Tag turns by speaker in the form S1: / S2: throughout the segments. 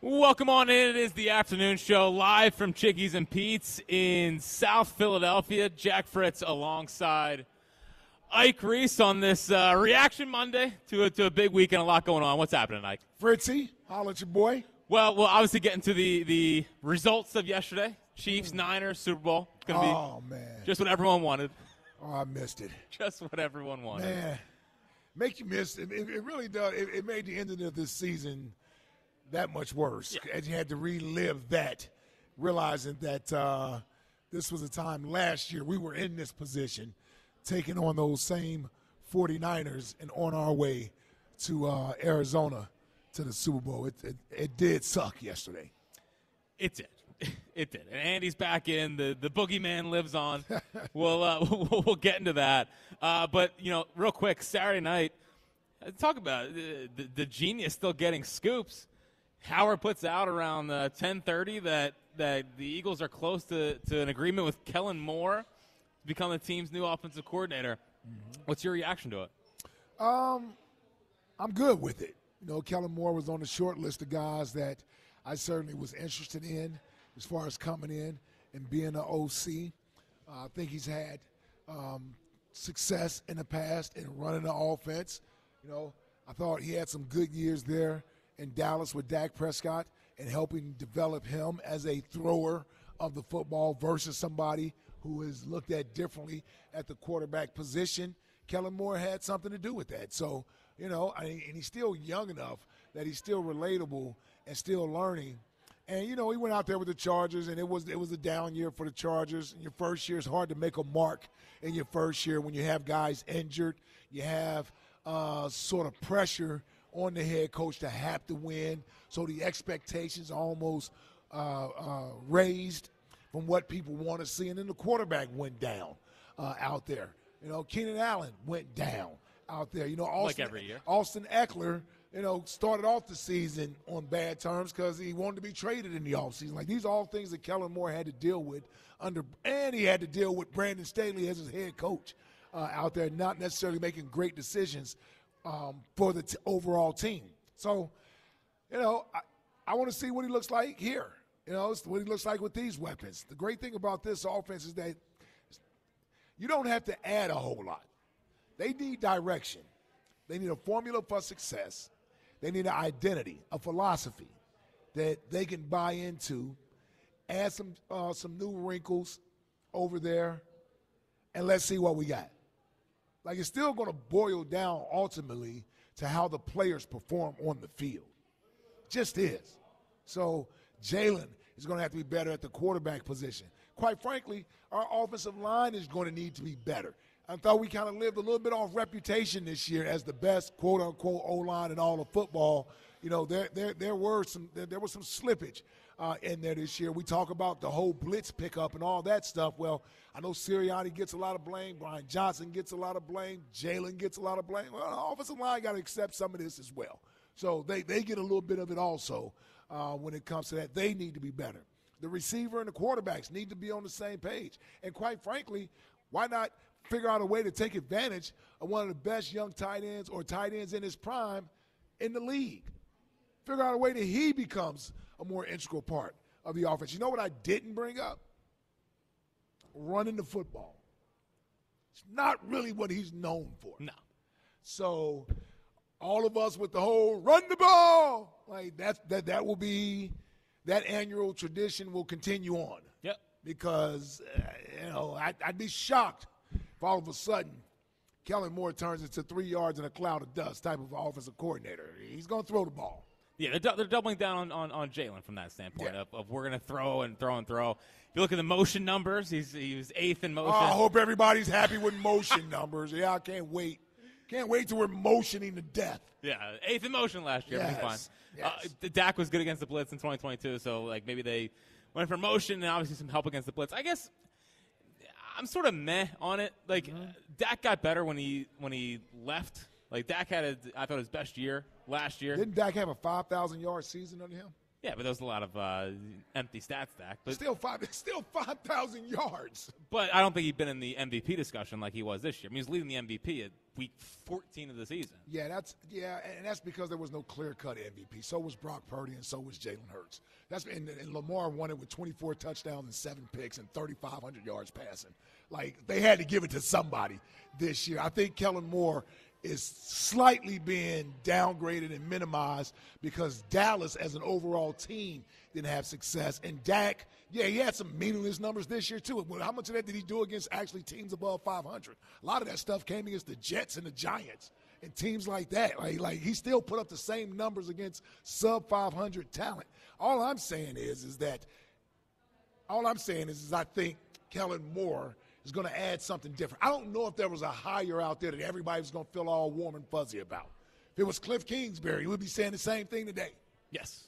S1: Welcome on in. It is the afternoon show live from Chickies and Pete's in South Philadelphia. Jack Fritz alongside Ike Reese on this uh, reaction Monday to a, to a big week and a lot going on. What's happening, Ike?
S2: Fritzy, holla at your boy.
S1: Well, we'll obviously get into the, the results of yesterday Chiefs, Niners, Super Bowl. It's going to
S2: Mm-hmm. Oh, man.
S1: be just what everyone wanted.
S2: Oh, I missed it.
S1: Just what everyone wanted.
S2: Man, make you miss it. It, it really does. It, it made the ending of this season that much worse. And you had to relive that, realizing that uh, this was a time last year we were in this position, taking on those same 49ers and on our way to uh, Arizona to the Super Bowl. It, it, it did suck yesterday.
S1: It did. It did. And Andy's back in. The the boogeyman lives on. we'll, uh, we'll we'll get into that. Uh, but you know, real quick, Saturday night. uh, Talk about it, the, the, the genius still getting scoops. Howard puts out around uh, 10:30 that that the Eagles are close to, to an agreement with Kellen Moore to become the team's new offensive coordinator. What's your reaction to it?
S2: Um, I'm good with it. You know, Kellen Moore was on the short list of guys that I certainly was interested in as far as coming in and being an OC. Uh, I think he's had um, success in the past in running the offense. You know, I thought he had some good years there in Dallas with Dak Prescott and helping develop him as a thrower of the football versus somebody who is looked at differently at the quarterback position. Kellen Moore had something to do with that. So, you know, I, and he's still young enough that he's still relatable and still learning. And you know, he went out there with the Chargers, and it was it was a down year for the Chargers. In your first year, it's hard to make a mark in your first year when you have guys injured. You have uh, sort of pressure on the head coach to have to win, so the expectations are almost uh, uh, raised from what people want to see. And then the quarterback went down uh, out there. You know, Keenan Allen went down out there. You know, Austin,
S1: every year.
S2: Austin Eckler, you know, started off the season on bad terms because he wanted to be traded in the offseason. Like these are all things that Kellen Moore had to deal with under, and he had to deal with Brandon Staley as his head coach uh, out there, not necessarily making great decisions um, for the t- overall team. So, you know, I, I want to see what he looks like here. You know, it's what he looks like with these weapons. The great thing about this offense is that you don't have to add a whole lot. They need direction. They need a formula for success. They need an identity, a philosophy that they can buy into. Add some uh, some new wrinkles over there, and let's see what we got. Like it's still going to boil down ultimately to how the players perform on the field. Just is. So Jalen is going to have to be better at the quarterback position. quite frankly, our offensive line is going to need to be better. I thought we kind of lived a little bit off reputation this year as the best quote unquote O line in all of football. You know, there there there were some there, there was some slippage uh, in there this year. We talk about the whole blitz pickup and all that stuff. Well, I know Sirianni gets a lot of blame. Brian Johnson gets a lot of blame. Jalen gets a lot of blame. Well, the offensive line got to accept some of this as well. So they they get a little bit of it also uh, when it comes to that. They need to be better. The receiver and the quarterbacks need to be on the same page. And quite frankly, why not figure out a way to take advantage of one of the best young tight ends or tight ends in his prime in the league. Figure out a way that he becomes a more integral part of the offense. You know what I didn't bring up? Running the football. It's not really what he's known for.
S1: No.
S2: So all of us with the whole run the ball, like that's that that will be that annual tradition will continue on.
S1: Yep.
S2: Because uh, you know, I, I'd be shocked if all of a sudden Kellen Moore turns into three yards in a cloud of dust type of offensive coordinator. He's going to throw the ball.
S1: Yeah, they're, dou- they're doubling down on, on, on Jalen from that standpoint
S2: Yeah.
S1: of, of we're going to throw and throw and throw. If you look at the motion numbers, he's he was eighth in
S2: Oh,
S1: motion.
S2: I hope everybody's happy with motion numbers. Yeah, I can't wait. Can't wait till we're motioning to death.
S1: Yeah, eighth in motion last year. Yes. Fine.
S2: Yes,
S1: Uh,
S2: yes.
S1: D- Dak was good against the blitz in 2022, so like maybe they went for motion and obviously some help against the blitz. I guess I'm sort of meh on it. Like
S2: Mm-hmm.
S1: Dak got better when he when he left. Like Dak had a, I thought his best year last year.
S2: Didn't Dak have a 5,000 yard season under him?
S1: yeah, but there was a lot of uh, empty stats, Dak. But
S2: Still five, still 5,000 yards.
S1: but I don't think he'd been in the MVP discussion like he was this year. I mean, he was leading the MVP at week 14 of the season.
S2: Yeah, that's yeah, and that's because there was no clear cut MVP. So was Brock Purdy, and so was Jalen Hurts. That's and, and Lamar won it with 24 touchdowns and seven picks and 3,500 yards passing. Like they had to give it to somebody this year. I think Kellen Moore is slightly being downgraded and minimized because Dallas, as an overall team, didn't have success. And Dak, yeah, he had some meaningless numbers this year too. Well, How much of that did he do against actually teams above 500? A lot of that stuff came against the Jets and the Giants and teams like that. Like, like he still put up the same numbers against sub 500 talent. All I'm saying is, is that all I'm saying is, is I think Kellen Moore is going to add something different. I don't know if there was a hire out there that everybody was going to feel all warm and fuzzy about. If it was Cliff Kingsbury, he would be saying the same thing today.
S1: Yes.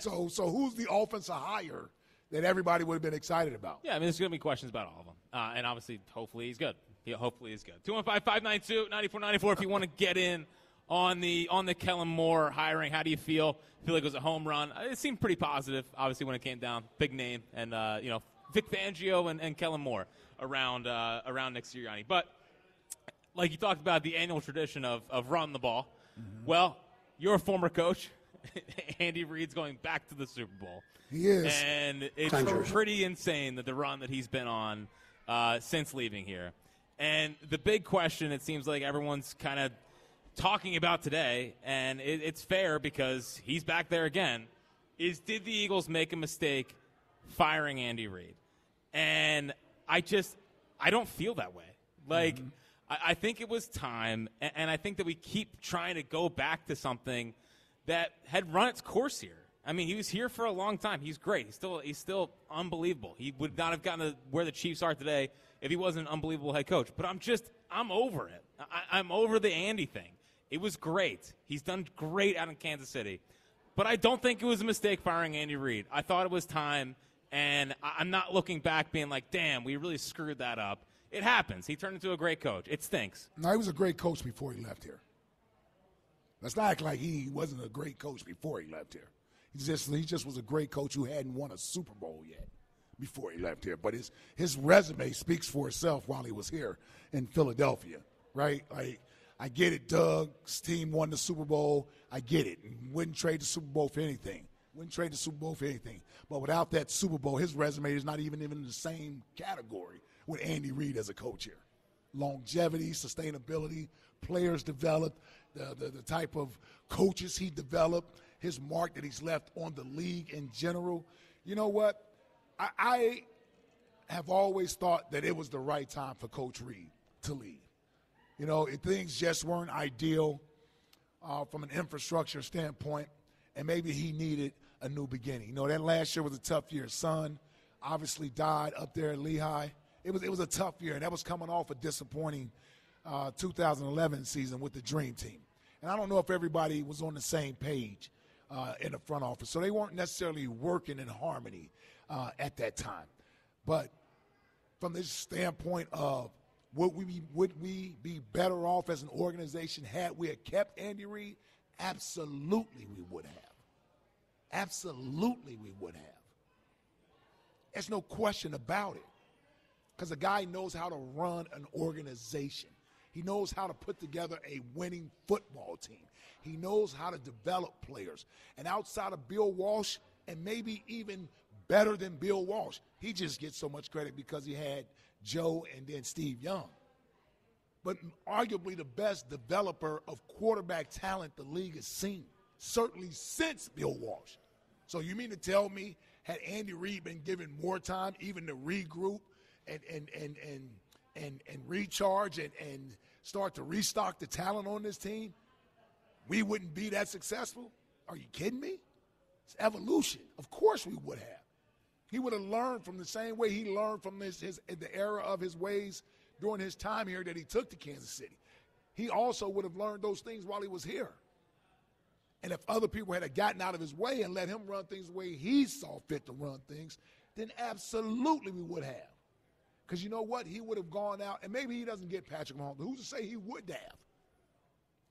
S2: So, so who's the offensive hire that everybody would have been excited about?
S1: Yeah, I mean, there's going to be questions about all of them. Uh, and obviously, hopefully he's good. Yeah, hopefully he's good. 215 592 9494 if you want to get in on the on the Kellen Moore hiring. How do you feel? feel like it was a home run. Uh, It seemed pretty positive, obviously, when it came down. Big name. And, uh, you know, Vic Fangio and, and Kellen Moore around, uh, around next year, Yanni. But like you talked about the annual tradition of, of run the ball. Well, your former coach, Andy Reid's going back to the Super Bowl.
S2: He is.
S1: And it's pretty insane that the run that he's been on uh, since leaving here. And the big question it seems like everyone's kind of talking about today, and it, it's fair because he's back there again, is did the Eagles make a mistake firing Andy Reid? And I just, I don't feel that way. Like, I, I think it was time, and, and I think that we keep trying to go back to something that had run its course here. I mean, he was here for a long time. He's great. He's still he's still unbelievable. He would not have gotten to where the Chiefs are today if he wasn't an unbelievable head coach. But I'm just I'm over it. I, I'm over the Andy thing. It was great. He's done great out in Kansas City. But I don't think it was a mistake firing Andy Reid. I thought it was time, and I- I'm not looking back being like, damn, we really screwed that up. It happens. He turned into a great coach. It stinks.
S2: No, he was a great coach before he left here. Let's not act like he wasn't a great coach before he left here. He just he just was a great coach who hadn't won a Super Bowl yet before he left here. But his his resume speaks for itself while he was here in Philadelphia, right? Like I get it, Doug's team won the Super Bowl. I get it. Wouldn't trade the Super Bowl for anything. Wouldn't trade the Super Bowl for anything. But without that Super Bowl, his resume is not even, even in the same category with Andy Reid as a coach here longevity, sustainability, players developed, the, the, the type of coaches he developed, his mark that he's left on the league in general. You know what? I, I have always thought that it was the right time for Coach Reed to leave. You know, if things just weren't ideal uh, from an infrastructure standpoint, and maybe he needed a new beginning. You know, that last year was a tough year. Son, obviously died up there at Lehigh. It was it was a tough year, and that was coming off a disappointing uh, 2011 season with the Dream Team. And I don't know if everybody was on the same page uh, in the front office, so they weren't necessarily working in harmony uh, at that time. But from this standpoint of would we be, would we be better off as an organization had we had kept Andy Reid? Absolutely, we would have. Absolutely, we would have. There's no question about it, because the guy knows how to run an organization. He knows how to put together a winning football team. He knows how to develop players. And outside of Bill Walsh, and maybe even better than Bill Walsh, he just gets so much credit because he had Joe and then Steve Young. But arguably the best developer of quarterback talent the league has seen, certainly since Bill Walsh. So you mean to tell me, had Andy Reid been given more time, even to regroup and and and and and, and recharge and, and start to restock the talent on this team, we wouldn't be that successful? Are you kidding me? It's evolution. Of course we would have. He would have learned from the same way he learned from his, his the error of his ways during his time here that he took to Kansas City. He also would have learned those things while he was here. And if other people had gotten out of his way and let him run things the way he saw fit to run things, then absolutely we would have. Because you know what? He would have gone out, and maybe he doesn't get Patrick Mahomes. Who's to say he would have?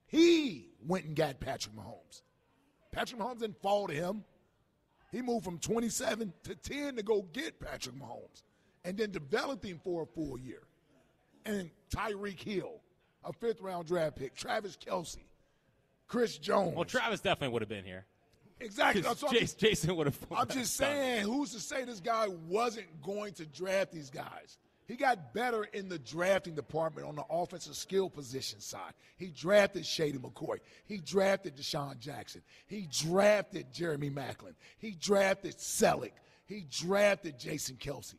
S2: He went and got Patrick Mahomes. Patrick Mahomes didn't fall to him. He moved from 27 to 10 to go get Patrick Mahomes and then developed him for a full year. And Tyreek Hill, a fifth round draft pick, Travis Kelsey, Chris Jones.
S1: Well, Travis definitely would have been here.
S2: Exactly.
S1: Because
S2: So I'm
S1: Jas-
S2: just-
S1: Jason would have.
S2: I'm just saying, who's to say this guy wasn't going to draft these guys? He got better in the drafting department on the offensive skill position side. He drafted Shady McCoy. He drafted Deshaun Jackson. He drafted Jeremy Macklin. He drafted Selleck. He drafted Jason Kelsey.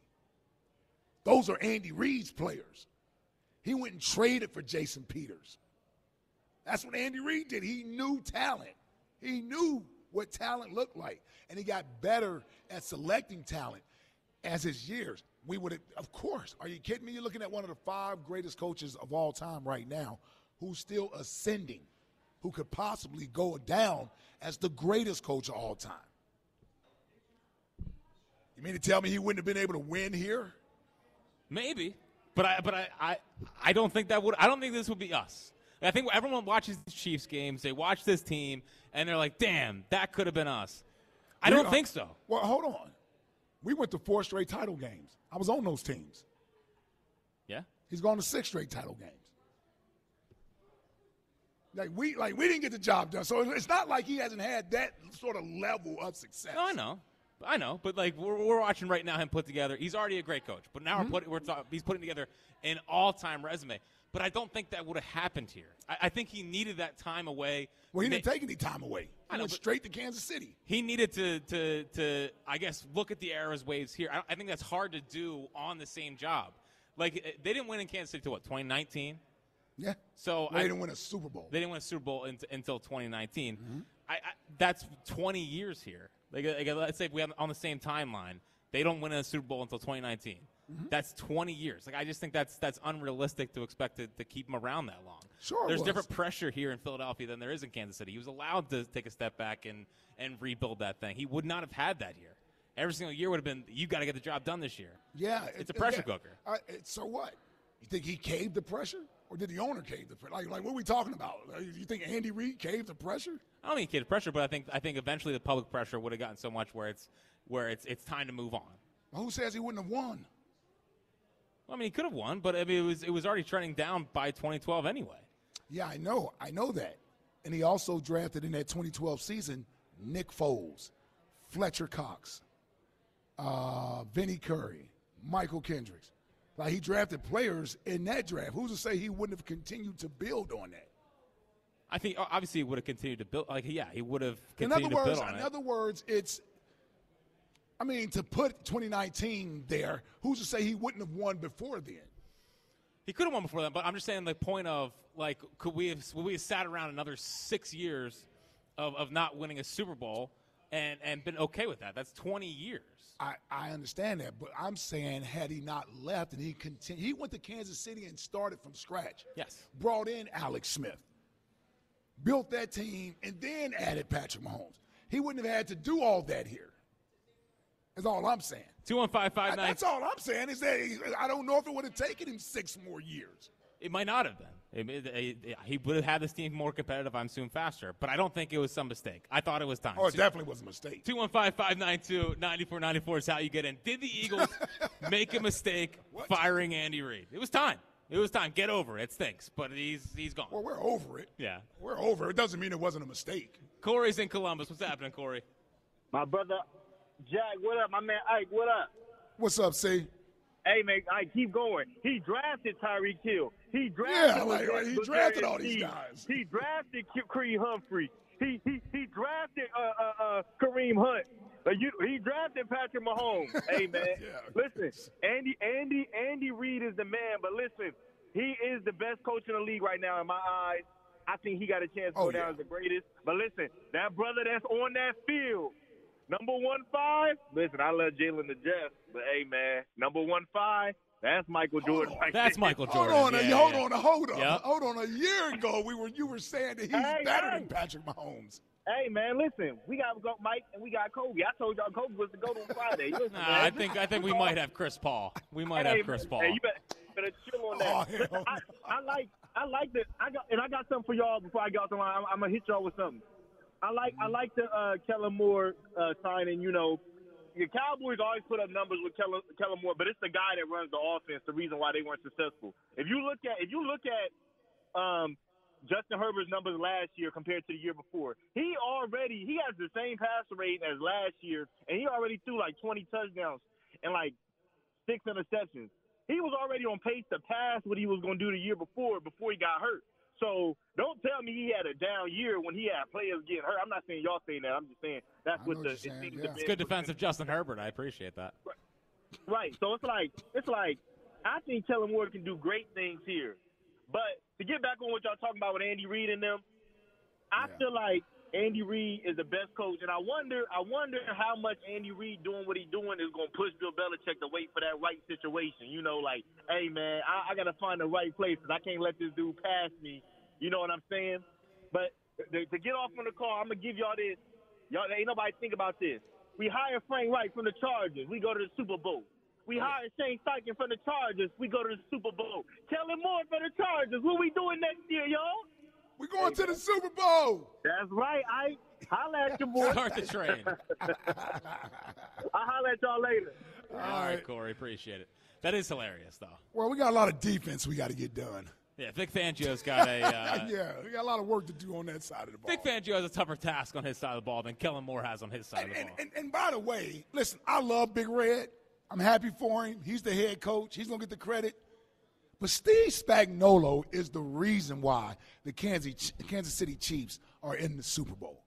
S2: Those are Andy Reid's players. He went and traded for Jason Peters. That's what Andy Reid did. He knew talent. He knew what talent looked like, and he got better at selecting talent as his years. We would, have, of course. Are you kidding me? You're looking at one of the five greatest coaches of all time right now, who's still ascending, who could possibly go down as the greatest coach of all time. You mean to tell me he wouldn't have been able to win here?
S1: Maybe, but I, but I, I, I don't think that would. I don't think this would be us. I think everyone watches these Chiefs games. They watch this team, and they're like, "Damn, that could have been us." I don't think so.
S2: Well, hold on. We went to four straight title games. I was on those teams.
S1: Yeah.
S2: He's gone to six straight title games. Like we like we didn't get the job done. So it's not like he hasn't had that sort of level of success.
S1: No, Oh, I know. I know, but like we're, we're watching right now him put together. He's already a great coach, but now
S2: Mm-hmm.
S1: we're putting we're talk, he's putting together an all-time resume. But I don't think that would have happened here. I, I think he needed that time away.
S2: Well, he
S1: Ma-
S2: didn't take any time away. He
S1: I know,
S2: went
S1: but-
S2: straight to Kansas City.
S1: he needed to to to I guess look at the errors waves here. I, I think that's hard to do on the same job. Like eh, they didn't win in Kansas City till what 2019,
S2: Yeah.
S1: So
S2: Well,
S1: I-
S2: they didn't win a Super Bowl. Mm-hmm.
S1: they didn't win a Super Bowl unt- until 2019. I, I that's 20 years here. Like, eh, like, let's say if we have on the same timeline, they don't win a Super Bowl until 2019.
S2: Mm-hmm.
S1: That's 20 years. Like I just think that's that's unrealistic to expect to, to keep him around that long.
S2: Sure it
S1: there's
S2: was.
S1: different pressure here in Philadelphia than there is in Kansas City. He was allowed to take a step back and and rebuild that thing. He would not have had that here. Every single year would have been you got to get the job done this year.
S2: yeah.
S1: it's,
S2: it-
S1: a pressure
S2: yeah.
S1: cooker.
S2: I, it- so what? You think he caved the pressure, or did the owner cave the pressure? Like, like what are we talking about? Like, You think Andy Reid caved the pressure?
S1: I don't mean kid pressure, but I think I think eventually the public pressure would have gotten so much where it's where it's it's time to move on.
S2: Well, who says he wouldn't have won?
S1: Well, I mean, he could have won, but I mean, it was it was already trending down by 2012 anyway.
S2: Yeah, I know. I know that. And he also drafted in that 2012 season Nick Foles, Fletcher Cox, uh, Vinnie Curry, Michael Kendricks. Like he drafted players in that draft. Who's to say he wouldn't have continued to build on that?
S1: I think uh, obviously he would have continued to build. Like, yeah, he would have
S2: In
S1: continued
S2: other
S1: to
S2: words,
S1: build on
S2: in
S1: it.
S2: other words, it's. I mean, to put 2019 there, who's to say he wouldn't have won before then?
S1: He could have won before that, but I'm just saying the point of like, could we have would we have sat around another six years of, of not winning a Super Bowl and and been okay with that. That's 20 years.
S2: I, I understand that, but I'm saying had he not left and he continued, he went to Kansas City and started from scratch.
S1: Yes.
S2: Brought in Alex Smith, built that team, and then added Patrick Mahomes. He wouldn't have had to do all that here. That's all I'm saying.
S1: Two one five
S2: I-
S1: five nine.
S2: That's all I'm saying is that he- I don't know if it would have taken him six more years.
S1: It might not have been. It- it- it- he would have had this team more competitive. I'm soon faster, but I don't think it was some mistake. I thought it was time.
S2: Oh, it definitely was a mistake.
S1: 215 592 9494 is how you get in. Did the Eagles make a mistake firing Andy Reid? It was time. It was time. Get over it. It stinks, but he's he's gone.
S2: Well, we're over it.
S1: Yeah.
S2: We're over it. Doesn't mean it wasn't a mistake.
S1: Corey's in Columbus. What's happening, Corey?
S3: My brother Jack, what up? My man Ike, what up?
S2: What's up, C?
S3: Hey, man, I keep going. He drafted Tyreek Hill. He drafted.
S2: Yeah, like,
S3: Lazard-
S2: he drafted
S3: Lazard
S2: all these
S3: Steed.
S2: guys.
S3: He drafted K- Creed Humphrey. He he he drafted uh, uh, uh, Kareem Hunt. Uh, you, he drafted Patrick Mahomes. hey man,
S2: Yeah.
S3: listen, Andy Andy Andy Reid is the man. But listen, he is the best coach in the league right now in my eyes. I think he got a chance to
S2: Oh,
S3: go down
S2: yeah.
S3: as the greatest. But listen, that brother that's on that field, Number one five. Listen, I love Jalen the Jeff, but hey man, number one five. That's Michael Jordan. right
S1: That's
S3: there.
S1: Michael Jordan.
S2: Hold on, a,
S1: Yeah,
S2: hold
S1: yeah.
S2: on, hold on,
S1: Yep.
S2: hold on. A year ago, we were you were saying that he's
S3: Hey,
S2: better
S3: hey.
S2: than Patrick Mahomes.
S3: Hey man, listen, we got go- Mike and we got Kobe. I told y'all Kobe was the golden Friday. Listen,
S1: Nah,
S3: man,
S1: I think I think we might have Chris Paul. We might
S3: Hey,
S1: have Chris Paul.
S3: Hey, you better, better chill on that.
S2: Oh,
S3: Listen,
S2: hell
S3: I, I like I like the I got and I got something for y'all before I get off the line. I'm, I'm gonna hit y'all with something. I like
S1: Mm-hmm.
S3: I like the uh, Kellen Moore uh, signing. You know, the Cowboys always put up numbers with Kellen, Kellen Moore, but it's the guy that runs the offense. The reason why they weren't successful. If you look at if you look at um, Justin Herbert's numbers last year compared to the year before. He already he has the same passer rating as last year, and he already threw like 20 touchdowns and like six interceptions. He was already on pace to pass what he was going to do the year before before he got hurt. So don't tell me he had a down year when he had players getting hurt. I'm not saying y'all saying that. I'm just saying that's
S2: I
S3: what
S2: know
S3: the
S2: what you're
S3: it
S2: saying,
S3: seems
S2: yeah.
S3: to be.
S2: It's
S1: Good defense of Justin Herbert. I appreciate that.
S3: Right. So it's like it's like I think Kellen Moore can do great things here. But to get back on what y'all talking about with Andy Reid and them, I
S2: Yeah.
S3: feel like Andy Reid is the best coach, and I wonder, I wonder how much Andy Reid doing what he's doing is going to push Bill Belichick to wait for that right situation. You know, like, hey man, I, I got to find the right places. I can't let this dude pass me. You know what I'm saying? But to, to get off on the call, I'm gonna give y'all this. Y'all ain't nobody think about this. We hire Frank Wright from the Chargers. We go to the Super Bowl. We hire Shane Steichen from the Chargers. We go to the Super Bowl. Kellen Moore from the Chargers. What we doing next year, y'all?
S2: We're going to the Super Bowl.
S3: That's right. I holla at your boy. I
S1: Start the train.
S3: holla at y'all later.
S1: All right, Corey. Appreciate it. That is hilarious, though.
S2: Well, we got a lot of defense we got to get done.
S1: Yeah, Vic Fangio's got a. Uh,
S2: yeah, we got a lot of work to do on that side of the ball.
S1: Vic Fangio has a tougher task on his side of the ball than Kellen Moore has on his side of
S2: and,
S1: the
S2: and,
S1: ball.
S2: and, and by the way, listen, I love Big Red. I'm happy for him. He's the head coach. He's gonna get the credit. But Steve Spagnolo is the reason why the Kansas Kansas City Chiefs are in the Super Bowl.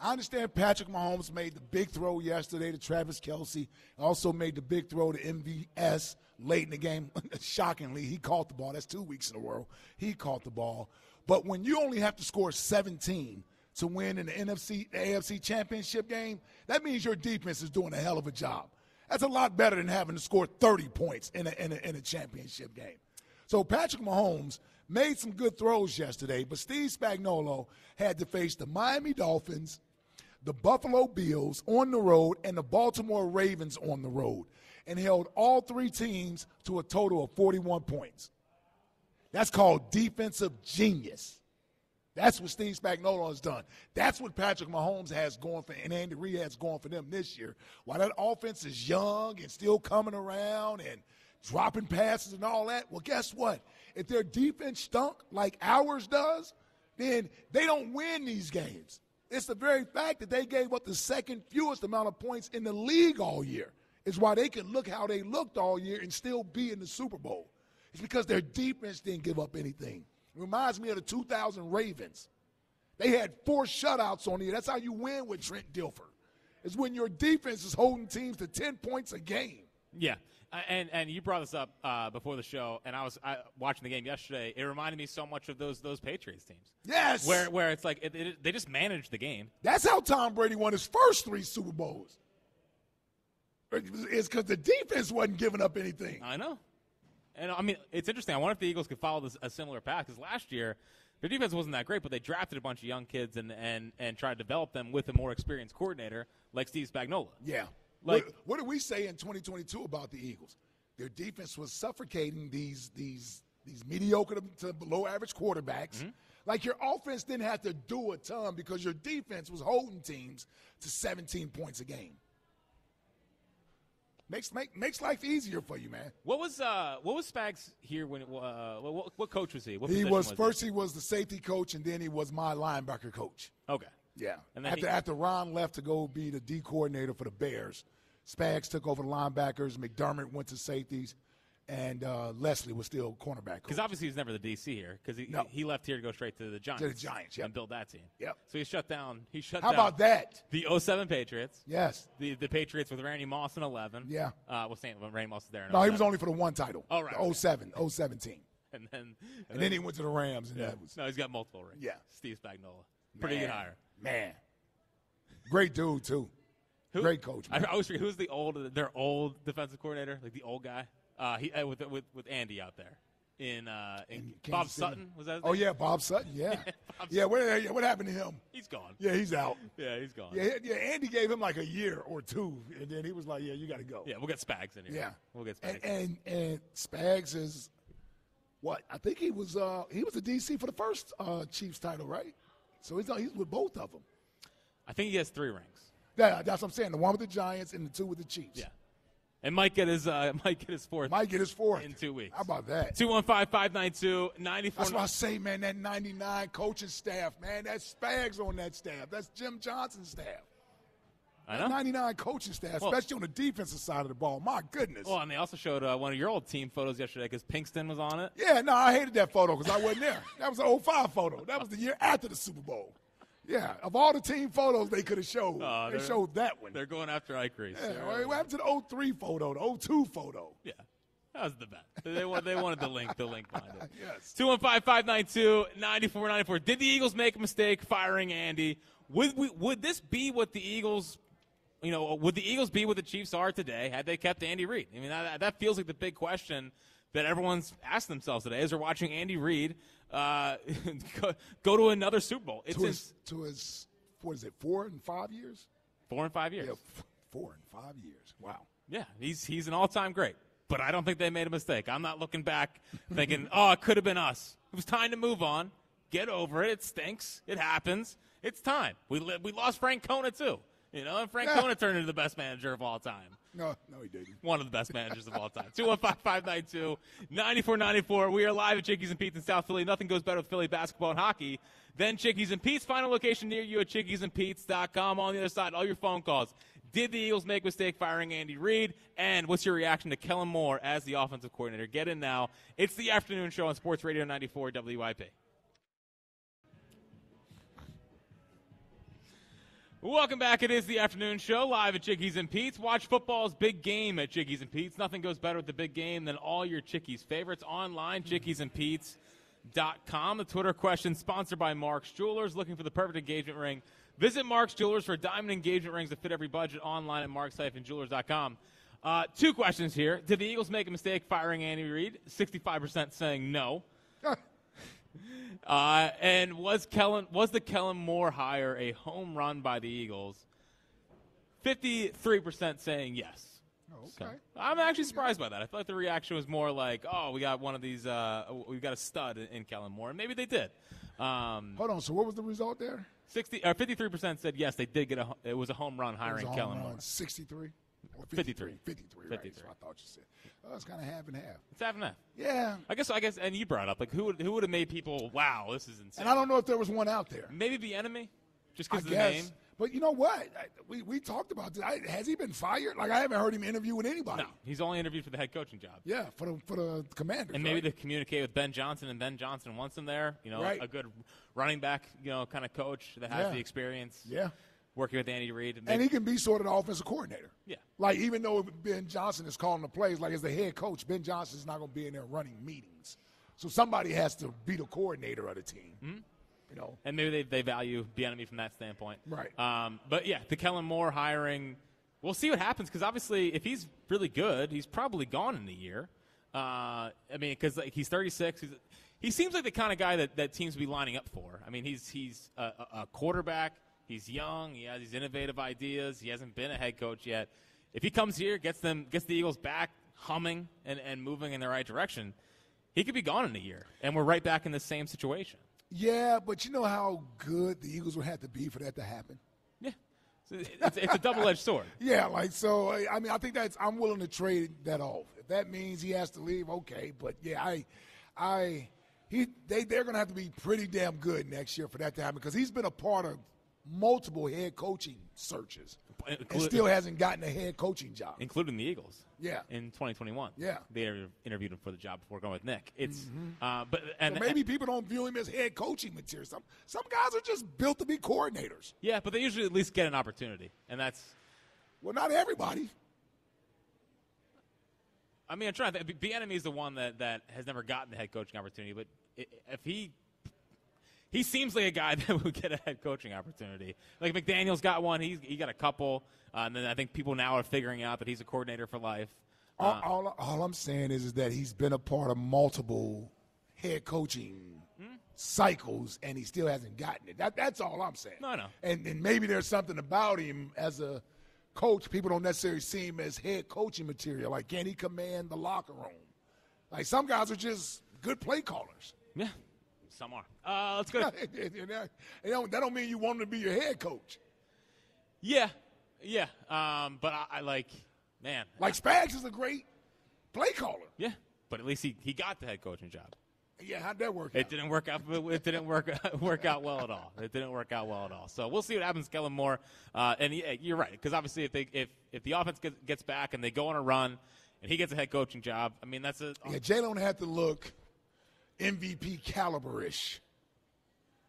S2: I understand Patrick Mahomes made the big throw yesterday to Travis Kelsey. Also made the big throw to MVS late in the game. Shockingly, he caught the ball. That's two weeks in a row. He caught the ball. But when you only have to score 17 to win in the NFC the AFC championship game, that means your defense is doing a hell of a job. That's a lot better than having to score 30 points in a, in a, in a championship game. So Patrick Mahomes made some good throws yesterday, but Steve Spagnolo had to face the Miami Dolphins, the Buffalo Bills on the road, and the Baltimore Ravens on the road, and held all three teams to a total of 41 points. That's called defensive genius. That's what Steve Spagnuolo has done. That's what Patrick Mahomes has going for, and Andy Reid has going for them this year. While that offense is young and still coming around and dropping passes and all that, well, guess what? If their defense stunk like ours does, then they don't win these games. It's the very fact that they gave up the second fewest amount of points in the league all year is why they can look how they looked all year and still be in the Super Bowl. It's because their defense didn't give up anything. It reminds me of the 2000 Ravens. They had four shutouts on the year. That's how you win with Trent Dilfer. Is when your defense is holding teams to 10 points a game.
S1: Yeah. Uh, and and you brought this up uh, before the show, and I was I, watching the game yesterday. It reminded me so much of those those Patriots teams.
S2: Yes.
S1: where where it's like it, it, they just managed the game.
S2: That's how Tom Brady won his first three Super Bowls. It's because the defense wasn't giving up anything.
S1: I know, and I mean it's interesting. I wonder if the Eagles could follow this, a similar path because last year their defense wasn't that great, but they drafted a bunch of young kids and and and tried to develop them with a more experienced coordinator like Steve Spagnuolo.
S2: Yeah.
S1: Like-
S2: what, what did we say in 2022 about the Eagles? Their defense was suffocating these these these mediocre to below average quarterbacks.
S1: Mm-hmm.
S2: Like your offense didn't have to do a ton because your defense was holding teams to 17 points a game. Makes make, makes life easier for you, man.
S1: What was uh what was Spags here when it, wa- uh what, what- what coach was he? What
S2: He
S1: position
S2: was
S1: he?
S2: first he was the safety coach and then he was my linebacker coach.
S1: Okay.
S2: Yeah.
S1: And then
S2: after
S1: he-
S2: after Ron left to go be the D coordinator for the Bears, Spags took over the linebackers. McDermott went to safeties, and uh, Leslie was still cornerback.
S1: Because
S2: Coach.
S1: obviously he's never the DC here because he,
S2: No.
S1: he left here to go straight to the Giants.
S2: Giants, yep.
S1: And build that team.
S2: Yep.
S1: So he shut down. He shut
S2: How
S1: down
S2: about that?
S1: the 07 Patriots.
S2: Yes.
S1: The the Patriots with Randy Moss in 11.
S2: Yeah.
S1: Uh, well, Saint, Randy Moss is there. In
S2: No, he
S1: 07.
S2: was only for the one title.
S1: Oh, right,
S2: The 07, 07 team.
S1: And then.
S2: And then he went to the Rams, and that was
S1: No, he's got multiple rings.
S2: Yeah.
S1: Steve Spagnuolo. Pretty good
S2: Man,
S1: hire.
S2: Man, great dude too.
S1: Who-
S2: Great coach.
S1: I,
S2: man.
S1: I always forget who's the old their old defensive coordinator, like the old guy. Uh, he uh, with, with with Andy out there in uh in,
S2: Kansas
S1: Bob
S2: City.
S1: Sutton was that? His
S2: Oh
S1: name?
S2: yeah, Bob Sutton. Yeah, yeah. What, uh, yeah, what happened to him?
S1: he's gone.
S2: Yeah, he's out.
S1: Yeah, he's gone.
S2: Yeah, he- yeah. Andy gave him like a year or two, and then he was like, "Yeah, you got to go."
S1: Yeah, we'll get Spags in here.
S2: Yeah,
S1: we'll get Spags.
S2: And, and and Spags is what I think he was. Uh, he was the DC for the first uh, Chiefs title, right? So he's uh, he's with both of them.
S1: I think he has three rings.
S2: Yeah, that's what I'm saying. The one with the Giants and the two with the Chiefs.
S1: Yeah, and might get his uh, might get his fourth.
S2: might get his fourth
S1: In two weeks.
S2: How about that?
S1: two one five five nine two ninety four.
S2: That's why I say, man, that '99 coaching staff, man, that's Spags on that staff. That's Jim Johnson's staff.
S1: I know.
S2: '99 coaching staff,
S1: Well-
S2: especially on the defensive side of the ball. My goodness.
S1: Well, and they also showed uh, one of your old team photos yesterday because Pinkston was on it.
S2: Yeah, no, I hated that photo because I wasn't there. That was an 05 photo. That was the year after the Super Bowl. Yeah, of all the team photos they could have showed,
S1: Uh,
S2: they
S1: they're-
S2: showed that one.
S1: They're going after Ike Reese.
S2: Yeah,
S1: They're-
S2: well, what happened to the 03 photo, the 02 photo?
S1: Yeah. That was the bet. They, wa- they wanted the link, the link behind it.
S2: Yes.
S1: 215-592-9494. Did the Eagles make a mistake firing Andy? Would we, would this be what the Eagles, you know, would the Eagles be what the Chiefs are today had they kept Andy Reid? I mean, that, that feels like the big question that everyone's asked themselves today as they're watching Andy Reid uh, go, go to another Super Bowl. It's
S2: To
S1: in
S2: his, to his, what is it, four and five years?
S1: four and five years.
S2: Yeah, f- four and five years. Wow.
S1: Yeah, he's he's an all-time great. But I don't think they made a mistake. I'm not looking back thinking, "Oh, it could have been us." It was time to move on. Get over it. It stinks. It happens. It's time. We li- we lost Frank Kona too. You know, and Frank
S2: Yeah.
S1: Kona turned into the best manager of all time.
S2: No, no, he didn't.
S1: One of the best managers of all time. 215-592-9494. We are live at Chickies and Pete's in South Philly. Nothing goes better with Philly basketball and hockey than Chickies and Pete's. Find a location near you at chickiesandpete's.com. On the other side, all your phone calls. Did the Eagles make a mistake firing Andy Reid? And what's your reaction to Kellen Moore as the offensive coordinator? Get in now. It's the afternoon show on Sports Radio 94 WIP. Welcome back. It is the afternoon show live at Chickies and Pete's. Watch football's big game at Chickies and Pete's. Nothing goes better with the big game than all your Chickies favorites online, chickiesandpete's.com. The Twitter question sponsored by Mark's Jewelers. Looking for the perfect engagement ring? Visit Mark's Jewelers for diamond engagement rings that fit every budget online at marks-jewelers.com. Uh, two questions here. Did the Eagles make a mistake firing Andy Reid? 65% saying no. Uh, and was Kellen was the Kellen Moore hire a home run by the Eagles? Fifty three percent saying yes.
S2: Oh,
S1: So,
S2: okay.
S1: I'm actually surprised by that. I feel like the reaction was more like, "Oh, we got one of these. Uh, we got a stud in, in Kellen Moore." And maybe they did. Um,
S2: Hold on. So what was the result there?
S1: Sixty or fifty three percent said yes. They did get a. ho- It was a home run
S2: It was uh,
S1: hiring
S2: a home
S1: Kellen
S2: run,
S1: Moore.
S2: 63? Or
S1: 53.
S2: 53, right.
S1: 53.
S2: That's what I thought you said. Oh, it's kind of half and half.
S1: It's half and half.
S2: Yeah.
S1: I guess. I guess. And you brought up like who would who would have made people? Wow, this is insane.
S2: And I don't know if there was one out there.
S1: Maybe the enemy, just
S2: I
S1: because of the
S2: guess.
S1: name.
S2: But you know what? I, we, we talked about this. I, has he been fired? Like, I haven't heard him interview with anybody.
S1: No, he's only interviewed for the head coaching job.
S2: Yeah, for the, for the commander.
S1: And maybe to communicate with Ben Johnson, and Ben Johnson wants him there. You know,
S2: Right.
S1: a good running back, you know, kind of coach that has
S2: Yeah.
S1: the experience.
S2: Yeah.
S1: working with Andy Reid. And,
S2: And
S1: they-
S2: he can be sort of the offensive coordinator.
S1: Yeah.
S2: Like even though Ben Johnson is calling the plays, like as the head coach, Ben Johnson's not going to be in there running meetings. So somebody has to be the coordinator of the team.
S1: Mm-hmm.
S2: You know.
S1: and maybe they, they value Bienemy from that standpoint.
S2: Right.
S1: Um, but yeah, the Kellen Moore hiring, we'll see what happens because obviously, if he's really good, he's probably gone in a year. Uh, I mean, because like he's 36, he's, he seems like the kind of guy that, that teams be lining up for. I mean, he's he's a, a a quarterback. He's young. He has these innovative ideas. He hasn't been a head coach yet. If he comes here, gets them, gets the Eagles back humming and, and moving in the right direction, he could be gone in a year, and we're right back in the same situation.
S2: Yeah, but you know how good the Eagles would have to be for that to happen.
S1: Yeah. So It's, it's a double edged sword.
S2: Yeah, like so. I- I mean, I think that's. I'm willing to trade that off. If that means he has to leave, okay. But yeah, I, I, he, they, they're gonna have to be pretty damn good next year for that to happen because he's been a part of multiple head coaching searches and
S1: Inclu-
S2: still hasn't gotten a head coaching job.
S1: Including the Eagles.
S2: Yeah.
S1: In 2021.
S2: Yeah.
S1: They inter- interviewed him for the job before going with Nick. It's, uh, but, and
S2: So maybe people don't view him as head coaching material. Some some guys are just built to be coordinators.
S1: yeah, but they usually at least get an opportunity. And that's,
S2: Well, not everybody.
S1: I mean, I'm trying to think. The enemy is the one that, that has never gotten the head coaching opportunity, but i- if he, he seems like a guy that would get a head coaching opportunity. Like McDaniel's got one, he's, he got a couple. Uh, and then I think people now are figuring out that he's a coordinator for life.
S2: All,
S1: Uh.
S2: all, all I'm saying is, is that he's been a part of multiple head coaching
S1: Hmm?
S2: cycles, and he still hasn't gotten it. That, that's all I'm saying.
S1: No, I know.
S2: And, and maybe there's something about him as a coach. People don't necessarily see him as head coaching material. Like, can he command the locker room? Like, some guys are just good play callers.
S1: Yeah. Some are. Uh, let's go to
S2: And that, and that don't mean you want him to be your head coach.
S1: Yeah, yeah. Um, but I, I like, man,
S2: Like, Spags is a great play caller.
S1: yeah. But at least he, he got the head coaching job.
S2: Yeah, how'd that work
S1: It
S2: out?
S1: didn't work out. It didn't work work out well at all. It didn't work out well at all. So we'll see what happens, to Kellen Moore. Uh, and yeah, you're right because obviously if they if if the offense gets, gets back and they go on a run and he gets a head coaching job, I mean that's a
S2: Yeah, Jalen had to look MVP caliber-ish.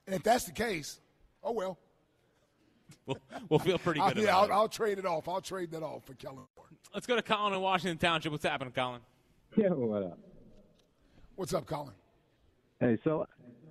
S2: And if that's the case, oh well.
S1: we'll, we'll feel pretty
S2: I,
S1: good
S2: Uh, yeah,
S1: about
S2: I'll,
S1: it.
S2: I'll trade it off. I'll trade that off for Kellen Moore.
S1: Let's go to Colin in Washington Township. What's happening, Colin?
S4: Yeah, what up?
S2: What's up, Colin?
S4: Hey, so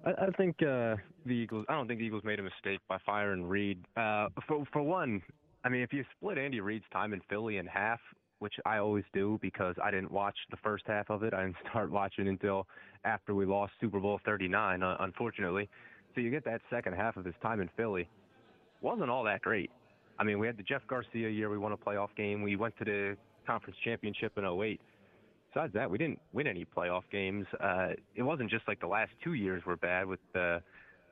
S4: I, I think uh, the Eagles. I don't think the Eagles made a mistake by firing Reed. Uh, for for one, I mean, if you split Andy Reid's time in Philly in half, which I always do because I didn't watch the first half of it. I didn't start watching until after we lost Super Bowl 39, uh, unfortunately. So you get that second half of his time in Philly. Wasn't all that great. I mean, we had the Jeff Garcia year. We won a playoff game. We went to the conference championship in 08 besides that, we didn't win any playoff games. Uh, it wasn't just like the last two years were bad with the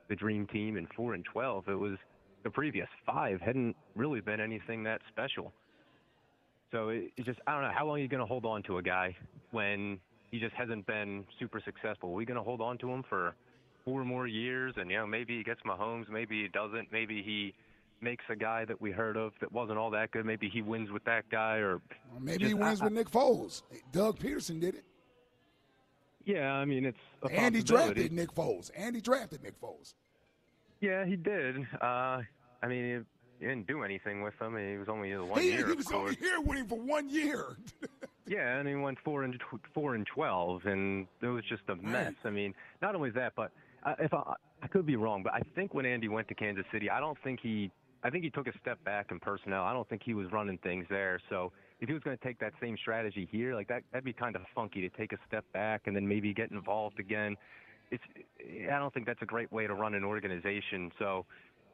S4: the dream team and four and twelve. It was the previous five hadn't really been anything that special. So it, it just I don't know how long are you going to hold on to a guy when he just hasn't been super successful. Are we going to hold on to him for four more years? And you know maybe he gets Mahomes, maybe he doesn't, maybe he makes a guy that we heard of that wasn't all that good. Maybe he wins with that guy or
S2: Well, maybe
S4: just-
S2: he wins
S4: I-
S2: with Nick Foles. Doug Peterson did it.
S4: Yeah, I mean it's a
S2: Andy
S4: possibility.
S2: drafted Nick Foles. Andy drafted Nick Foles.
S4: Yeah, he did. Uh, I mean, he didn't do anything with him. He was only the one
S2: he,
S4: year,
S2: he
S4: of
S2: was
S4: course.
S2: only here winning for one year.
S4: Yeah, and he went four and tw- four and twelve, and it was just a mess. I mean, not only that, but I, if I, I could be wrong, but I think when Andy went to Kansas City, I don't think he, I think he took a step back in personnel. I don't think he was running things there. So if he was going to take that same strategy here, like that, that'd be kind of funky to take a step back and then maybe get involved again. It's, I don't think that's a great way to run an organization. So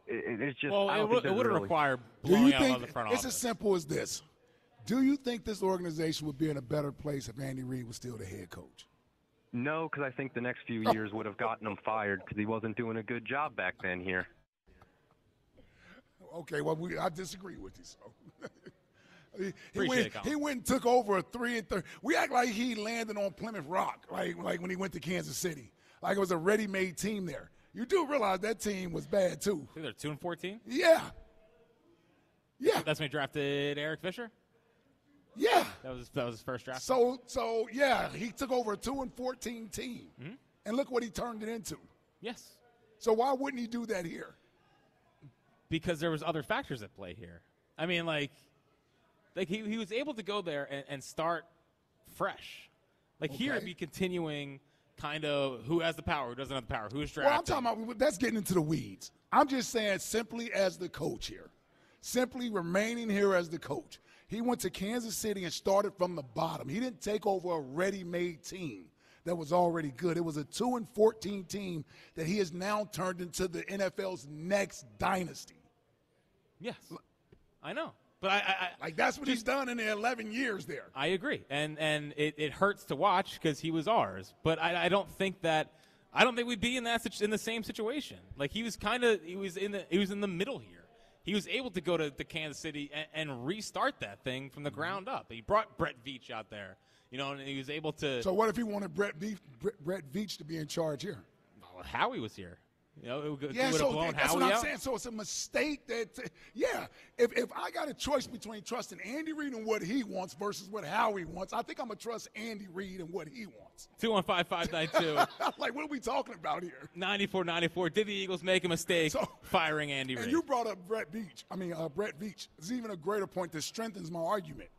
S4: it, it- it's just,
S1: Well,
S4: I
S1: it,
S4: don't
S1: would-
S4: think
S1: it
S4: there's
S1: would
S4: really-
S1: require
S2: Do you
S1: blowing out of
S2: think
S1: the front
S2: it's
S1: office.
S2: as simple as this? Do you think this organization would be in a better place if Andy Reid was still the head coach?
S4: No, because I think the next few years would have gotten him fired because he wasn't doing a good job back then here.
S2: Okay, well, we, I disagree with you. So he, he,
S1: Appreciate
S2: went,
S1: it, Colin.
S2: he went and took over a three and thirty. We act like he landed on Plymouth Rock, like like when he went to Kansas City, like it was a ready-made team there. You do realize that team was bad too.
S1: I think They're two and fourteen.
S2: Yeah, yeah,
S1: That's when he drafted Eric Fisher.
S2: yeah.
S1: That was that was his first draft.
S2: So so yeah, he took over a two and fourteen team, and look what he turned it into.
S1: Mm-hmm. yes.
S2: So why wouldn't he do that here?
S1: because there was other factors at play here. I mean, like, like he, he was able to go there and, and start fresh. Like here, it'd be continuing kind of who has the power, who doesn't have the power, who's drafted.
S2: Well, I'm talking about that's getting into the weeds. I'm just saying, simply as the coach here, simply remaining here as the coach. He went to Kansas City and started from the bottom. He didn't take over a ready-made team that was already good. It was a two and fourteen team that he has now turned into the NFL's next dynasty.
S1: Yes, I know, but I, I, I
S2: Like that's what he's done in the eleven years there.
S1: I agree, and and it, it hurts to watch because he was ours. But I, I don't think that I don't think we'd be in that situ- in the same situation. Like he was kind of he was in the he was in the middle here. He was able to go to, to Kansas City and, and restart that thing from the
S2: Mm-hmm.
S1: ground up. He brought Brett Veach out there, you know, and he was able to.
S5: So what if he wanted Brett, Beef, Brett, Brett Veach to be in charge here?
S1: Well, Oh, Howie was here, you know, it would,
S2: Yeah,
S1: would
S2: so
S1: have blown
S2: that's
S1: Howie
S2: what I'm
S1: out.
S2: saying. So it's a mistake that, yeah, if, if I got a choice between trusting Andy Reid and what he wants versus what Howie wants, I think I'm going to trust Andy Reid and what he wants.
S1: Two one five five nine two.
S2: like, what are we talking about here?
S1: 94 94. Did the Eagles make a mistake
S2: So-
S1: firing Andy Reid?
S2: And you brought up Brett Beach. I mean, uh, Brett Beach. It's even a greater point that strengthens my argument.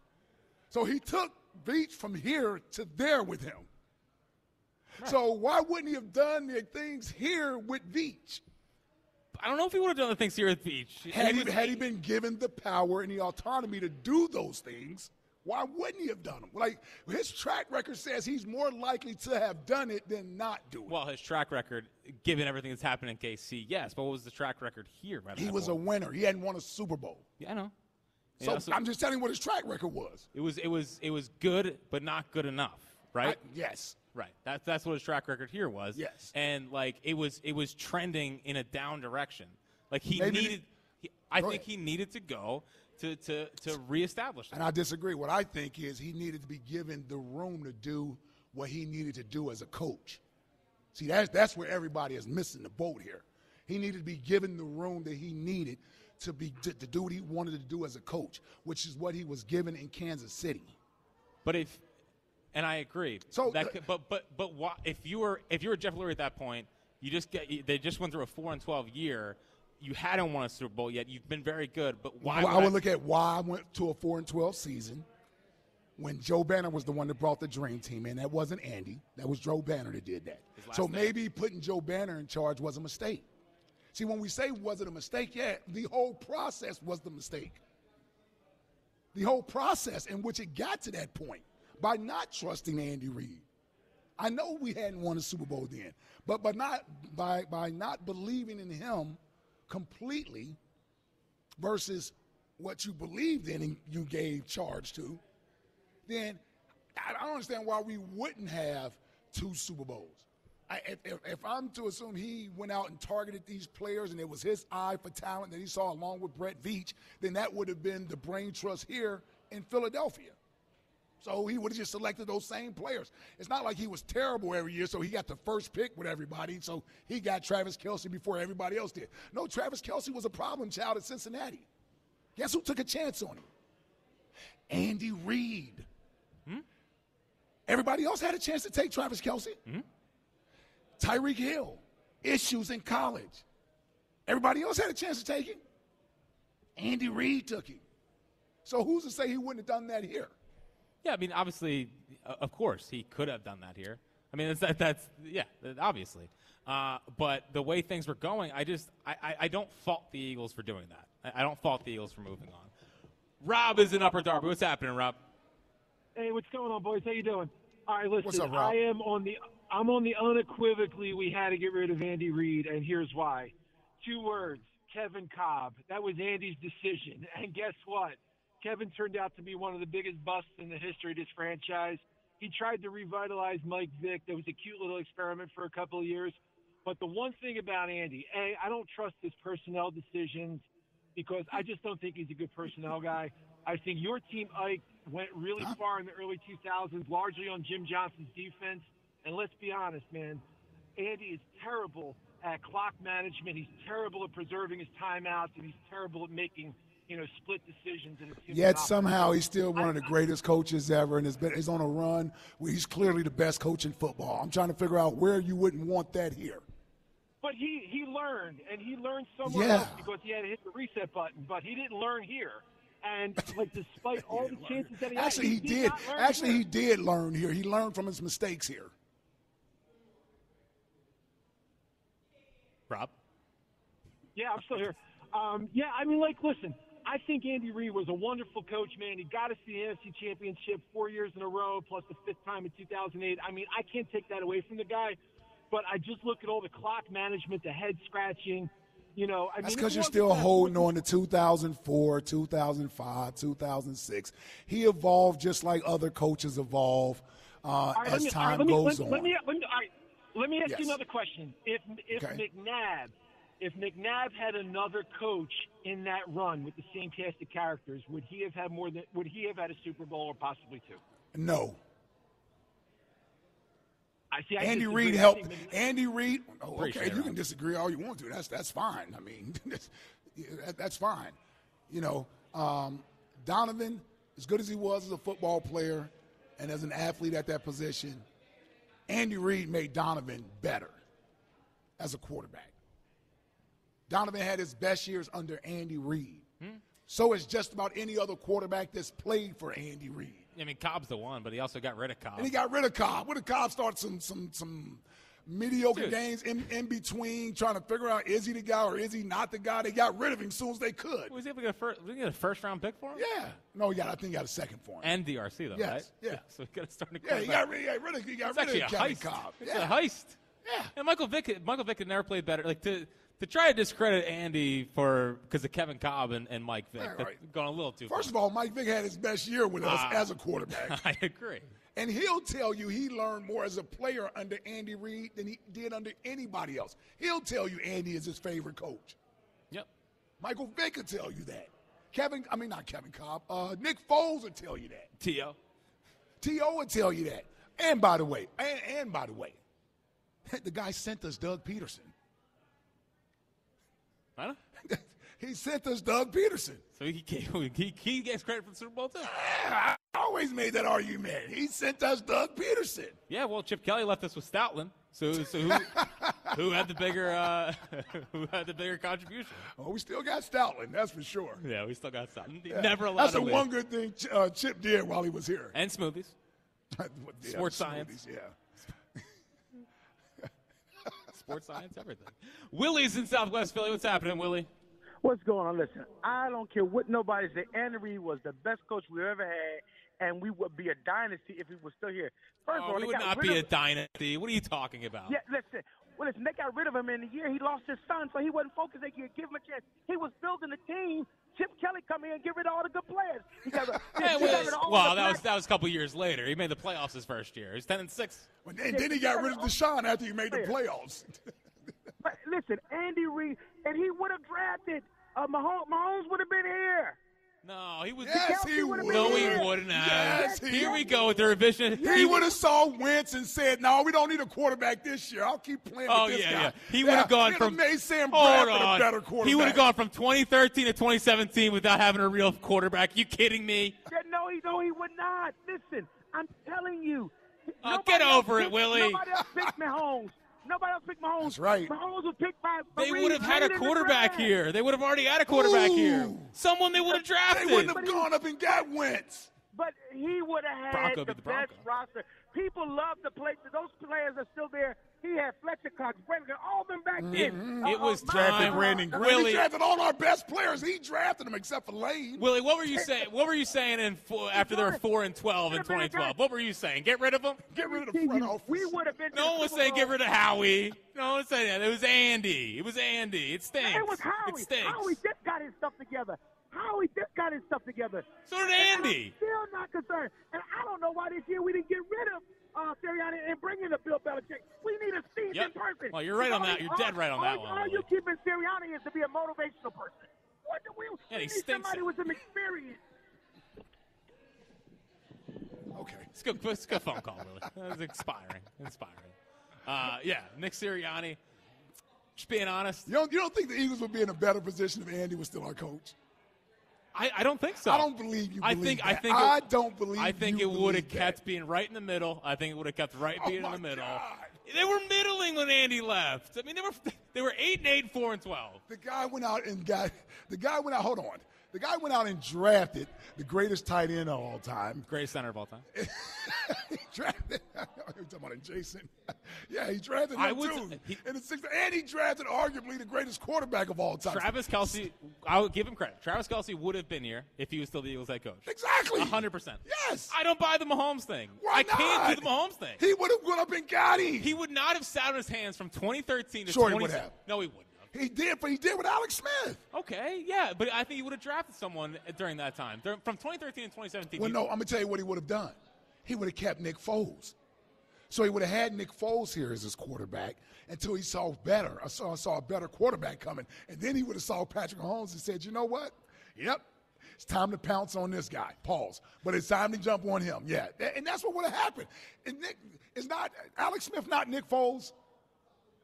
S2: So he took Beach from here to there with him. So why wouldn't he have done the things here with Beach?
S1: I don't know if he would have done the things here at the beach.
S2: Had he, had he been given the power and the autonomy to do those things, why wouldn't he have done them? Like his track record says, he's more likely to have done it than not do it.
S1: Well, his track record, given everything that's happened in KC, yes. But what was the track record here? By the
S2: he was a winner. He hadn't won a Super Bowl.
S1: yeah, I know. You
S2: So
S1: know, so
S2: I'm just telling you what his track record was.
S1: it was it was it was good, but not good enough, right?
S2: I- yes.
S1: right. That's that's what his track record here was.
S2: Yes.
S1: And like it was it was trending in a down direction. Like he
S2: Maybe the-
S1: needed, he, I
S2: Go
S1: think
S2: ahead.
S1: he needed to go to to to reestablish that.
S2: And I disagree. What I think is he needed to be given the room to do what he needed to do as a coach. See, that's that's where everybody is missing the boat here. He needed to be given the room that he needed to be to, to do what he wanted to do as a coach, which is what he was given in Kansas City.
S1: But if, and I agree.
S2: So uh,
S1: that
S2: the-
S1: could, but but but why, if you were if you were Jeff Lurie at that point, you just get you- they just went through a four and twelve year. You hadn't won a Super Bowl yet. You've been very good, but why?
S2: Well, I
S1: would
S2: would look at why I went to a four and twelve season when Joe Banner was the one that brought the dream team in. That wasn't Andy. That was Joe Banner that did that. So maybe putting Joe Banner in charge was a mistake. See, when we say was it a mistake, yeah, the whole process was the mistake. The whole process in which it got to that point by not trusting Andy Reid. I know we hadn't won a Super Bowl then, but by not by by not believing in him completely versus what you believed in and you gave charge to, then I I don't understand why we wouldn't have two Super Bowls. I, if, if, if I'm to assume he went out and targeted these players and it was his eye for talent that he saw along with Brett Veach, then that would have been the brain trust here in Philadelphia. So he would have just selected those same players. It's not like he was terrible every year, so he got the first pick with everybody. So he got Travis Kelsey before everybody else did. No, Travis Kelsey was a problem child at Cincinnati. Guess who took a chance on him? Andy Reid. Everybody else had a chance to take Travis Kelsey.
S6: Mm-hmm.
S2: Tyreek Hill, issues in college. Everybody else had a chance to take him. Andy Reid took him. So who's to say he wouldn't have done that here?
S1: Yeah, I mean, obviously, uh, of course, he could have done that here. I mean, that's, that, that's yeah, that- obviously. Uh, but the way things were going, I just I, I, I don't fault the Eagles for doing that. I, I don't fault the Eagles for moving on. Rob is in Upper Darby. What's happening, Rob?
S6: Hey, what's going on, boys? How you doing? All right, listen.
S5: What's up, Rob?
S6: I am on the. I'm on the unequivocally. We had to get rid of Andy Reid, and here's why. Two words: Kevin Cobb. That was Andy's decision, and guess what? Kevin turned out to be one of the biggest busts in the history of this franchise. He tried to revitalize Mike Vick. That was a cute little experiment for a couple of years. But the one thing about Andy, A, I don't trust his personnel decisions because I just don't think he's a good personnel guy. I think your team, Ike, went really far in the early 2000s, largely on Jim Johnson's defense. And let's be honest, man, Andy is terrible at clock management. He's terrible at preserving his timeouts, and he's terrible at making, you know, split decisions. And
S5: Yet somehow he's still one of the greatest coaches ever, and has been, is on a run where he's clearly the best coach in football. I'm trying to figure out where you wouldn't want that here.
S6: But he, he learned, and he learned somewhere
S2: Yeah.
S6: else because he had to hit the reset button, but he didn't learn here. And like, despite all the chances that he had,
S2: Actually, he did.
S6: not learn
S2: Actually,
S6: here.
S2: he did learn here. He learned from his mistakes here.
S1: Rob?
S6: Yeah, I'm still here. Um, yeah, I mean, like, listen, I think Andy Reid was a wonderful coach, man. He got us to the NFC Championship four years in a row, plus the fifth time in 2008. I mean, I can't take that away from the guy, but I just look at all the clock management, the head scratching. You know, I
S2: That's
S6: mean,
S2: because
S6: it
S2: you're
S6: wasn't
S2: still
S6: that-
S2: holding on to 2004, 2005, 2006. He evolved just like other coaches evolve uh,
S6: All right,
S2: as
S6: let me- all right,
S2: time
S6: let me-
S2: goes
S6: let-
S2: on.
S6: Let me, let me, all right, let me ask
S2: Yes.
S6: you another question. If if
S2: Okay.
S6: McNabb, if McNabb had another coach in that run with the same cast of characters, would he have had more than? Would he have had a Super Bowl or possibly two?
S2: no.
S6: I see. I
S2: Andy
S6: disagree.
S2: Reid
S6: I
S2: helped.
S6: think McNabb-
S2: Andy Reid. Oh,
S1: Appreciate
S2: okay,
S1: it,
S2: you can
S1: Rob.
S2: disagree all you want to. That's that's fine. I mean, that's, yeah, that- that's fine. You know, um, Donovan, as good as he was as a football player and as an athlete at that position, Andy Reid made Donovan better as a quarterback. Donovan had his best years under Andy Reid.
S6: Hmm.
S2: So is just about any other quarterback that's played for Andy Reid.
S1: I mean, Cobb's the one, but he also got rid of Cobb.
S2: And he got rid of Cobb. What did Cobb start some some some mediocre
S1: Dude.
S2: games in, in between, trying to figure out is he the guy or is he not the guy? They got rid of him as soon as they could.
S1: was he able to get a first, get a first round pick for him?
S2: Yeah. No, he got. I think he got a second for him.
S1: And DRC, though,
S2: Yes,
S1: right?
S2: yeah.
S1: So we got to start a
S2: yeah,
S1: quarterback.
S2: he got rid. He got rid of. He got
S1: It's actually
S2: rid
S1: a
S2: of Kevin
S1: heist.
S2: Cobb.
S1: It's
S2: yeah.
S1: a heist.
S2: Yeah.
S1: And Michael Vick, Michael Vick had never played better. Like to to try to discredit Andy for because of Kevin Cobb and, and Mike Vick,
S2: Right,
S1: that's
S2: right.
S1: gone a little too
S2: First of
S1: far.
S2: all, Mike Vick had his best year with us
S1: Ah.
S2: as a quarterback,
S1: I agree.
S2: and he'll tell you he learned more as a player under Andy Reid than he did under anybody else. He'll tell you Andy is his favorite coach.
S1: Yep.
S2: Michael Vick could tell you that. Kevin, I mean not Kevin Cobb. Uh, Nick Foles would tell you that.
S1: To
S2: T.O. would tell you that. And by the way, and, and by the way, the guy sent us Doug Peterson.
S1: I know.
S2: he sent us Doug Peterson.
S1: So he, gave, he he gets credit for the Super Bowl too.
S2: I always made that argument. He sent us Doug Peterson.
S1: Yeah. Well, Chip Kelly left us with Stoutland. So so who who had the bigger uh, who had the bigger contribution?
S2: Oh, we still got Stoutland, that's for sure.
S1: Yeah, we still got Stoutland. Never allowed
S2: That's
S1: to
S2: the
S1: win.
S2: one good thing Ch- uh, Chip did while he was here.
S1: And smoothies.
S2: What the-
S1: Sports
S2: smoothies,
S1: science.
S2: Yeah.
S1: Sports science, everything. Willie's in Southwest Philly. What's happening, Willie?
S7: What's going on? Listen, I don't care what nobody said. Andy Reid was the best coach we ever had, and we would be a dynasty if we were still here. First of
S1: Oh,
S7: all,
S1: we
S7: they
S1: would
S7: got
S1: not
S7: rid
S1: be a
S7: of,
S1: dynasty. What are you talking about?
S7: Yeah, listen. Well, listen, they got rid of him in the year he lost his son, so he wasn't focused. They could give him a chance. He was building a team. Chip Kelly come in and get rid of all the good players. He got rid, he
S1: Yeah,
S7: got
S1: well,
S7: rid of all
S1: well,
S7: the
S1: that was
S7: black-
S1: that was a couple years later. He made the playoffs his first year. He's ten and six.
S2: And then, then he got rid of Deshaun after he made the playoffs.
S7: But listen, Andy Reid, and he would have drafted uh, Mahomes. Mahomes would have been here.
S1: No, he was.
S2: Yes,
S7: Kelsey
S2: he
S7: would've
S2: would.
S7: been
S1: no,
S7: here.
S1: he wouldn't have.
S2: Yes, he
S1: Here we
S2: would.
S1: go with the revision.
S2: He would have saw Wentz and said, "No, we don't need a quarterback this year. I'll keep playing
S1: Oh
S2: with this
S1: yeah,
S2: guy."
S1: yeah. He would have gone
S2: he'd
S1: from
S2: made Sam
S1: hold
S2: Bradford a
S1: on.
S2: better quarterback.
S1: He would have gone from 2013 to 2017 without having a real quarterback. You kidding me?
S7: Said, no, he no, he would not. Listen, I'm telling you.
S1: Oh,
S7: nobody
S1: get
S7: else
S1: over it,
S7: picked-
S1: Willie.
S7: Nobody else picked Mahomes. Nobody else picked Mahomes.
S2: That's right.
S7: Mahomes was picked by. by
S1: They
S7: Reed
S1: would have had
S7: later
S1: a
S7: in the
S1: quarterback
S7: draft.
S1: here. They would have already had a quarterback here.
S2: Ooh.
S1: Someone they would have
S2: They
S1: drafted.
S2: wouldn't have gone up and got Wentz.
S7: But he would have had
S1: Bronco
S7: the,
S1: be the
S7: best
S1: Bronco.
S7: roster. People love the place. Those players are still there. He had Fletcher Cox, Brandon, all them back
S1: It,
S7: then.
S1: it
S7: Uh, uh,
S1: was
S7: my-
S1: time.
S7: uh, uh,
S2: He
S1: Willie,
S2: drafted all our best players. He drafted them except for Lane.
S1: Willie, what were you saying? What were you saying in four, after they were four and twelve in 2012? What were you saying? Get rid of them.
S2: Get rid of the front office.
S7: We would have been. to the
S1: No one was
S7: Super
S1: saying
S7: Bowl.
S1: get rid of Howie. No one said that. It was Andy. It was Andy. It stinks.
S7: It was Howie.
S1: It stinks.
S7: Howie just got his stuff together. Howie just got his stuff together.
S1: So did
S7: And
S1: Andy.
S7: I'm still not concerned. And I don't know why this year we didn't get rid of uh, Sirianni and bring in a Bill Belichick. We need a seasoned
S1: Yep.
S7: person.
S1: Well, you're right on that. You're
S7: all-
S1: dead right on
S7: all-
S1: that one,
S7: All you
S1: Willie.
S7: keeping Sirianni is to be a motivational person. What do we?
S1: Yeah,
S7: we need
S1: he stinks
S7: somebody
S1: it.
S7: with some experience.
S2: Okay.
S1: Let's go. Let's go. Phone call, Willie. That was inspiring. Inspiring. Uh, yeah, Nick Sirianni. Just being honest,
S2: You don't, you don't think the Eagles would be in a better position if Andy was still our coach?
S1: I, I don't think so.
S2: I don't believe you
S1: I
S2: believe
S1: think I
S2: that.
S1: think
S2: I don't believe
S1: I think
S2: you
S1: it would have
S2: believe that.
S1: kept being right in the middle. I think it would have kept right
S2: Oh
S1: being in
S2: my
S1: the middle.
S2: God.
S1: They were middling when Andy left. I mean, they were they were eight and eight, four and twelve.
S2: The guy went out and got the guy went out. Hold on, the guy went out and drafted the greatest tight end of all time,
S1: greatest center of all time.
S2: he drafted. You're talking about Jason. yeah, he drafted him I would, too. He, in the sixth, and he drafted arguably the greatest quarterback of all time.
S1: Travis Kelsey. I would give him credit. Travis Kelsey would have been here if he was still the Eagles head coach.
S2: Exactly.
S1: hundred percent.
S2: Yes.
S1: I don't buy the Mahomes thing.
S2: Why
S1: I can't
S2: not?
S1: do the Mahomes thing.
S2: He would have gone up and got him.
S1: He would not have sat on his hands from 2013 to
S2: Sure he
S1: 20.
S2: would have.
S1: No, he wouldn't.
S2: He did, but he did with Alex Smith.
S1: Okay, yeah, but I think he would have drafted someone during that time, Dur- from 2013 and 2017.
S2: Well,
S1: he-
S2: no, I'm gonna tell you what he would have done. He would have kept Nick Foles. So he would have had Nick Foles here as his quarterback until he saw better. I saw, saw a better quarterback coming, and then he would have saw Patrick Mahomes and said, "You know what? Yep, it's time to pounce on this guy." Pause. But it's time to jump on him. Yeah, Th- and that's what would have happened. And Nick is not Alex Smith, not Nick Foles.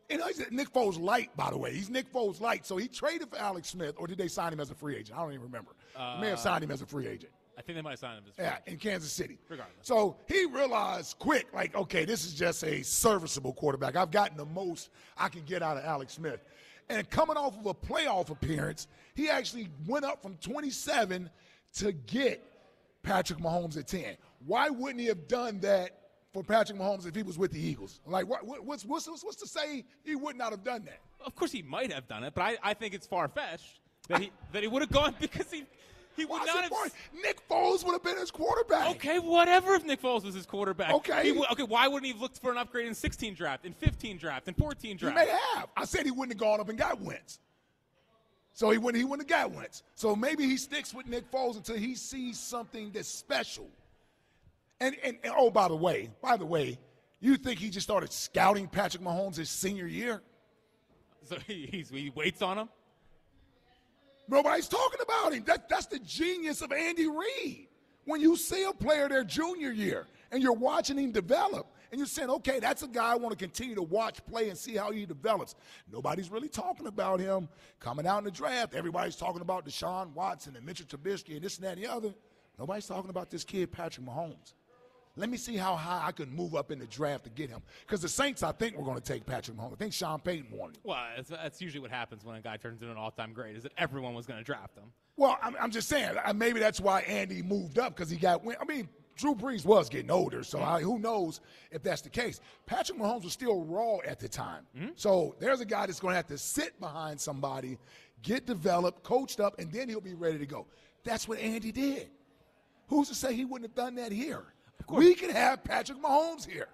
S2: And he's Nick Foles light, by the way. He's Nick Foles light. So he traded for Alex Smith, or did they sign him as a free agent? I don't even remember. they may have
S1: Uh,
S2: signed him as a free agent.
S1: I think they might have signed him. As
S2: Yeah, in Kansas City.
S1: Regardless.
S2: So he realized quick, like, okay, this is just a serviceable quarterback. I've gotten the most I can get out of Alex Smith. And coming off of a playoff appearance, he actually went up from 27 to get Patrick Mahomes at 10. Why wouldn't he have done that for Patrick Mahomes if he was with the Eagles? Like, what, what- what's, what's, what's to say he would not have done that?
S1: Of course, he might have done it, but I, I think it's far fetched that he that he would have gone because he he would
S2: Why's
S1: not
S2: it
S1: have.
S2: far- Nick Foles would have been his quarterback.
S1: Okay, whatever if Nick Foles was his quarterback.
S2: Okay.
S1: He would- okay, why wouldn't he have looked for an upgrade in 16 draft, in 15 draft, in 14
S2: He
S1: draft?
S2: may have. I said he wouldn't have gone up and got Wentz. So he wouldn't. He wouldn't have got Wentz. So maybe he sticks with Nick Foles until he sees something that's special. And and, and oh, by the way, by the way, you think he just started scouting Patrick Mahomes his senior year?
S1: So he, he's, he waits on him.
S2: Nobody's talking about him. That, that's the genius of Andy Reid. When you see a player their junior year and you're watching him develop, and you're saying, okay, that's a guy I want to continue to watch play and see how he develops. Nobody's really talking about him coming out in the draft. Everybody's talking about Deshaun Watson and Mitchell Trubisky and this and that and the other. Nobody's talking about this kid, Patrick Mahomes. Let me see how high I can move up in the draft to get him. Because the Saints, I think, were going to take Patrick Mahomes. I think Sean Payton wanted him.
S1: Well, that's, that's usually what happens when a guy turns into an all-time great is that everyone was going to draft him.
S2: Well, I'm, I'm just saying, I- maybe that's why Andy moved up because he got. win- I mean, Drew Brees was getting older, so
S1: Mm-hmm.
S2: I, who knows if that's the case. Patrick Mahomes was still raw at the time,
S1: Mm-hmm.
S2: so there's a guy that's going to have to sit behind somebody, get developed, coached up, and then he'll be ready to go. That's what Andy did. Who's to say he wouldn't have done that here? We could have Patrick Mahomes here.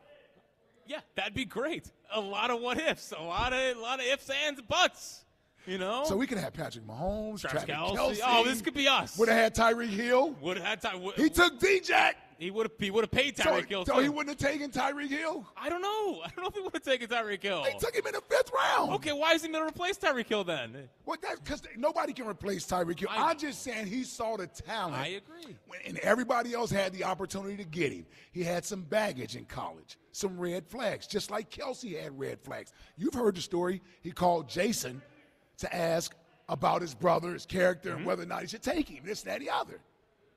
S1: Yeah, that'd be great. A lot of what ifs, a lot of a lot of ifs, ands, buts. You know.
S2: So we could have Patrick Mahomes,
S1: Oh. Travis
S2: Travis,
S1: Kelce.
S2: Kelce.
S1: Oh, this could be us.
S2: Would have had Tyreek Hill.
S1: would have had time.
S2: He took D-Jack.
S1: He would have. He would have paid Tyreek Hill.
S2: so
S1: too.
S2: he wouldn't have taken Tyreek Hill.
S1: I don't know. I don't know if he would have taken Tyreek Hill.
S2: They took him in the fifth round.
S1: Okay, why is he going to replace Tyreek Hill then?
S2: Well, that's because nobody can replace Tyreek Hill.
S1: I
S2: I'm just saying he saw the talent.
S1: I agree.
S2: when- And everybody else had the opportunity to get him. He had some baggage in college, some red flags, just like Kelsey had red flags. You've heard the story. He called Jason to ask about his brother, his character,
S1: Mm-hmm.
S2: and whether or not he should take him, this, that, the other.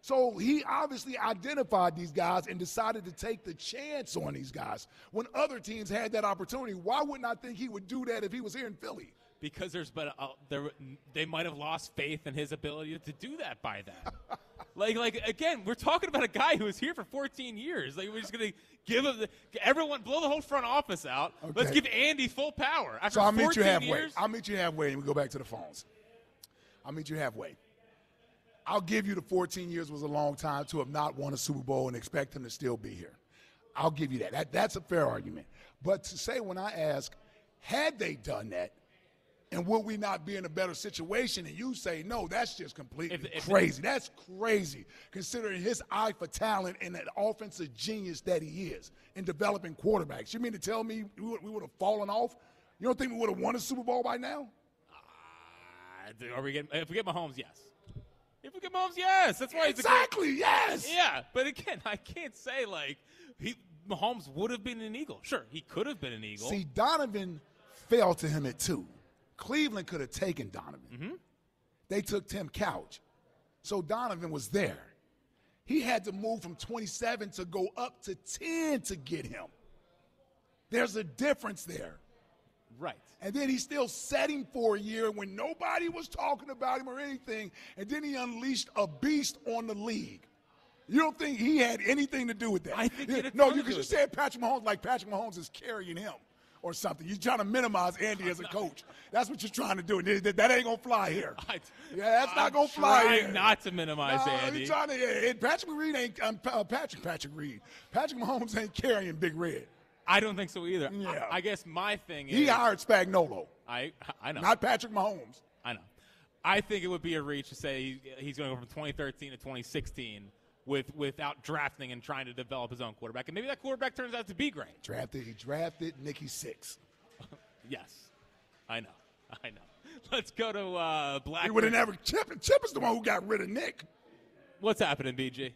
S2: So he obviously identified these guys and decided to take the chance on these guys when other teams had that opportunity. Why wouldn't I think he would do that if he was here in Philly?
S1: Because there's been a, there, they might have lost faith in his ability to do that by then. like like again, we're talking about a guy who was here for 14 years. Like we're just going to give him the, everyone blow the whole front office out. Let's
S2: Okay.
S1: give Andy full power. After
S2: So I'll meet
S1: 14
S2: you halfway.
S1: Years,
S2: I'll meet you halfway and we go back to the phones. I'll meet you halfway. I'll give you the 14 years was a long time to have not won a Super Bowl and expect him to still be here. I'll give you that. that that's a fair argument. But to say when I ask, had they done that, and would we not be in a better situation? And you say, no, that's just completely
S1: if-
S2: crazy. that's crazy, considering his eye for talent and that offensive genius that he is in developing quarterbacks. You mean to tell me we would, we would have fallen off? You don't think we would have won a Super Bowl by now?
S1: Uh, are we getting, if we get Mahomes, yes. If we get Mahomes, yes. That's why he's a great-
S2: Exactly, yes.
S1: Yeah, but again, I can't say like he Mahomes would have been an Eagle. Sure, he could have been an Eagle.
S2: See, Donovan fell to him at two. Cleveland could have taken Donovan.
S1: Mm-hmm.
S2: They took Tim Couch. So Donovan was there. He had to move from 27 to go up to 10 to get him. There's a difference there.
S1: Right.
S2: And then he still set him for a year when nobody was talking about him or anything. And then he unleashed a beast on the league. You don't think he had anything to do with that?
S1: I think he had a
S2: no,
S1: ton to
S2: because
S1: do
S2: you
S1: with
S2: said Patrick Mahomes like Patrick Mahomes is carrying him or something. You're trying to minimize Andy as a coach. That's what you're trying to do. And that that ain't gonna fly here.
S1: I-
S2: Yeah, that's not
S1: I'm
S2: gonna fly
S1: trying
S2: here.
S1: not to minimize
S2: No,
S1: Andy.
S2: you're trying to, yeah, and Patrick Reed ain't um, Pa- uh, Patrick. Patrick Reed. Patrick Mahomes ain't carrying Big Red.
S1: I don't think so either. I-
S2: Yeah.
S1: I, guess my thing is
S2: He hired Spagnolo,
S1: I I know.
S2: not Patrick Mahomes.
S1: I know. I think it would be a reach to say he- he's going to go from 2013 to 2016 with without drafting and trying to develop his own quarterback, and maybe that quarterback turns out to be great.
S2: Drafted. He drafted Nicky Six.
S1: Yes, I know. I know. Let's go to uh, Black.
S2: He would have never. Chip. Chip is the one who got rid of Nick.
S1: What's happening, BG?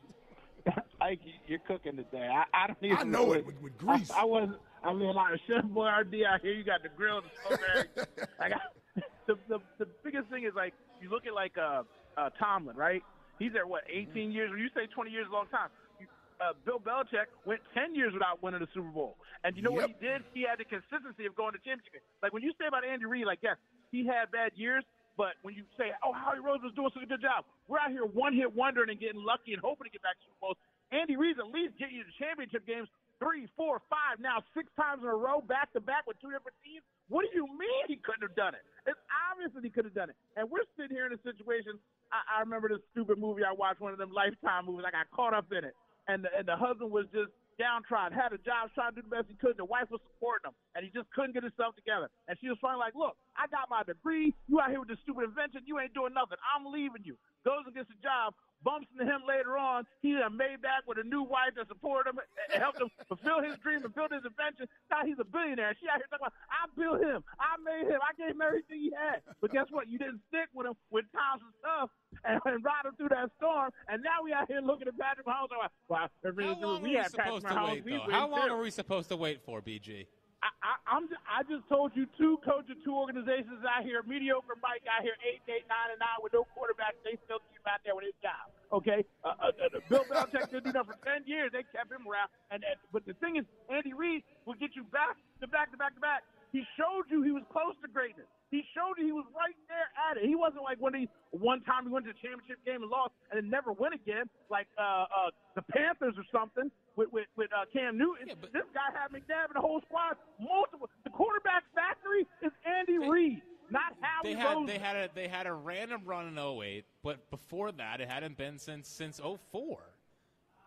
S7: Ike, you're cooking today. I, I don't even.
S2: I know
S7: listen.
S2: it with, with grease.
S7: I, I wasn't. I mean, like chef boy RD out here. You got the grill, the smoke, everything. like I, the, the the biggest thing is like you look at like uh, uh Tomlin, right? He's there what 18 years? When you say 20 years, is a long time. You- Uh, Bill Belichick went 10 years without winning the Super Bowl, and you know what he
S2: Yep.
S7: did? He had the consistency of going to championship. Like when you say about Andy Reid, like yes, he had bad years. But when you say, "Oh, Howie Rose was doing such a good job," we're out here one-hit wondering and getting lucky and hoping to get back to Super Bowls. Andy Reid's at least getting you to championship games three, four, five, now six times in a row, back to back with two different teams. What do you mean he couldn't have done it? It's obvious that he could have done it. And we're sitting here in a situation. I, I remember this stupid movie I watched, one of them Lifetime movies. I got caught up in it, and the, and the husband was just downtrodden, had a job, trying to do the best he could. The wife was supporting him, and he just couldn't get himself together. And she was finally like, "Look, I got my degree. You out here with this stupid invention. You ain't doing nothing. I'm leaving you." Goes and gets a job. Bumps into him later on. He done made back with a new wife that supported him and helped him fulfill his dream and build his invention. Now he's a billionaire. She out here talking about, I built him. I made him. I gave him everything he had. But guess what? You didn't stick with him when times was tough and, and ride him through that storm. And now we out here looking at Patrick Mahomes. like, Wow, if
S1: How long
S7: we
S1: are we
S7: had Patrick
S1: supposed to
S7: Mahomes.
S1: wait,
S7: we win
S1: though? How long
S7: too.
S1: are we supposed to wait for, BG?
S7: I, I, I'm just, I just told you two coaches, two organizations out here, mediocre Mike out here, eight and eight, nine and nine, with no quarterback. They still keep him out there with his job. Okay, uh, uh, uh, Bill Belichick didn't do that for ten years. They kept him around. And, and but the thing is, Andy Reid will get you back to back to back to back. He showed you he was close to greatness. He showed you he was right there at it. He wasn't like when he one time he went to the championship game and lost and then never win again, like uh, uh, the Panthers or something with with, with uh, Cam Newton. this guy had McNabb and the whole squad. Multiple. The quarterback factory is Andy Reid, not Howie
S1: They had
S7: Roseman.
S1: they had a they had a random run in 08, but before that it hadn't been since since 04.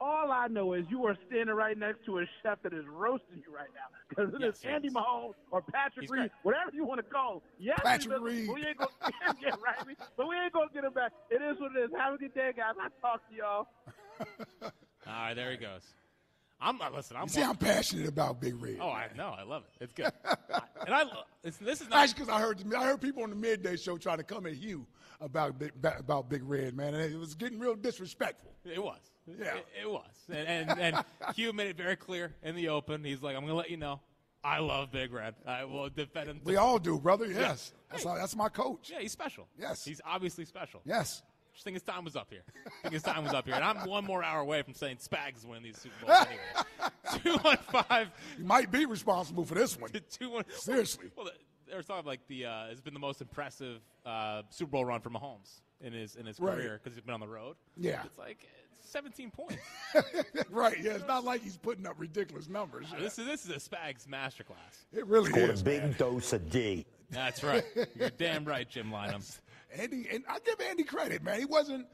S7: All I know is you are standing right next to a chef that is roasting you right now because it is
S1: Yes, yes.
S7: Andy Mahomes or Patrick
S1: He's
S7: Reed,
S1: great.
S7: whatever you want to call him. Yes, he
S2: Patrick
S7: does-
S2: Reed.
S7: but We ain't gonna, yeah, right, we- but we ain't gonna get him back. It is what it is. Have a good day, guys. I talk to y'all.
S1: All right, there he goes. I'm uh, listen. I'm
S2: You see, I'm passionate about Big Red.
S1: Oh, I know. I love it. It's good. I- and I lo- it's, this is not.
S2: That's because I heard I heard people on the midday show trying to come at you about Big, ba- about Big Red, man, and it was getting real disrespectful.
S1: It was.
S2: Yeah.
S1: It, it was. And, and and Hugh made it very clear in the open. He's like, I'm gonna let you know. I love Big Red. I will defend him. to-
S2: We all do, brother. Yes,
S1: Yeah.
S2: that's how, that's my coach.
S1: Yeah, he's special.
S2: Yes.
S1: He's obviously special.
S2: Yes,
S1: Just think his time was up here. think his time was up here. And I'm one more hour away from saying Spags is winning these Super Bowls anyway. 215
S2: you might be responsible for this one.
S1: to 2 1.
S2: Seriously.
S1: Well, they were talking like the uh, it's been the most impressive uh, Super Bowl run for Mahomes in his in his
S2: Right.
S1: career because he's been on the road.
S2: Yeah.
S1: It's like uh, 17 points.
S2: right? Yeah, it's not like he's putting up ridiculous numbers.
S1: this is this is a Spags masterclass.
S2: It really is.
S8: big dose of D.
S1: That's right. You're damn right, Jim Lynham.
S2: Andy, and I give Andy credit, man. He wasn't.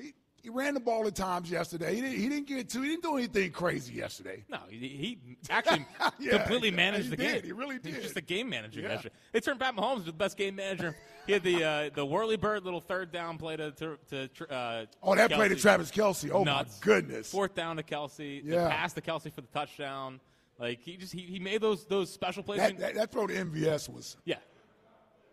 S2: He, he ran the ball at times yesterday. He didn't. He didn't get too. He didn't do anything crazy yesterday.
S1: No, he, he actually
S2: Yeah,
S1: completely
S2: yeah,
S1: managed
S2: he
S1: the
S2: did,
S1: game.
S2: he really
S1: He's
S2: did.
S1: just a game manager.
S2: Yeah.
S1: yesterday. It turned Pat Mahomes into the best game manager. he had the uh, the whirly bird little third down play to to, to tr- uh,
S2: Oh, that play to
S1: Kelce.
S2: Travis Kelce. Oh, my
S1: Nuts.
S2: goodness.
S1: Fourth down to Kelsey.
S2: Yeah.
S1: The pass to Kelsey for the touchdown. Like he just he, he made those those special plays.
S2: That, that, that throw to MVS was
S1: yeah,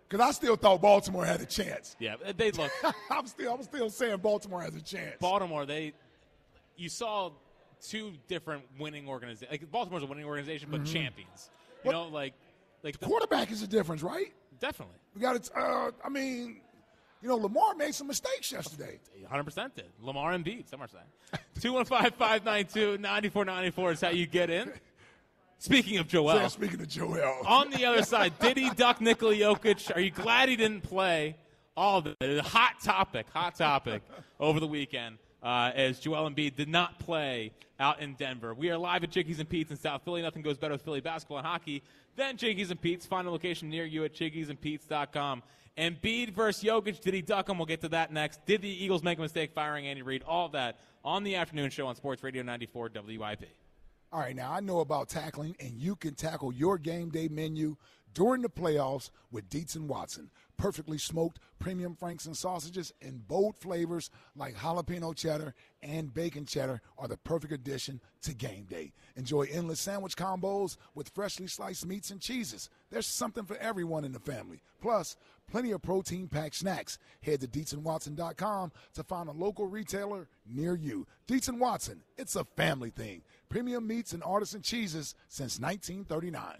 S2: because I still thought Baltimore had a chance.
S1: yeah. They look
S2: I'm still, I'm still saying Baltimore has a chance.
S1: Baltimore. They you saw two different winning organizations. Like Baltimore's a winning organization, but champions. You know, like like the-
S2: Quarterback is Mm-hmm. the difference, right?
S1: definitely.
S2: We got to. Uh, I mean, you know, Lamar made some mistakes yesterday.
S1: 100% did. Lamar Embiid, some are saying. 215 592 9494 is how you get in. Speaking of Joel.
S2: So, speaking of Joel.
S1: on the other side, did he duck Nikola Jokic? Are you glad he didn't play? All the hot topic, hot topic over the weekend uh, as Joel Embiid did not play out in Denver. We are live at Chickies and Pete's in South Philly. Nothing goes better with Philly basketball and hockey than Chickies and Pete's. Find a location near you at chickiesandpete's.com. Embiid versus Jokic, did he duck him? We'll get to that next. Did the Eagles make a mistake firing Andy Reid? All of that on the afternoon show on Sports Radio 94 WIP.
S2: All right, now I know about tackling, and you can tackle your game day menu during the playoffs with Dietz and Watson. Perfectly smoked premium Franks and sausages in bold flavors like jalapeno cheddar and bacon cheddar are the perfect addition to game day. Enjoy endless sandwich combos with freshly sliced meats and cheeses. There's something for everyone in the family. Plus, plenty of protein packed snacks. Head to DeetsandWatson.com to find a local retailer near you. Dietz and Watson, it's a family thing. Premium meats and artisan cheeses since 1939.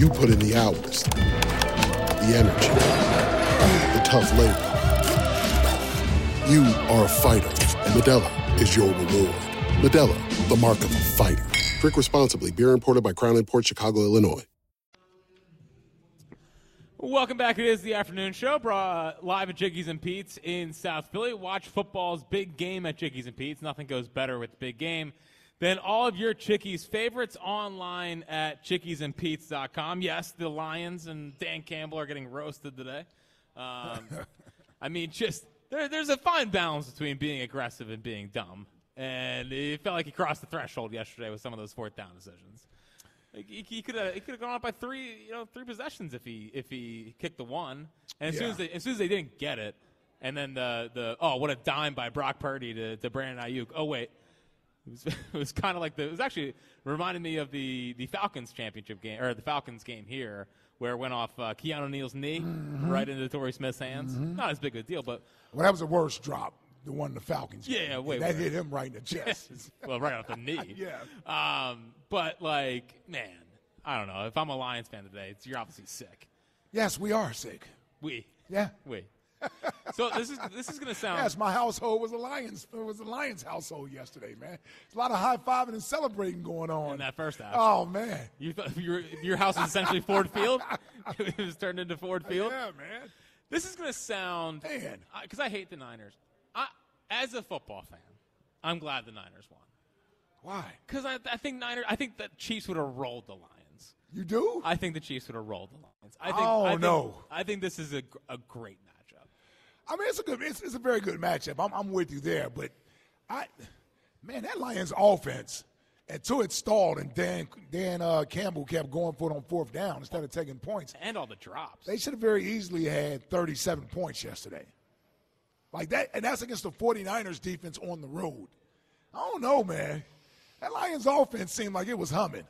S8: You put in the hours, the energy, the tough labor. You are a fighter, and Medella is your reward. Medella, the mark of a fighter. Drink responsibly. Beer imported by Crown Port Chicago, Illinois.
S1: Welcome back. It is the afternoon show, brought uh, live at Jiggies and Pete's in South Philly. Watch football's big game at Jiggies and Pete's. Nothing goes better with the big game than all of your Chickies favorites online at chickiesandpete's.com. Yes, the Lions and Dan Campbell are getting roasted today. Um, I mean, just there, there's a fine balance between being aggressive and being dumb. And it felt like he crossed the threshold yesterday with some of those fourth down decisions. Like, he, he could have he could have gone up by three you know three possessions if he if he kicked the one. And as soon as
S2: Yeah.
S1: they as soon as they didn't get it, and then the the oh what a dime by Brock Purdy to, to Brandon Ayuk. Oh wait, it was, it was kind of like the it was actually reminded me of the the Falcons championship game or the Falcons game here where it went off uh, Keanu Neal's knee right into Torrey Smith's hands.
S2: Mhm.
S1: Not as big of a deal, but
S2: Well, that was the worst drop, the one the Falcons.
S1: yeah, yeah, wait,
S2: that
S1: wait.
S2: hit him right in the chest.
S1: well, right off the knee. yeah. Um, but like, man, I don't know. If I'm a Lions fan today, it's you're obviously sick.
S2: Yes, we are sick.
S1: We.
S2: Yeah.
S1: We. So this is this is gonna sound.
S2: Yes, my household was a Lions. It was a Lions household yesterday, man. There's a lot of high fiving and celebrating going on.
S1: In that first half.
S2: Oh man.
S1: You thought your your house is essentially Ford Field. it was turned into Ford Field.
S2: Yeah, man.
S1: This is gonna sound because I hate the Niners. I, as a football fan, I'm glad the Niners won.
S2: Why?
S1: Because I, I think Niners. I think the Chiefs would have rolled the Lions.
S2: You do?
S1: I think the Chiefs would have rolled the Lions. I think,
S2: Oh,
S1: I think,
S2: no.
S1: I think this is a, gr- a great matchup.
S2: I mean, it's a good, it's, it's a very good matchup. I'm, I'm with you there, but I, man, that Lions offense until it stalled and Dan Dan uh, Campbell kept going for it on fourth down instead of taking points.
S1: And all the drops.
S2: They should have very easily had 37 points yesterday, like that, and that's against the 49ers defense on the road. I don't know, man. That Lions offense seemed like it was humming.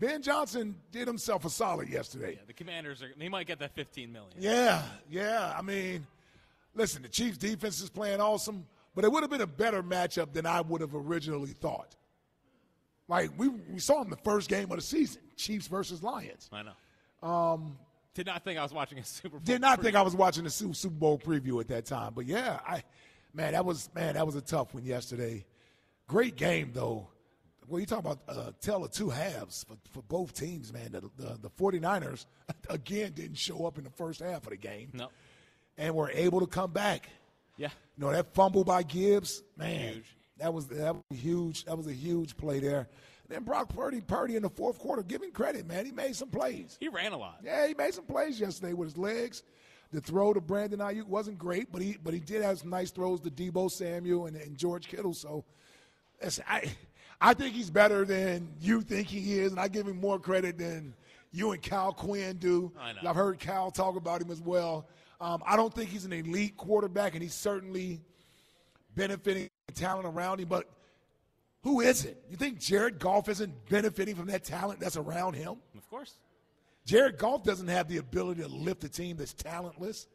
S2: Ben Johnson did himself a solid yesterday.
S1: Yeah, the Commanders are. They might get that 15 million.
S2: Yeah, yeah. I mean, listen, the Chiefs' defense is playing awesome, but it would have been a better matchup than I would have originally thought. Like we, we saw in the first game of the season, Chiefs versus Lions.
S1: I know.
S2: Um,
S1: Did not think I was watching a Super Bowl.
S2: did not
S1: preview.
S2: think I was watching the Su- Super Bowl preview at that time, but yeah, I, man, that was man, that was a tough one yesterday. Great game though. Well, you talk about uh, tell of two halves for, for both teams, man. The, the the 49ers again didn't show up in the first half of the game.
S1: No.
S2: and were able to come back.
S1: Yeah.
S2: You know that fumble by Gibbs, man. That was that was huge. That was a huge play there. Then Brock Purdy, Purdy in the fourth quarter, give him credit, man. He made some plays.
S1: He ran a lot.
S2: Yeah, he made some plays yesterday with his legs. The throw to Brandon Ayuk wasn't great, but he but he did have some nice throws to Debo Samuel and, and George Kittle. So, listen, I I think he's better than you think he is, and I give him more credit than you and Cal Quinn do.
S1: I know.
S2: I've heard Cal talk about him as well. Um, I don't think he's an elite quarterback, and he's certainly benefiting the talent around him. But who is it? You think Jared Goff isn't benefiting from that talent that's around him?
S1: Of course.
S2: Jared Goff doesn't have the ability to lift a team that's talentless.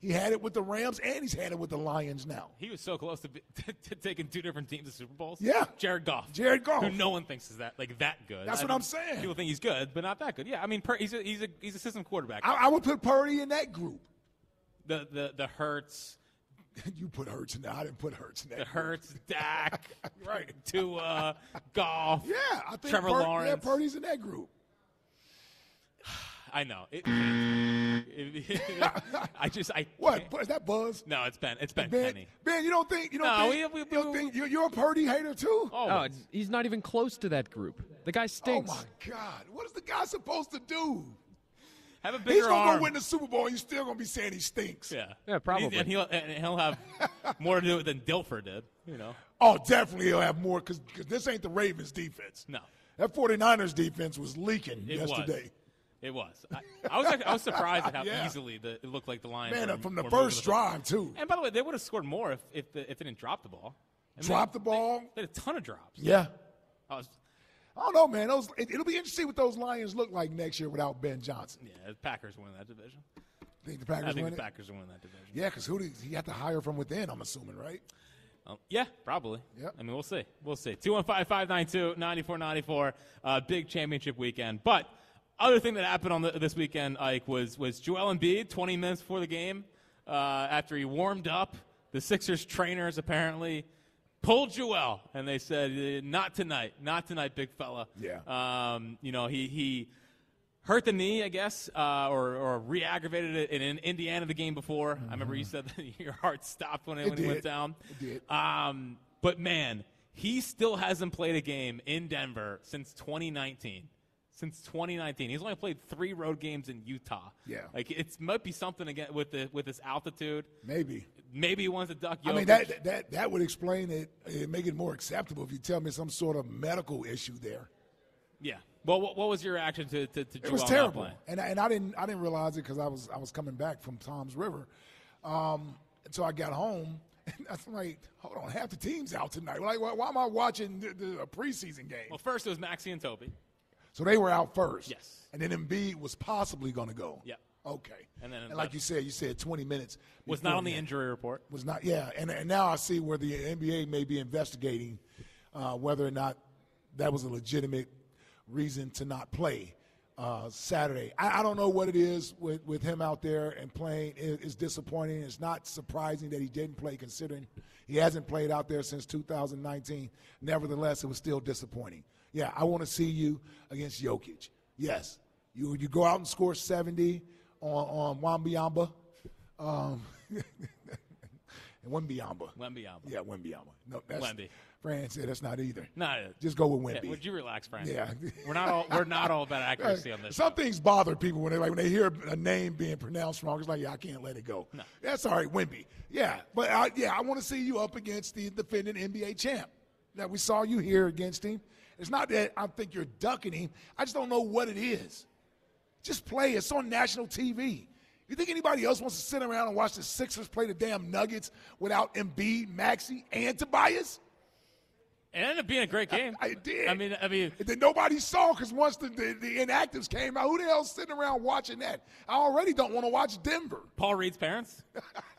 S2: He had it with the Rams and he's had it with the Lions now.
S1: He was so close to, be, to taking two different teams to Super Bowls.
S2: Yeah.
S1: Jared Goff.
S2: Jared Goff.
S1: Who no one thinks is that like that good.
S2: That's what I'm saying.
S1: People think he's good, but not that good. Yeah, I mean, Pur- he's a he's a he's a system quarterback.
S2: I, I would put Purdy in that group.
S1: the the the Hurts,
S2: you put Hurts in there. I didn't put Hurts in that
S1: the
S2: group.
S1: Hurts, Dak,
S2: Right.
S1: to uh, Goff.
S2: Yeah, I think
S1: Trevor
S2: Pur-
S1: Lawrence.
S2: Yeah, Purdy's in that group.
S1: I know. It, it- it- I just I
S2: What? Is that Buzz?
S1: no, it's Ben. It's Ben,
S2: Ben,
S1: Penny.
S2: ben, you don't think you don't
S1: No,
S2: think,
S1: Oh, we- we-
S2: you don't think you're, you're a Purdy hater too?
S9: Oh,
S1: Oh,
S9: he's not even close to that group. The guy
S2: Oh
S9: stinks.
S2: my God! What is the guy supposed to do?
S1: have a
S2: He's
S1: bigger
S2: gonna
S1: arm.
S2: go win the Super Bowl. and You're still gonna be saying he stinks.
S1: yeah,
S9: Yeah, probably.
S1: And he'll and he'll have more to do than Dilfer did. You know.
S2: Oh, definitely he'll have more because this ain't the Ravens defense.
S1: No.
S2: That 49ers defense was leaking
S1: It
S2: yesterday.
S1: was. It was. I, I was. I was surprised at how
S2: Yeah.
S1: easily the, it looked like the Lions.
S2: Man,
S1: were-
S2: uh, from the
S1: were moving
S2: first
S1: the ball.
S2: drive, too.
S1: And by the way, they would have scored more if if, the, if they didn't drop the ball. I mean,
S2: Drop the
S1: they-
S2: ball.
S1: They had a ton of drops.
S2: Yeah.
S1: I was,
S2: I don't know, man. Those it, will be interesting what those Lions look like next year without Ben Johnson.
S1: yeah, the Packers win that division.
S2: Think the Packers
S1: I think the
S2: win it?
S1: Packers win that division.
S2: Yeah, because who did he have to hire from within? I'm assuming, right?
S1: Um, yeah, probably.
S2: Yep.
S1: I mean, we'll see. We'll see. 215 592 9494. Uh, big championship weekend. But other thing that happened on the, this weekend, Ike, was, was Joel Embiid 20 minutes before the game, uh, after he warmed up, the Sixers trainers apparently pulled Joel and they said, "Eh, not tonight. Not tonight, big fella.
S2: Yeah.
S1: Um, you know, he. he hurt the knee, I guess, uh, or, or re-aggravated it in, in Indiana the game before. I remember you said that your heart stopped when it,
S2: Mm-hmm. It
S1: when it went down.
S2: did. It
S1: Um, but man, he still hasn't played a game in Denver since 2019. Since 2019, he's only played three road games in Utah.
S2: Yeah.
S1: like it might be something again with the with his altitude.
S2: Maybe.
S1: Maybe he wants to duck. Jokic.
S2: I mean that that that would explain it. It make it more acceptable if you tell me some sort of medical issue there.
S1: yeah. Well, what, what was your reaction to to, to
S2: It
S1: Joel
S2: was
S1: not
S2: terrible,
S1: playing?
S2: and I, and I didn't I didn't realize it because I was I was coming back from Tom's River, um, until I got home. And I'm like, hold on, half the team's out tonight. Like, why, why am I watching the, the, a preseason game?
S1: Well, first it was Maxi and Toby.
S2: So they were out first.
S1: Yes.
S2: And then Embiid was possibly going to go.
S1: Yep.
S2: Okay.
S1: And then
S2: like you said, you said 20 minutes
S1: Was not on the
S2: beforehand.
S1: injury report.
S2: Was not. Yeah. And, and now I see where the NBA may be investigating uh, whether or not that was a legitimate reason to not play uh, Saturday. I, I don't know what it is with, with him out there and playing. It- it's disappointing. It's not surprising that he didn't play, considering he hasn't played out there since 2019. Nevertheless, it was still disappointing. Yeah, I want to see you against Jokic. Yes, you you go out and score 70 on on Wembyamba. Um, and Wembyamba.
S1: Wembyamba.
S2: Yeah, Wembyamba. No, that's
S1: Wemby.
S2: Fran said that's not either.
S1: No,
S2: Just go with
S1: Yeah,
S2: Wemby.
S1: would you relax, Brian?
S2: Yeah.
S1: we're not all we're not all about
S2: Hey,
S1: accuracy on this.
S2: Some
S1: show.
S2: things bother people when they like when they hear a name being pronounced wrong. It's like, yeah, I can't let it go. That's all right, Wimby. Yeah, but I, yeah, I want to see you up against the defending NBA champ. That we saw you here against him. It's not that I think you're ducking him. I just don't know what it is. Just play. It's on national TV. You think anybody else wants to sit around and watch the Sixers play the damn Nuggets without Embiid, Maxi, and Tobias?
S1: It ended up being a great game.
S2: I, I did.
S1: I mean, I mean,
S2: that nobody saw because once the, the, the inactives came out, who the hell's sitting around watching that? I already don't want to watch Denver.
S1: Paul Reed's parents.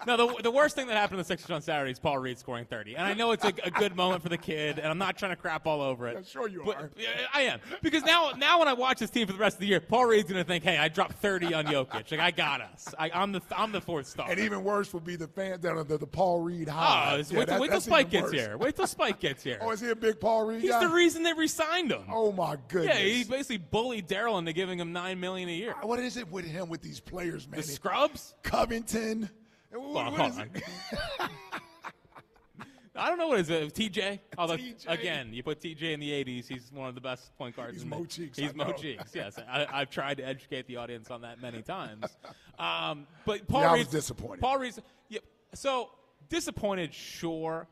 S1: no, the, the worst thing that happened to the Sixers on Saturday is Paul Reed scoring 30. And I know it's a, a good moment for the kid, and I'm not trying to crap all over it.
S2: I'm sure you
S1: but,
S2: are.
S1: I am because now, now when I watch this team for the rest of the year, Paul Reed's gonna think, "Hey, I dropped 30 on Jokic. Like I got us. I, I'm the I'm the fourth star."
S2: And even worse would be the fans that are the, the Paul Reed
S1: Oh,
S2: high.
S1: it's- wait, till wait till Spike gets here. Wait till Spike gets here.
S2: Oh, is he a big Paul Reed
S1: He's
S2: guy?
S1: the reason they re-signed him.
S2: Oh my goodness. Ah,
S1: Yeah, he basically bullied Daryl into giving him nine million a year.
S2: What is it with him with these players, man?
S1: The scrubs?
S2: Covington. And what-
S1: Hold on,
S2: what
S1: hold
S2: is
S1: on.
S2: it?
S1: I don't know what is it. TJ. Although
S2: TJ.
S1: again, you put TJ in the '80s. He's one of the best point guards.
S2: He's
S1: in the-
S2: Mo Cheeks,
S1: He's
S2: I
S1: Mo
S2: know.
S1: Cheeks. Yes, I, I've tried to educate the audience on that many times. Um, but Paul
S2: Yeah, I was
S1: Reed's-
S2: disappointed.
S1: Paul Reed's. Yeah, so disappointed, sure.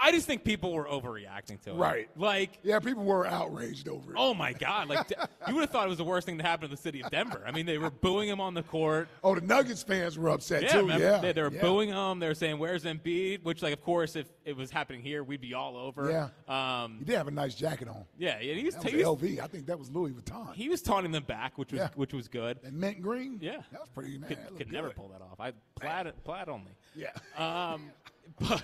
S1: I just think people were overreacting to it.
S2: Right.
S1: Like,
S2: Yeah, people were outraged over it.
S1: oh my God! Like, de- you would have thought it was the worst thing to happen to the city of Denver. I mean, they were booing him on the court.
S2: Oh, the Nuggets fans were upset
S1: Yeah,
S2: too.
S1: remember?
S2: yeah,
S1: They, they were
S2: yeah.
S1: booing him. They were saying, "Where's Embiid?" Which, like, of course, if it was happening here, we'd be all over.
S2: Yeah.
S1: Um,
S2: He did have a nice jacket on.
S1: yeah. And he was,
S2: That
S1: ta-
S2: was
S1: he, was,
S2: LV. I think that was Louis Vuitton.
S1: he was taunting them back, which was
S2: Yeah.
S1: which was good.
S2: and mint green.
S1: Yeah,
S2: that was pretty. Man,
S1: could,
S2: that
S1: could
S2: looked
S1: never
S2: good.
S1: pull that off. I plaid plaid only.
S2: Yeah.
S1: Um, but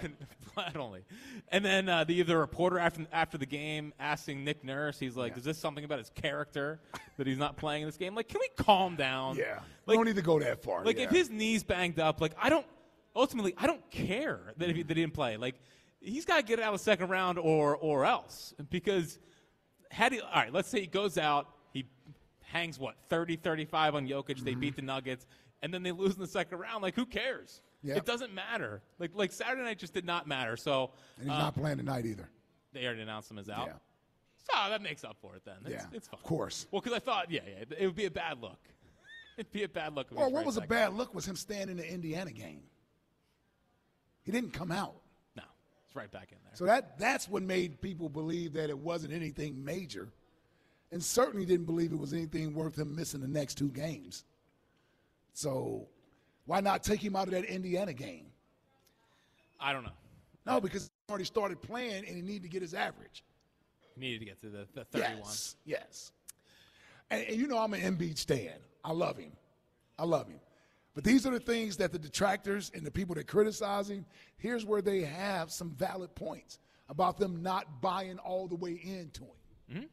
S1: plaid only. And then uh, the the reporter after after the game asking Nick Nurse, he's like, "Is this something about his character that he's not playing in this game?" Like, can we calm down?
S2: Yeah.
S1: Like,
S2: we don't need to go that far.
S1: Like
S2: yeah.
S1: if his knees banged up, like I don't. Ultimately, I don't care that if he, that he didn't play. Like he's got to get out of the second round or or else because had he all right, let's say he goes out, he hangs what 30 35 on Jokic, they beat the Nuggets and then they lose in the second round. Like who cares?
S2: Yeah.
S1: It doesn't matter. Like like Saturday night just did not matter. So
S2: and he's
S1: uh,
S2: not playing tonight either.
S1: they already announced him as out.
S2: Yeah.
S1: So that makes up for it then. It's,
S2: Yeah,
S1: it's fine.
S2: of course.
S1: Well, because I thought, yeah, yeah, it would be a bad look. It'd be a bad look. if we
S2: Well, what
S1: trade
S2: was a
S1: back.
S2: bad look was him staying in the Indiana game. He didn't come out.
S1: No, it's right back in there.
S2: So that that's what made people believe that it wasn't anything major, and certainly didn't believe it was anything worth him missing the next two games. So why not take him out of that Indiana game?
S1: I don't know.
S2: No, because he already started playing and he needed to get his average.
S1: He needed to get to the, the 31.
S2: Yes, yes. And, and you know I'm an Embiid stan. I love him. I love him. But these are the things that the detractors and the people that criticize him, here's where they have some valid points about them not buying all the way into him.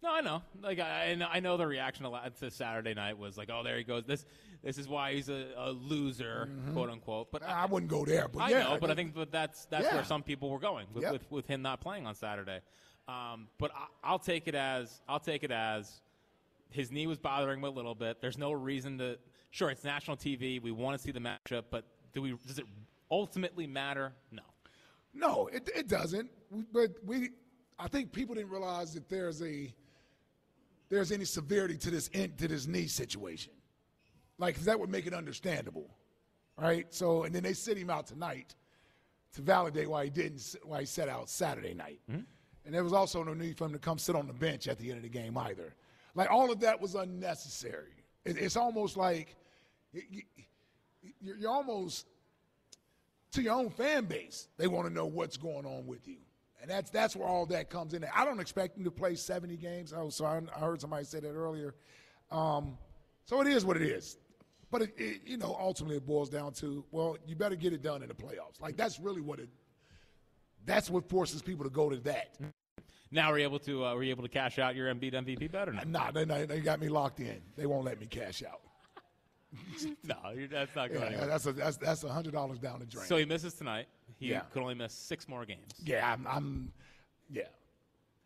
S1: No, I know. Like I, I know- I know the reaction a lot to Saturday night was like, "Oh, there he goes. This, this is why he's a, a loser, quote unquote." But
S2: Mm-hmm. I wouldn't go there, but
S1: I
S2: yeah.
S1: know. But I think that that's that's
S2: Yeah.
S1: where some people were going with,
S2: Yep.
S1: with, with him not playing on Saturday. Um, but I, I'll take it as I'll take it as his knee was bothering him a little bit. There's no reason to. Sure, it's national TV. We want to see the matchup, but do we? Does it ultimately matter? No.
S2: No, it, it doesn't. We, but we, I think people didn't realize that there's a there's any severity to this in, to this knee situation. Like 'cause that would make it understandable, right? So, and then they sit him out tonight to validate why he didn't s- why he sat out Saturday night.
S1: Hmm?
S2: And there was also no need for him to come sit on the bench at the end of the game either. Like all of that was unnecessary. It, it's almost like you, you- you're- you're almost to your own fan base. They want to know what's going on with you. And that's that's where all that comes in. I don't expect them to play 70 games. Oh, so I, I heard somebody say that earlier. Um, so it is what it is. But it, it, you know, ultimately it boils down to well, you better get it done in the playoffs. Like that's really what it. That's what forces people to go to that.
S1: Now we're able to uh, were you able to cash out your Embiid MVP bet or not?
S2: Nah, they, they they got me locked in. They won't let me cash out.
S1: No, you're, that's not going
S2: Yeah,
S1: anywhere.
S2: that's a that's that's a hundred dollars down the drain.
S1: So he misses tonight. He
S2: Yeah.
S1: could only miss six more games,
S2: yeah, I'm, I'm yeah,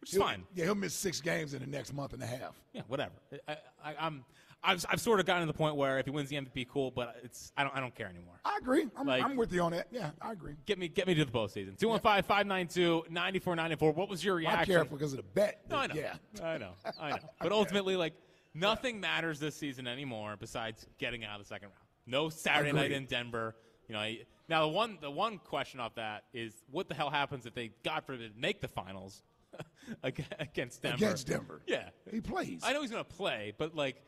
S1: which is
S2: He'll-
S1: fine.
S2: Yeah, he'll miss six games in the next month and a half.
S1: Yeah, whatever. I, I, I'm, I've, I've sort of gotten to the point where if he wins the MVP, cool. But it's I don't I don't care anymore.
S2: I agree. I'm,
S1: Like-
S2: I'm with you on that. Yeah, I agree.
S1: Get me get me to the postseason. 215-592-9494. What was your reaction?
S2: I'm careful because of the bet.
S1: No, I know.
S2: Yeah.
S1: I know. I know. But ultimately, like nothing matters this season anymore besides getting out of the second round. No Saturday night
S2: Agreed.
S1: in Denver. You know. I- Now the one the one question off that is what the hell happens if they God forbid make the finals ag- against Denver?
S2: Against Denver.
S1: Yeah.
S2: He plays.
S1: I know he's going to play, but like.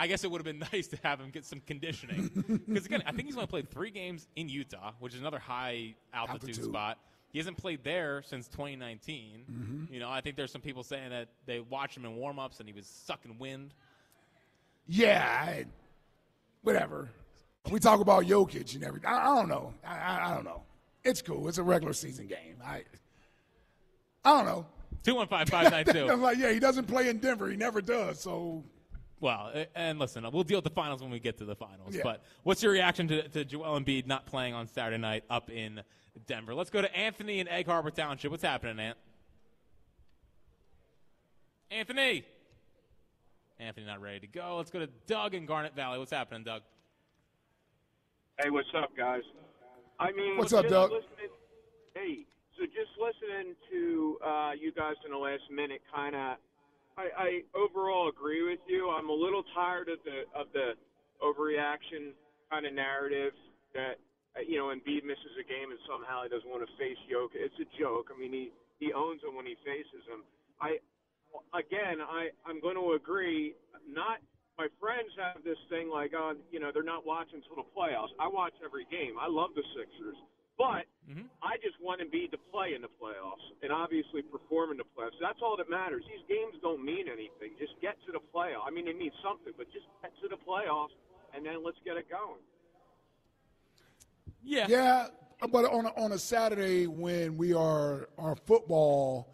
S1: I guess it would have been nice to have him get some conditioning because again, I think he's only played three games in Utah, which is another high altitude
S2: Altitude.
S1: spot. He hasn't played there since 2019.
S2: Mhm.
S1: You know, I think there's some people saying that they watched him in warm-ups and he was sucking wind.
S2: Yeah, I, whatever. We talk about Jokic and everything. I, I don't know. I, I, I don't know. It's cool. It's a regular season game. I I don't know.
S1: Two one five five nine two.
S2: I'm like, yeah, he doesn't play in Denver. He never does. So
S1: Well, a- and listen, we'll deal with the finals when we get to the finals.
S2: Yeah.
S1: But what's your reaction to, to Joel Embiid not playing on Saturday night up in Denver? Let's go to Anthony in Egg Harbor Township. What's happening, Ant? Anthony. Anthony not ready to go. Let's go to Doug in Garnet Valley. What's happening, Doug?
S5: Hey, what's up, guys? I mean,
S2: What's
S5: with
S2: up,
S5: just
S2: Doug?
S5: Listening, hey, so just listening to uh, you guys in the last minute, kind of, I, I overall agree with you. I'm a little tired of the of the overreaction kind of narrative that uh, you know Embiid misses a game and somehow he doesn't want to face Jokic. It's a joke. I mean, he he owns him when he faces him. I again, I I'm going to agree. Not my friends have this thing like on you know they're not watching till the playoffs. I watch every game. I love the Sixers, but I just want Embiid to play in the playoffs and obviously perform in the playoffs. That's all that matters. These games don't mean anything. Just get to the playoff. I mean, they mean something, but just get to the playoffs and then let's get it going.
S1: Yeah.
S2: Yeah, but on a, on a Saturday when we are our football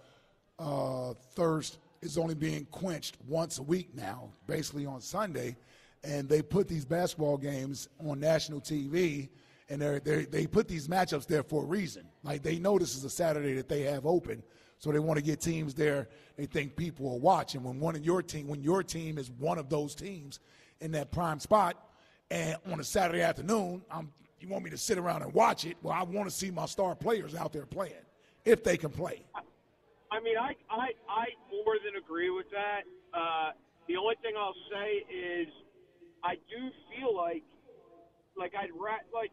S2: uh, thirst is only being quenched once a week now, basically on Sunday, and they put these basketball games on national TV, and they they they put these matchups there for a reason. Like they know this is a Saturday that they have open. So they want to get teams there. They think people are watching. When one of your team, when your team is one of those teams in that prime spot, and on a Saturday afternoon, I'm you want me to sit around and watch it? Well, I want to see my star players out there playing if they can play.
S5: I mean, I, I, I more than agree with that. Uh, the only thing I'll say is I do feel like, like I'd ra- like,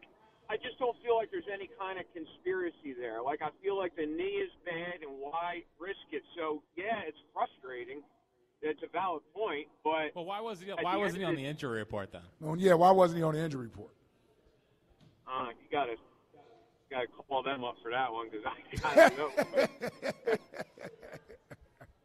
S5: I just don't feel like there's any kind of conspiracy there. Like I feel like the knee is bad and why risk it? So yeah, it's frustrating. It's a valid point, but
S1: well, why was he?
S2: why wasn't he on
S1: The injury report, then.
S2: Well, yeah, why wasn't he on the injury report?
S5: Uh, you gotta, you gotta call them up for that one because I, I don't know.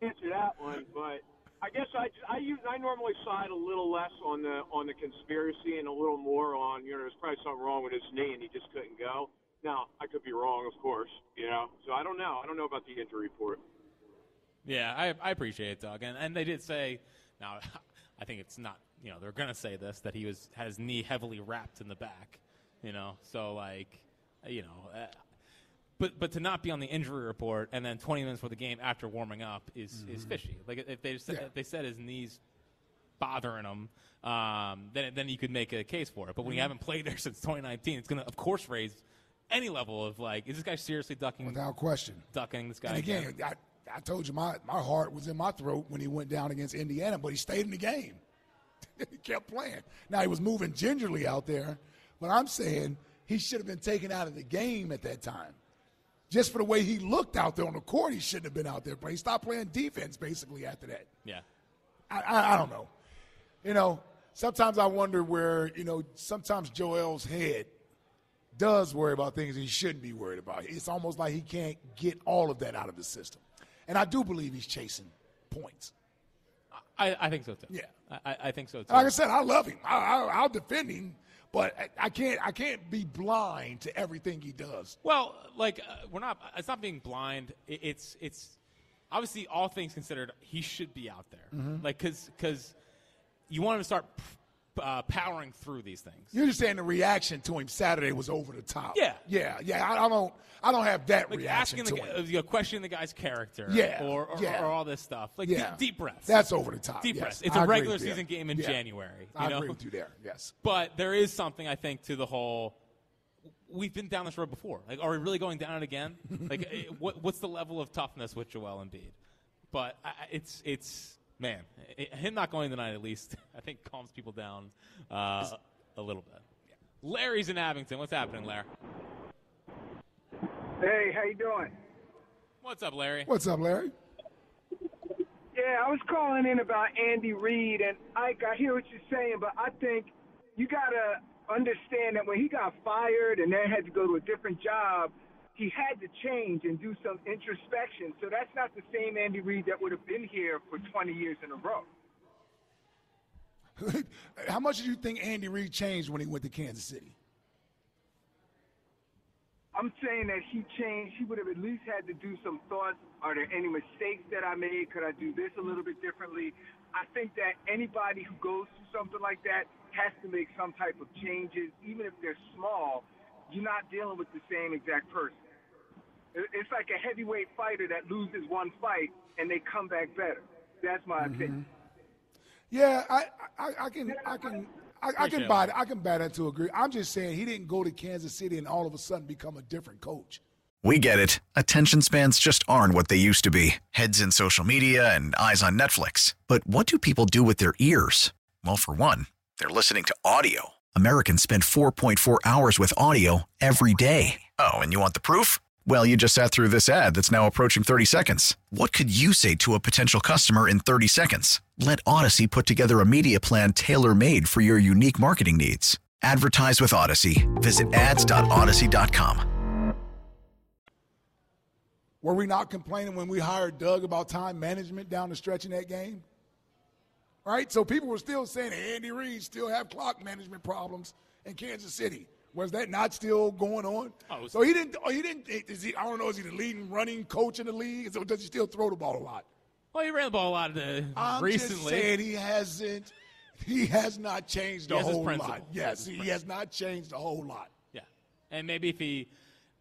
S5: Answer that one, but I guess I, I use I normally side a little less on the on the conspiracy and a little more on you know there's probably something wrong with his knee and he just couldn't go. Now I could be wrong, of course, you know. So I don't know. I don't know about the injury report.
S1: Yeah, I, I appreciate it, Doug. And, and they did say, now, I think it's not, you know, they're going to say this, that he was had his knee heavily wrapped in the back, you know? So, like, you know, uh, but but to not be on the injury report and then 20 minutes for the game after warming up is, is
S2: Mm-hmm.
S10: Mhm.
S1: fishy. Like, if they, said,
S10: Yeah.
S1: if they said his knee's bothering him, um, then, then you could make a case for it. But when
S2: Mhm.
S1: you haven't played there since 2019, it's going to, of course, raise any level of, like, is this guy seriously ducking?
S2: Without question.
S1: Ducking this guy
S2: And again, I, I told you my, my heart was in my throat when he went down against Indiana, but he stayed in the game. he kept playing. Now he was moving gingerly out there, but I'm saying he should have been taken out of the game at that time. Just for the way he looked out there on the court, he shouldn't have been out there. But he stopped playing defense basically after that.
S1: Yeah.
S2: I, I, I don't know. You know, sometimes I wonder where, you know, sometimes Joel's head does worry about things he shouldn't be worried about. It's almost like he can't get all of that out of his system. And I do believe he's chasing points.
S1: I, I think so, too.
S2: Yeah.
S1: I- I, I think so, too.
S2: Like I said, I love him. I, I, I'll defend him, but I, I can't. I can't be blind to everything he does.
S1: Well, like uh, we're not. It's not being blind. It, it's it's obviously all things considered, he should be out there.
S2: Mhm.
S1: Like because because you want him to start p- uh, powering through these things.
S2: You're just saying the reaction to him Saturday was over the top.
S1: Yeah.
S2: yeah, yeah. I, I don't. I don't have that
S1: Like
S2: reaction
S1: asking
S2: to
S1: the
S2: him.
S1: gu- uh, you know, questioning the guy's character.
S2: Yeah,
S1: Or or,
S2: yeah.
S1: or all this stuff. Like
S2: Yeah.
S1: deep, deep breaths.
S2: That's over the top,
S1: Deep
S2: yes.
S1: breaths. It's
S2: I
S1: a
S2: agree
S1: regular
S2: with you.
S1: season game in
S2: Yeah.
S1: January.
S2: I
S1: you know?
S2: agree with you there, yes.
S1: But there is something I think to the whole. We've been down this road before. Like, are we really going down it again? like, eh, what, what's the level of toughness with Joel Embiid? But I, I- it's it's man, eh, him not going tonight at least I think calms people down uh, a little bit. Larry's in Abington. What's happening, Larry?
S11: Hey, how you doing?
S1: What's up, Larry?
S2: What's up, Larry?
S11: Yeah, I was calling in about Andy Reid, and Ike, I hear what you're saying, but I think you gotta understand that when he got fired and then had to go to a different job, he had to change and do some introspection. So that's not the same Andy Reid that would have been here for 20 years in a row.
S2: How much do you think Andy Reid changed when he went to Kansas City?
S11: I'm saying that he changed. He would have at least had to do some thoughts. Are there any mistakes that I made? Could I do this a little bit differently? I think that anybody who goes through something like that has to make some type of changes, even if they're small. You're not dealing with the same exact person. It- It's like a heavyweight fighter that loses one fight and they come back better. That's my opinion.
S2: Yeah, I, I, I can, I can, I, I can
S11: Appreciate
S2: buy
S11: it.
S2: that. I can buy that to agree. I'm just saying he didn't go to Kansas City and all of a sudden become a different coach.
S10: We get it. Attention spans just aren't what they used to be heads in social media and eyes on Netflix. But what do people do with their ears? Well, for one, they're listening to audio. Americans spend 4.4 hours with audio every day. Oh, and you want the proof? Well, you just sat through this ad that's now approaching 30 seconds. What could you say to a potential customer in 30 seconds? Let Odyssey put together a media plan tailor made for your unique marketing needs. Advertise with Odyssey. Visit ads.odyssey.com.
S2: Were we not complaining when we hired Doug about time management down the stretch in that game? Right? So people were still saying Andy Reid still have clock management problems in Kansas City. Was that not still going on?
S1: Oh,
S2: so he didn't. Oh, he didn't. Is he? I don't know. Is he the leading running coach in the league? So does he still throw the ball a lot?
S1: Well, he ran the ball a lot uh,
S2: I'm
S1: recently.
S2: just saying he hasn't. He has not changed
S1: He
S2: a
S1: has his
S2: whole lot.
S1: principle. He has
S2: Yes,
S1: his
S2: he
S1: principle.
S2: has not changed a whole lot.
S1: Yeah, and maybe if he,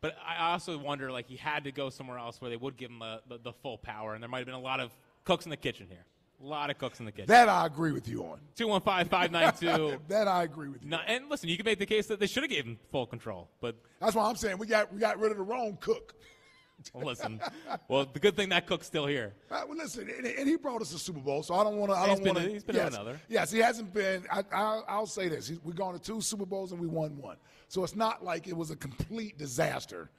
S1: but I also wonder like he had to go somewhere else where they would give him the, the, the full power, and there might have been a lot of cooks in the kitchen here, a lot of cooks in the kitchen.
S2: That I agree with you on.
S1: 215-592.
S2: that I agree with you.
S1: No, and listen, you can make the case that they should have gave him full control, but
S2: That's why I'm saying we got we got rid of the wrong cook.
S1: well, listen, well, the good thing that cook's still here.
S2: Uh, well, listen, and, and he brought us a Super Bowl, so I don't want to. I
S1: He's
S2: don't want
S1: been- he's been to
S2: yes,
S1: another.
S2: Yes, he hasn't been. I, I, I'll say this: He's- we've gone to two Super Bowls and we won one, so it's not like it was a complete disaster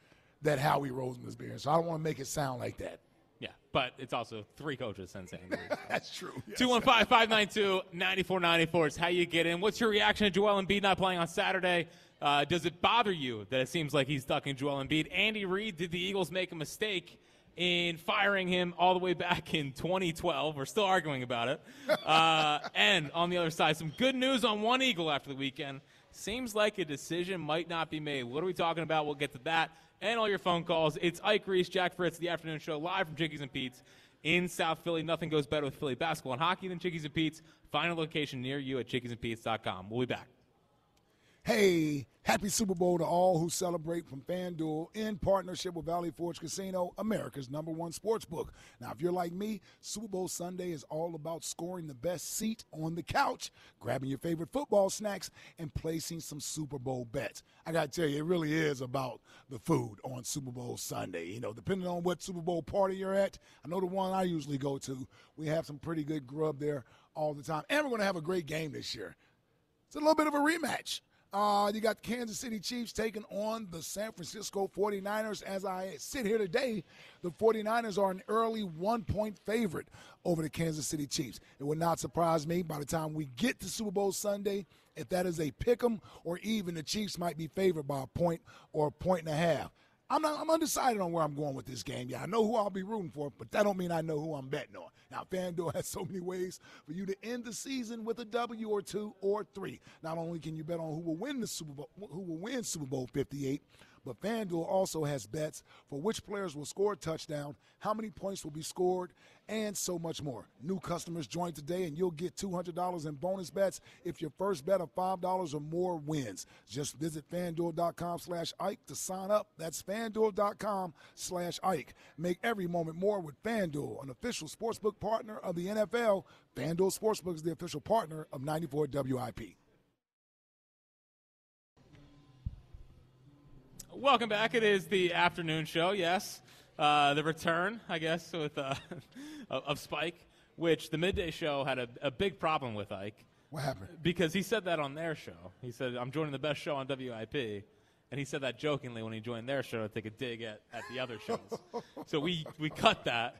S2: that Howie Roseman is being. So I don't want to make it sound like that.
S1: Yeah, but it's also three coaches since Andy.
S2: That's true.
S1: 215-592-9494 is how you get in. What's your reaction to Joel Embiid not playing on Saturday? Uh, does it bother you that it seems like he's ducking Joel Embiid? Andy Reid, did the Eagles make a mistake in firing him all the way back in 2012? We're still arguing about it. Uh, and on the other side, some good news on one Eagle after the weekend. Seems like a decision might not be made. What are we talking about? We'll get to that and all your phone calls. It's Ike Reese, Jack Fritz, the afternoon show live from Jinkies and Pete's in South Philly. Nothing goes better with Philly basketball and hockey than Chickies and Pete's. Find a location near you at chickiesandpete's.com. We'll be back.
S2: Hey, happy Super Bowl to all who celebrate from FanDuel in partnership with Valley Forge Casino, America's number one sports book. Now, if you're like me, Super Bowl Sunday is all about scoring the best seat on the couch, grabbing your favorite football snacks, and placing some Super Bowl bets. I got to tell you, it really is about the food on Super Bowl Sunday. You know, depending on what Super Bowl party you're at, I know the one I usually go to, we have some pretty good grub there all the time. And we're going to have a great game this year. It's a little bit of a rematch. Uh, you got the Kansas City Chiefs taking on the San Francisco 49ers. As I sit here today, the 49ers are an early one point favorite over the Kansas City Chiefs. It would not surprise me by the time we get to Super Bowl Sunday if that is a pick 'em or even the Chiefs might be favored by a point or a point and a half. I'm not. I'm undecided on where I'm going with this game. Yeah, I know who I'll be rooting for, but that don't mean I know who I'm betting on. Now, FanDuel has so many ways for you to end the season with a W or two or three. Not only can you bet on who will win the Super Bowl, who will win Super Bowl 58, but FanDuel also has bets for which players will score a touchdown, how many points will be scored, and so much more. New customers join today and you'll get $200 in bonus bets if your first bet of $5 or more wins. Just visit fanduel.com slash Ike to sign up. That's fanduel.com slash Ike. Make every moment more with FanDuel, an official sportsbook partner of the NFL. FanDuel Sportsbook is the official partner of 94 WIP.
S1: Welcome back. It is the afternoon show. Yes, uh, the return, I guess, with uh, of of Spike, which the midday show had a, a big problem with Ike.
S2: What happened?
S1: Because he said that on their show. He said, "I'm joining the best show on WIP," and he said that jokingly when he joined their show to take a dig at, at the other shows. so we we cut that.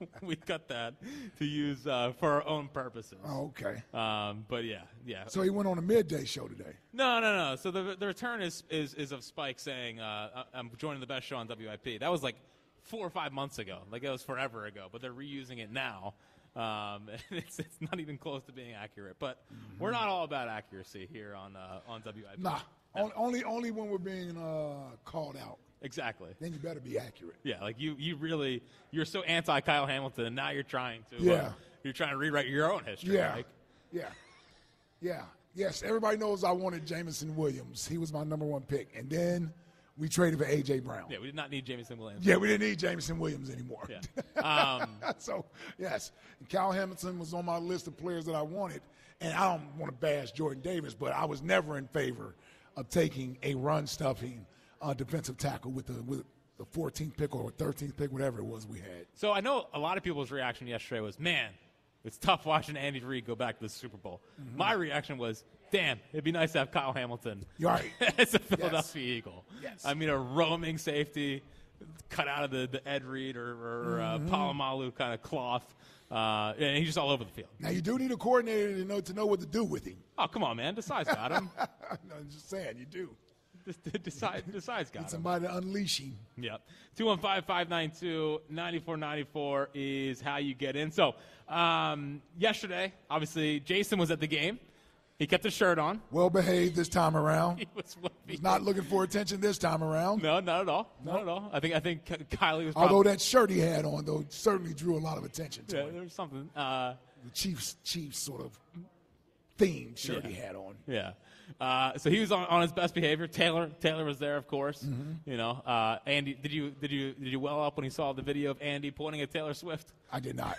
S1: we cut that to use uh, for our own purposes.
S2: Oh, okay.
S1: Um, but yeah, yeah.
S2: So he went on a midday show today.
S1: No, no, no. So the, the return is, is, is of Spike saying, uh, I- I'm joining the best show on WIP. That was like four or five months ago. Like it was forever ago, but they're reusing it now. Um, and it's, it's not even close to being accurate. But we're not all about accuracy here on, uh, on WIP.
S2: Mm-hmm. Nah, on- only only when we're being uh, called out.
S1: Exactly.
S2: Then you better be accurate.
S1: Yeah, like you, you really, you're so anti Kyle Hamilton, and now you're trying to, uh,
S2: Yeah.
S1: you're trying to rewrite your own history.
S2: Yeah.
S1: Like,
S2: Yeah. Yeah. Yes. Everybody knows I wanted Jamison Williams. He was my number one pick. And then we traded for A.J. Brown.
S1: yeah, we did not need Jamison Williams.
S2: Yeah, we didn't need Jamison Williams anymore.
S1: Yeah. Um,
S2: so, yes, Cal Hamilton was on my list of players that I wanted. And I don't want to bash Jordan Davis, but I was never in favor of taking a run stuffing uh, defensive tackle with the, with the 14th pick or 13th pick, whatever it was we had.
S1: So I know a lot of people's reaction yesterday was, man, it's tough watching Andy Reid go back to the Super Bowl.
S2: Mhm.
S1: My reaction was, damn, it'd be nice to have Kyle Hamilton
S2: You're right.
S1: as a Philadelphia Eagle.
S2: Yes.
S1: I mean, a roaming safety cut out of the, the Ed Reed or, or
S2: Mhm.
S1: uh, Palomalu kind of cloth. Uh, and he's just all over the field.
S2: Now, you do need a coordinator to know, to know what to do with him.
S1: Oh, come on, man. Decide's got him.
S2: I'm just saying, you do.
S1: Decide, decide's got
S2: Need
S1: him.
S2: somebody to unleash him.
S1: Yep. 215 592 9494 is how you get in. So, um, yesterday, obviously, Jason was at the game. He kept his shirt on.
S2: Well behaved this time around.
S1: He was what
S2: He's not looking for attention this time around.
S1: No, not at all. Not at all. I think I think Ky- Kylie was.
S2: Although
S1: probably-
S2: that shirt he had on, though, certainly drew a lot of attention to
S1: Yeah,
S2: him.
S1: there was something. Uh,
S2: the Chiefs, Chiefs sort of theme shirt he
S1: Yeah.
S2: had on.
S1: Yeah. Uh, so he was on, on his best behavior. Taylor Taylor was there, of course.
S2: Mm-hmm.
S1: You know, uh, Andy, did you did you did you well up when you saw the video of Andy pointing at Taylor Swift?
S2: I did not.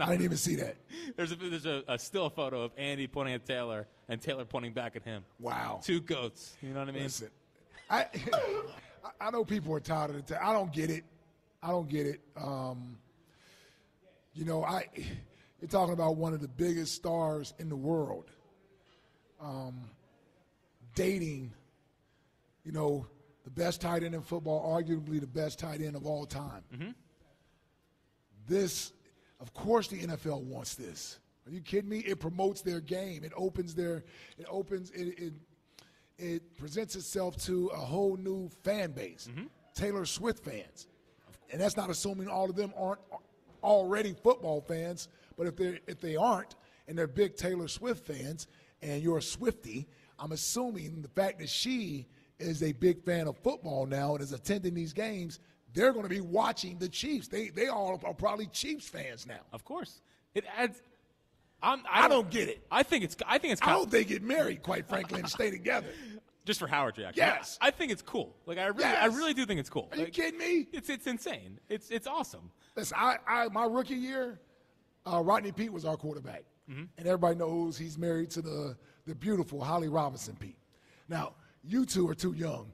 S2: I didn't even see that.
S1: There's a there's a, a still photo of Andy pointing at Taylor and Taylor pointing back at him.
S2: Wow.
S1: Two goats. You know what I mean?
S2: Listen, I, I- I know people are tired of the. I I don't get it. I don't get it. Um, you know, I you're talking about one of the biggest stars in the world. Um, dating, you know, the best tight end in football, arguably the best tight end of all time. This, of course, the NFL wants this. Are you kidding me? It promotes their game. It opens their. It opens. It, it it presents itself to a whole new fan base,
S1: Mm-hmm.
S2: Taylor Swift fans, and that's not assuming all of them aren't already football fans. But if they if they aren't, and they're big Taylor Swift fans, and you're a Swifty, I'm assuming the fact that she is a big fan of football now and is attending these games, they're going to be watching the Chiefs. They they all are probably Chiefs fans now.
S1: Of course, it adds. I'm, I, don't,
S2: get it.
S1: I think it's. I think it's.
S2: I hope they get married, quite frankly, and stay together.
S1: Oh. Just for Howard's reaction.
S2: Yes.
S1: I, I think it's cool. Like I really, I
S2: Yes.
S1: really do think it's cool.
S2: Are you
S1: Like,
S2: kidding me?
S1: It's it's insane. It's it's awesome.
S2: Listen, I, I my rookie year, uh, Rodney Pete was our quarterback,
S1: Mm-hmm.
S2: and everybody knows he's married to the the beautiful Holly Robinson Pete. Now you two are too young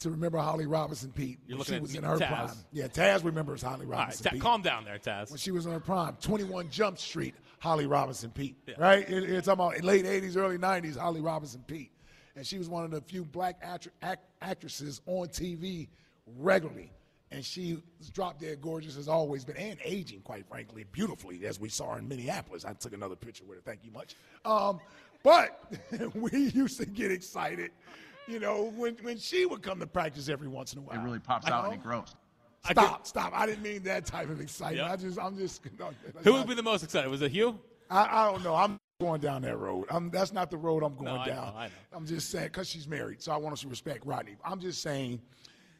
S2: to remember Holly Robinson Pete.
S1: You're
S2: when
S1: looking
S2: she
S1: at
S2: was
S1: me,
S2: in her
S1: Taz.
S2: prime. Yeah, Taz remembers Holly
S1: All right,
S2: Robinson
S1: Ta-
S2: Pete
S1: calm down there, Taz.
S2: when she was in her prime. 21 Jump Street, Holly Robinson Pete. Right? You're, you're talking about late 80s, early 90s, Holly Robinson Pete. And she was one of the few black actr- act- actresses on TV regularly. And she was drop dead gorgeous as always, but and aging, quite frankly, beautifully, as we saw in Minneapolis. I took another picture with her. Thank you much. Um, but we used to get excited, you know, when, when she would come to practice every once in a while. It really
S12: pops out and it grows.
S2: Stop, stop. I didn't mean that type of excitement. I just, I'm just. no,
S1: Who would be the most excited? Was it Hugh?
S2: I, I don't know. I'm going down that road. I'm, that's not the road I'm going
S1: I know,
S2: down.
S1: I know.
S2: am just saying because she's married, so I want us to respect Rodney. I'm just saying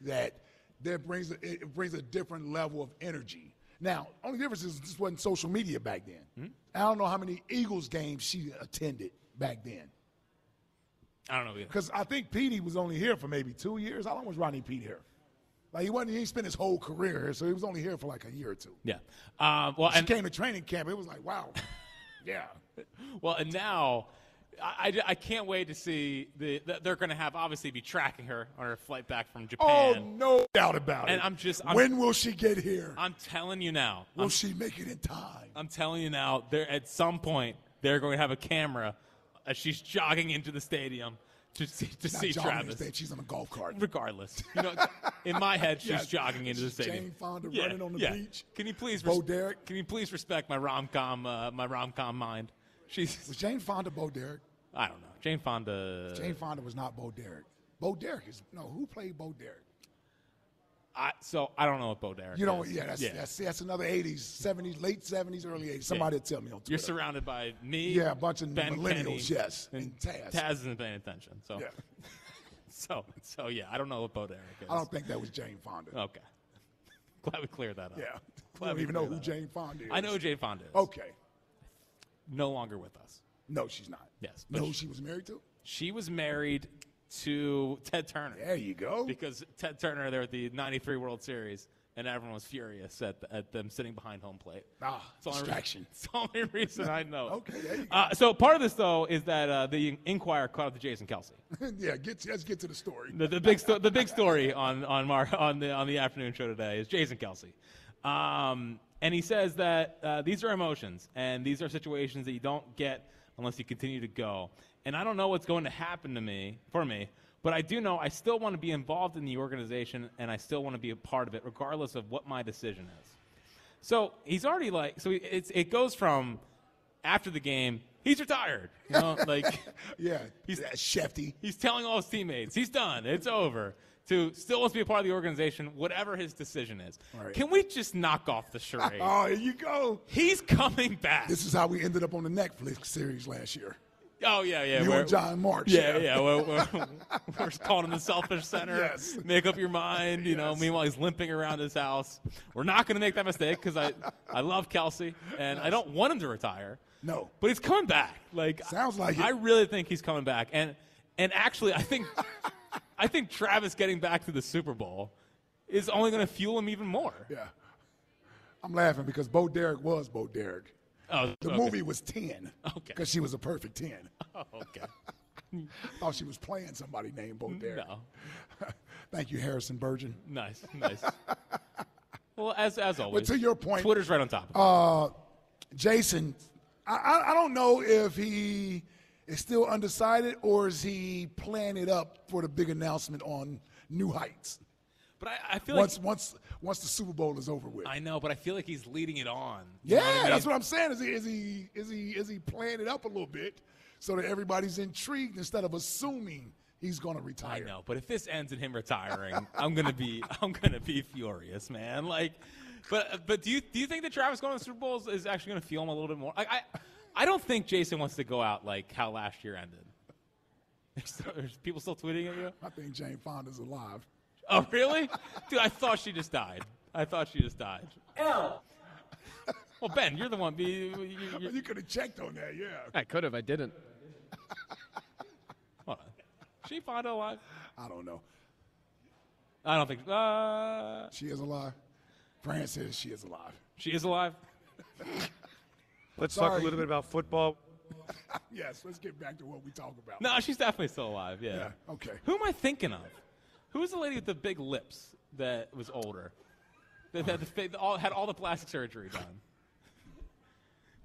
S2: that that brings a, it brings a different level of energy. Now, only difference is this wasn't social media back then.
S1: Hmm?
S2: I don't know how many Eagles games she attended back then.
S1: I don't know. either.
S2: Because I think Petey was only here for maybe two years. How long was Rodney Pete here? Like he wasn't. He didn't spend his whole career here, so he was only here for like a year or two.
S1: Yeah. Um, well,
S2: she
S1: and
S2: came to training camp. It was like, wow. yeah.
S1: well, and now. I, I, I can't wait to see the, the they're going to have obviously be tracking her on her flight back from
S2: Oh,
S1: Japan.
S2: no doubt about it.
S1: And I'm just- I'm-
S2: when will she get here?
S1: I'm telling you now.
S2: Will
S1: I'm-
S2: she make it in time?
S1: I'm telling you now, they're, at some point, they're going to have a camera as she's jogging into the stadium to see, to
S2: Not
S1: see
S2: jogging in
S1: Travis.
S2: the state, she's on a golf cart.
S1: Regardless, you know, in my head, she's
S2: Yes.
S1: jogging into the stadium.
S2: Jane Fonda running on the beach.
S1: Can you please,
S2: Bo
S1: res-
S2: Derek.
S1: Can you please respect my rom com, uh, my rom com mind? She's
S2: Was Jane Fonda Bo Derek?
S1: I don't know. Jane Fonda.
S2: Jane Fonda was not Bo Derek. Bo Derek is no. Who played Bo Derek?
S1: I, so I don't know what Bo Derek.
S2: You don't.
S1: is.
S2: Yeah, that's that's that's another '80s, '70s, late '70s, early '80s. Somebody tell me on Twitter.
S1: You're surrounded by me.
S2: Yeah, a bunch of
S1: Ben
S2: millennials,
S1: Penny,
S2: yes,
S1: and,
S2: and Taz.
S1: isn't paying attention. So,
S2: Yeah.
S1: so, so yeah, I don't know what Bo Derek is.
S2: I don't think that was Jane Fonda.
S1: Okay. Glad we cleared that up.
S2: Yeah.
S1: Glad
S2: You don't
S1: we
S2: even know
S1: cleared
S2: who
S1: that
S2: Jane
S1: up.
S2: Fonda is.
S1: I know who Jane Fonda is.
S2: Okay.
S1: No longer with us.
S2: No, she's not.
S1: Yes.
S2: Know
S1: but
S2: who she was married to?
S1: She was married to Ted Turner.
S2: There you go.
S1: Because Ted Turner, they were at the 93 World Series, and everyone was furious at, at them sitting behind home plate.
S2: Ah,
S1: It's the only re-
S2: distraction.
S1: It's the only reason I know.
S2: Okay, there you go.
S1: Uh, so part of this, though, is that uh, the Inquirer caught up to Jason Kelsey.
S2: yeah, get, let's get to the story.
S1: The, the big sto- the big story on on Mar- on the on the afternoon show today is Jason Kelsey, um, and he says that uh, these are emotions and these are situations that you don't get unless you continue to go. And I don't know what's going to happen to me for me, but I do know I still want to be involved in the organization and I still want to be a part of it, regardless of what my decision is. So he's already like so it's it goes from after the game he's retired, you know, like.
S2: Yeah,
S1: He's
S2: Shefty.
S1: He's telling all his teammates he's done. It's over. To still wants to be a part of the organization, whatever his decision is.
S2: All right.
S1: Can we just knock off the charade?
S2: Oh, here you go.
S1: He's coming back.
S2: This is how we ended up on the Netflix series last year.
S1: Oh yeah, yeah.
S2: You
S1: we're-
S2: and John March,
S1: Yeah,
S2: yeah.
S1: yeah. we're, we're, we're calling him the selfish center.
S2: Yes.
S1: Make up your mind. You know. Meanwhile, he's limping around his house. We're not going to make that mistake because I, I love Kelsey and I don't want him to retire.
S2: No.
S1: But he's coming back. Like
S2: sounds like it.
S1: I really think he's coming back. And and actually, I think I think Travis getting back to the Super Bowl is only going to fuel him even more.
S2: Yeah. I'm laughing because Bo Derek was Bo Derek.
S1: Oh,
S2: the
S1: okay.
S2: movie was 10.
S1: Okay.
S2: Because she was a perfect 10.
S1: Oh, okay.
S2: thought she was playing somebody named Bo Derek.
S1: No.
S2: Thank you, Harrison Burgeon.
S1: Nice, nice. well, as as always.
S2: to your point-
S1: Twitter's right on top. Of it.
S2: Uh, Jason, I- I, I don't know if he is still undecided or is he playing it up for the big announcement on New Heights
S1: but I, I feel
S2: once,
S1: like
S2: once, once the Super Bowl is over with.
S1: I know, but I feel like he's leading it on. You
S2: Yeah,
S1: know what I mean?
S2: that's what I'm saying. Is he is he is he is he playing it up a little bit so that everybody's intrigued instead of assuming he's going to
S1: I
S2: retire?
S1: know, but if this ends in him retiring, I'm gonna be I'm gonna be furious, man. Like, but but do you do you think that Travis going to the Super Bowl is, is actually gonna feel him a little bit more? Like, I I don't think Jason wants to go out like how last year ended. There's, still, there's people still tweeting at you.
S2: I think Jane Fonda's alive.
S1: Oh really, dude? I thought she just died. I thought she just died.
S2: L.
S1: Well, Ben, you're the one. You, you, you,
S2: You could have checked on that, yeah.
S9: I could have. I didn't.
S1: hold on. She Fonda alive?
S2: I don't know.
S1: I don't think. Uh,
S2: She is alive. Fran says she is alive.
S1: she is alive.
S12: Let's talk
S2: Sorry.
S12: a little bit about football.
S2: Yes, let's get back to what we talk about.
S1: No, she's definitely still alive. Yeah.
S2: Yeah, okay.
S1: Who am I thinking of? Who was the lady with the big lips that was older? That had, the, fa- all, had all the plastic surgery done.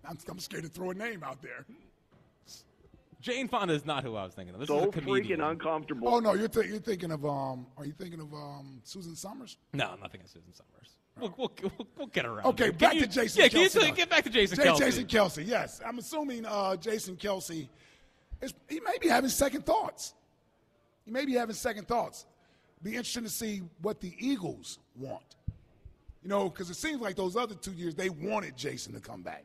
S2: I'm, I'm scared to throw a name out there.
S1: Jane Fonda is not who I was thinking of. This is
S13: So
S1: a comedian.
S13: freaking uncomfortable.
S2: Oh no, you're, th- you're thinking of um. Are you thinking of um Susan Summers?
S1: No, I'm not thinking of Susan Summers. We'll, we'll, we'll, we'll get around.
S2: Okay,
S1: it. Can
S2: back
S1: you-
S2: to Jason.
S1: Yeah,
S2: Kelsey,
S1: can you
S2: though.
S1: say- get back to Jason
S2: Ja-
S1: Kelsey?
S2: Jason Kelsey. Yes, I'm assuming uh, Jason Kelsey is he may be having second thoughts. He may be having second thoughts. Be interesting to see what the Eagles want. You know, because it seems like those other two years they wanted Jason to come back,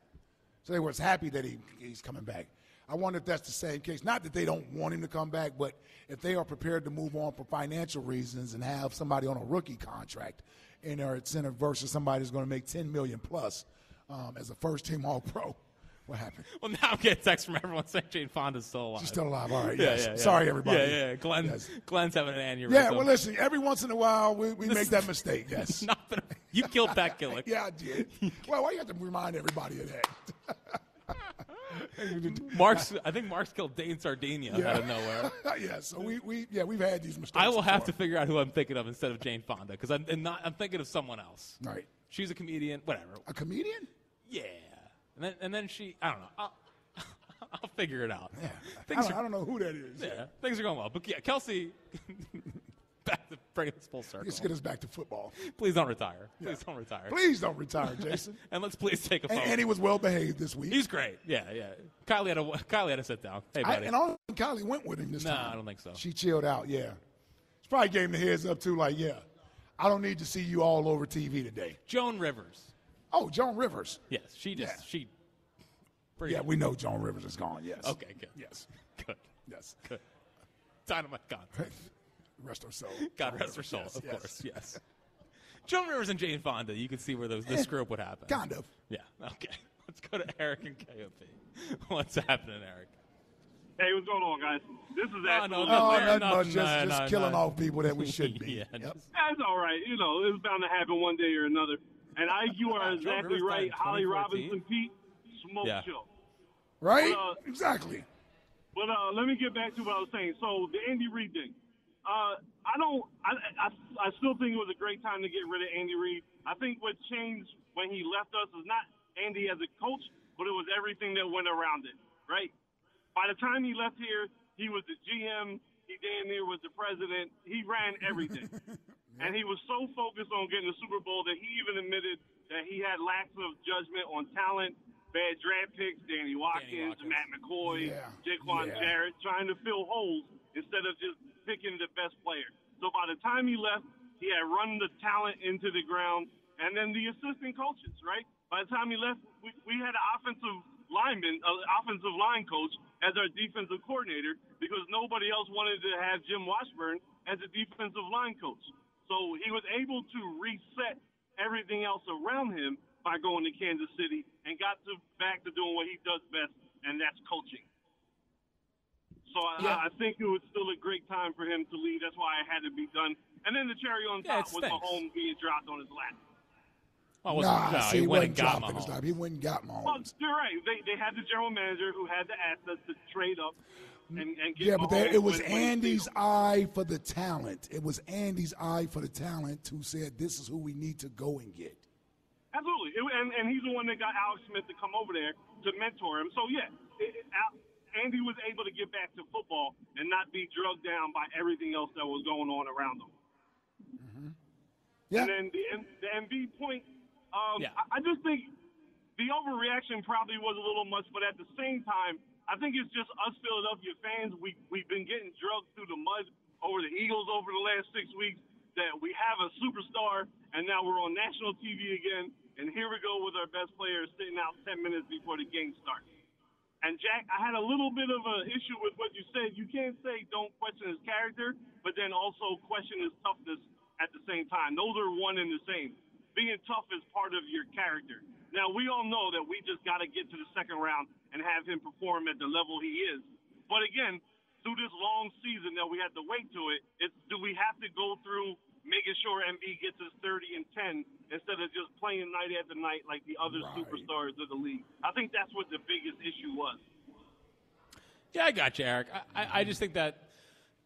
S2: so they were happy that he, he's coming back. I wonder if that's the same case. Not that they don't want him to come back, but if they are prepared to move on for financial reasons and have somebody on a rookie contract in their center versus somebody who's going to make ten million plus um, as a first team All Pro. What happened?
S1: Well, now I'm getting texts from everyone saying Jane Fonda's still alive.
S2: She's still alive. All right.
S1: Yeah,
S2: yes.
S1: yeah, yeah.
S2: Sorry, everybody.
S1: Yeah, yeah. Glenn,
S2: Yes.
S1: Glenn's having an aneurysm.
S2: Yeah, well, listen, every once in a while we, we
S1: This
S2: make
S1: is-
S2: that mistake. Yes.
S1: Not that- you killed Pat Gillick.
S2: Yeah, I did. well, why you have to remind everybody of that?
S1: Mark's. I think Mark's killed Dane Sardinia
S2: Yeah.
S1: out of nowhere.
S2: yeah, so we, we yeah, we've had these mistakes.
S1: I will have to
S2: before.
S1: figure out who I'm thinking of instead of Jane Fonda because I'm and not. I'm thinking of someone else.
S2: Right.
S1: She's a comedian. Whatever.
S2: A comedian?
S1: Yeah. And then, and then she. I don't know. I'll, I'll figure it out.
S2: I don't, I don't know who that is.
S1: Yeah, things are going well. But yeah, Kelsey, back to bring us full circle.
S2: Just get us back to football.
S1: Please don't retire. Please don't retire.
S2: Please don't retire, Jason.
S1: and let's please take a
S2: And,
S1: photo.
S2: and he was well behaved this week.
S1: He's great. Yeah, yeah. Kylie had a Kylie had a sit down. Hey,
S2: I,
S1: buddy.
S2: and I don't think Kylie went with him this
S1: no,
S2: time.
S1: I don't think so.
S2: She chilled out, yeah. She probably gave him the heads up too, like, yeah, I don't need to see you all over TV today.
S1: Joan Rivers.
S2: Oh, Joan Rivers.
S1: Yes, she just she. Pretty
S2: yeah, we know Joan Rivers is gone, yes.
S1: Okay, good. Yes, good.
S2: Yes,
S1: good. Dynamite God.
S2: Rest her soul.
S1: God rest her soul.
S2: Yes,
S1: of
S2: yes.
S1: course, yes. Joan Rivers and Jane Fonda. You can see where those, this group would happen.
S2: Eh, kind of.
S1: Yeah. Okay. Let's go to Eric and KOP. What's happening, Eric?
S13: Hey, what's going on, guys? This is
S1: Oh,
S13: that.
S1: no,
S2: Oh, nothing much. Just, just killing off people that we should be.
S1: yeah.
S13: That's all right. You know, it's bound to happen one day or another. And I, you are
S1: Joe
S13: exactly
S1: Rivers
S13: right.
S1: died in
S13: Holly
S1: 2014.
S13: Robinson, Pete, smoke
S1: Yeah.
S13: show.
S2: Right?
S13: Well, uh,
S2: exactly.
S13: But uh, let me get back to what I was saying. So the Andy Reid thing. Uh, I don't. I, I, I still think it was a great time to get rid of Andy Reid. I think what changed when he left us is not Andy as a coach, but it was everything that went around it. Right. By the time he left here, he was the GM. He damn near was the president. He ran everything, and he was so focused on getting the Super Bowl that he even admitted that he had lacks of judgment on talent, bad draft picks, Danny Watkins, Matt McCoy, Jaquan
S14: Yeah.
S13: Jarrett, trying to fill holes instead of just picking the best player. So by the time he left, he had run the talent into the ground, and then the assistant coaches, right? By the time he left, we, we had an offensive lineman, uh, offensive line coach as our defensive coordinator because nobody else wanted to have Jim Washburn as a defensive line coach. So he was able to reset everything else around him by going to Kansas City and got to back to doing what he does best, and that's coaching. So I, I think it was still a great time for him to leave. That's why it had to be done. And then the cherry on
S1: Yeah,
S13: top
S1: it
S13: was
S1: stinks.
S13: Mahomes being dropped on his lap.
S1: Oh, it wasn't-
S2: nah,
S1: no,
S2: see,
S1: he went and
S2: wasn't
S1: got
S2: dropping his
S1: Mahomes.
S2: life. He went and got Mahomes.
S13: Well, you're right. They, they had the general manager who had the assets to trade up and, and get
S2: Yeah, but there,
S13: Mahomes
S2: it was
S13: when- when-
S2: Andy's eye for the talent. It was Andy's eye for the talent who said, "This is who we need to go and get."
S13: Absolutely, It- and, and he's the one that got Alex Smith to come over there to mentor him. So yeah, it, it, Al, Andy was able to get back to football and not be drugged down by everything else that was going on around him. And then the, M- the MV point, um, I, I just think the overreaction probably was a little much, but at the same time, I think it's just us Philadelphia fans. We we've been getting drugged through the mud over the Eagles over the last six weeks. That we have a superstar, and now we're on national TV again. And here we go with our best player sitting out ten minutes before the game starts. And Jack, I had a little bit of an issue with what you said. You can't say don't question his character, but then also question his toughness at the same time. Those are one and the same. Being tough is part of your character. Now we all know that we just got to get to the second round and have him perform at the level he is. But again, through this long season that we had to wait to it, it's do we have to go through making sure MB gets his 30 and 10 instead of just playing night after night like the other superstars of the league? I think that's what the biggest issue was.
S1: Yeah, I got you, Eric. I, I, I just think that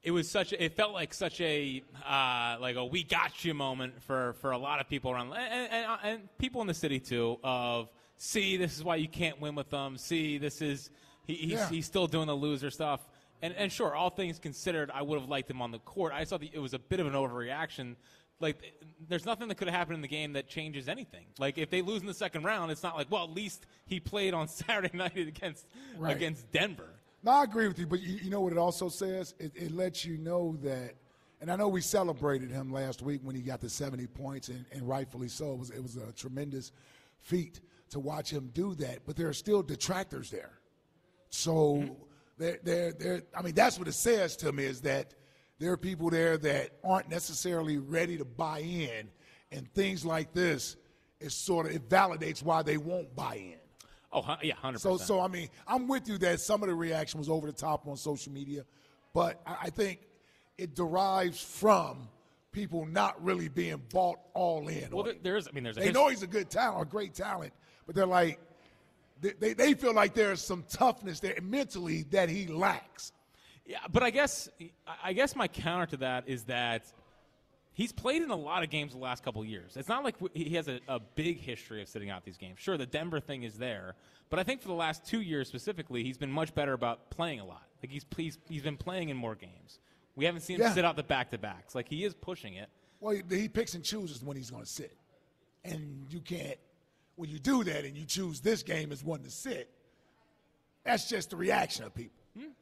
S1: it was such. A, it felt like such a uh, like a we got you moment for for a lot of people around and, and, and people in the city too. Of see, this is why you can't win with them. See, this is he, he's
S15: Yeah.
S1: he's still doing the loser stuff. And and sure, all things considered, I would have liked him on the court. I thought that it was a bit of an overreaction. Like, there's nothing that could have happened in the game that changes anything. Like, if they lose in the second round, it's not like, well, at least he played on Saturday night against
S2: Right.
S1: against Denver.
S2: No, I agree with you, but you, you know what it also says? It, it lets you know that, and I know we celebrated him last week when he got the 70 points, and, and rightfully so. It was, it was a tremendous feat to watch him do that, but there are still detractors there. So, there, there, there. I mean, that's what it says to me is that there are people there that aren't necessarily ready to buy in, and things like this, it sort of it validates why they won't buy in.
S1: Oh, hu- yeah, 100%.
S2: So, so I mean, I'm with you that some of the reaction was over the top on social media, but I, I think it derives from people not really being bought all in.
S1: Well,
S2: on
S1: there,
S2: it.
S1: there is. I mean, there's. A
S2: They know he's a good talent, a great talent, but they're like, they, they, they feel like there's some toughness there mentally that he lacks.
S1: Yeah, but I guess I guess my counter to that is that He's played in a lot of games the last couple years. It's not like w- he has a, a big history of sitting out these games. Sure, the Denver thing is there, but I think for the last two years specifically, he's been much better about playing a lot. Like he's he's, he's been playing in more games. We haven't seen him
S2: Yeah.
S1: sit out the back to backs. Like he is pushing it.
S2: Well, he, he picks and chooses when he's going to sit, and you can't. When you do that and you choose this game as one to sit, that's just the reaction of people.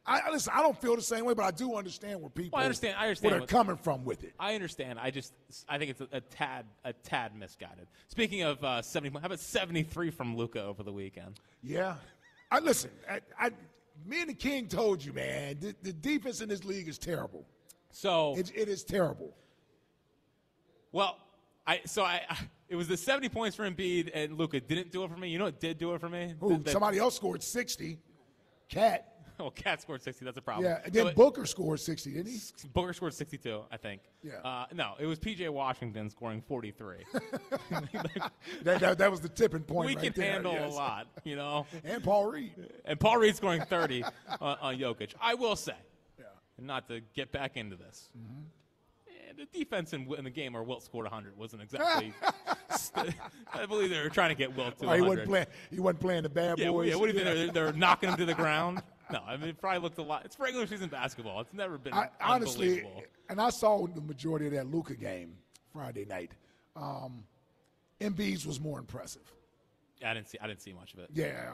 S2: I I- listen. I don't feel the same way, but I do understand where people.
S1: Hmm? Well, I understand. I understand
S2: where they're
S1: what-
S2: coming from with it.
S1: I understand. I just I think it's a, a tad a tad misguided. Speaking of uh, seventy, how about seventy three from Luca over the weekend?
S2: Yeah. I listen. I, I, me and the King told you, man. The, the defense in this league is terrible.
S1: So
S2: it, it is terrible.
S1: Well, I so I, I it was the seventy points for Embiid and Luca didn't do it for me. You know what did do it for me?
S2: Ooh,
S1: The- the-
S2: somebody else scored sixty. Cat.
S1: Well, oh, Cat scored sixty. That's a problem.
S2: Yeah, and
S1: No,
S2: then
S1: it-
S2: Booker scored sixty, didn't he?
S1: Booker scored 62, I think.
S2: Yeah.
S1: Uh, no, it was P.J. Washington scoring 43.
S2: That, that, that was the tipping point.
S1: we
S2: right
S1: can
S2: there,
S1: handle
S2: yes.
S1: a lot, you know.
S2: And Paul Reed.
S1: And Paul Reed scoring 30 on, on Jokic. I will say, not to get back into this,
S2: Mm-hmm.
S1: eh, the defense in, in the game where Wilt scored 100 wasn't exactly. st- I believe they were trying to get Wilt to
S2: Oh, he
S1: 100.
S2: wasn't playing. He wasn't playing the bad
S1: yeah,
S2: boys.
S1: yeah, what do you think? They're, they're knocking him to the ground? No, I mean, it probably looked a lot. It's regular season basketball. It's never been
S2: I, honestly,
S1: unbelievable.
S2: and I saw the majority of that Luca game Friday night. Um, Embiid's was more impressive.
S1: I didn't see. I didn't see much of it.
S2: Yeah,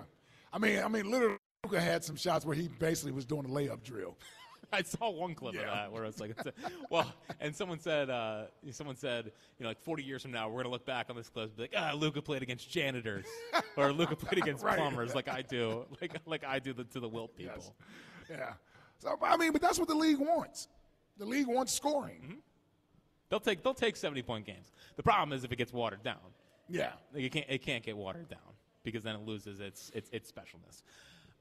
S2: I mean, I mean, literally, Luca had some shots where he basically was doing a layup drill.
S1: I saw one clip of that where I was like, it's a- well, and someone said, uh, someone said, you know, like 40 years from now, we're gonna look back on this clip and be like, ah, Luca played against janitors, or Luca played against
S2: Right.
S1: plumbers, like I do, like like I do the, to the Wilt people.
S2: Yeah. So I mean, but that's what the league wants. The league wants scoring.
S1: Mm-hmm. They'll take they'll take 70 point games. The problem is if it gets watered down.
S2: Yeah.
S1: like it can't it can't get watered down because then it loses its its its specialness.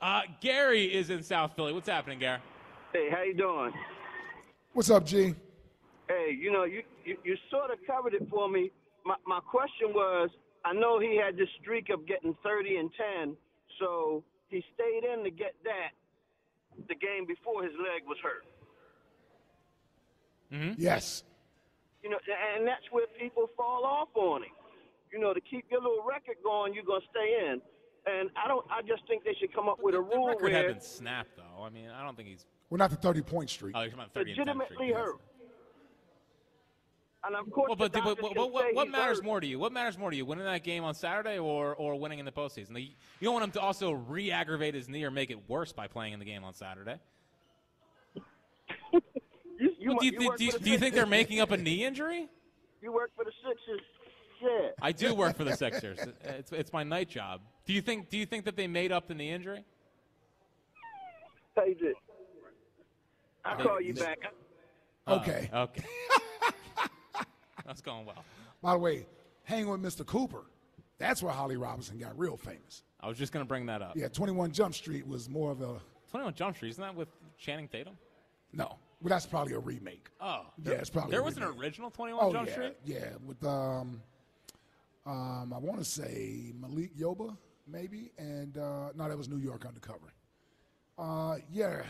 S1: Uh, Gary is in South Philly. What's happening, Gary?
S14: Hey, how you doing?
S2: What's up, G?
S14: Hey, you know, you, you, you sort of covered it for me. My, my question was I know he had this streak of getting 30 and 10, so he stayed in to get that the game before his leg was hurt.
S1: Mm-hmm.
S2: Yes.
S14: You know, a- and that's where people fall off on him. You know, to keep your little record going, you're going to stay in. And I don't. I just think they should come up with a
S1: The
S14: rule
S1: record
S14: where
S1: had been snapped though. I mean, I don't think he's
S2: We're not the thirty-point streak.
S1: oh, you're talking about 30 and 10 streak.
S14: legitimately hurt. And of course,
S1: Well, but,
S14: the
S1: but,
S14: doctors
S1: but-
S14: can
S1: but what,
S14: say
S1: what
S14: he's
S1: matters
S14: hurt.
S1: more to you? What matters more to you? Winning that game on Saturday or, or winning in the postseason? Like, you don't want him to also re aggravate his knee or make it worse by playing in the game on Saturday. Well, do, you, do, do you- do you think they're making up a knee injury?
S14: You work for the Sixers. Yeah.
S1: I do work for the Sixers. It's, it's my night job. Do you think Do you think that they made up the knee injury?
S14: They did. I'll
S1: They-
S14: call you
S1: they-
S14: back.
S2: Okay.
S1: Oh, okay. That's going well.
S2: By the way, hang with Mr. Cooper. That's where Holly Robinson got real famous.
S1: I was just going to bring that up.
S2: Yeah, 21 Jump Street was more of a
S1: 21 Jump Street, isn't that with Channing Tatum?
S2: no. Well, that's probably a remake.
S1: Oh.
S2: Yeah, it's probably
S1: There
S2: a
S1: was an
S2: remake.
S1: original 21
S2: oh,
S1: Jump
S2: yeah,
S1: Street?
S2: Yeah, with um, um, I want to say Malik Yoba maybe, and uh, no, that was New York Undercover. Uh, yeah,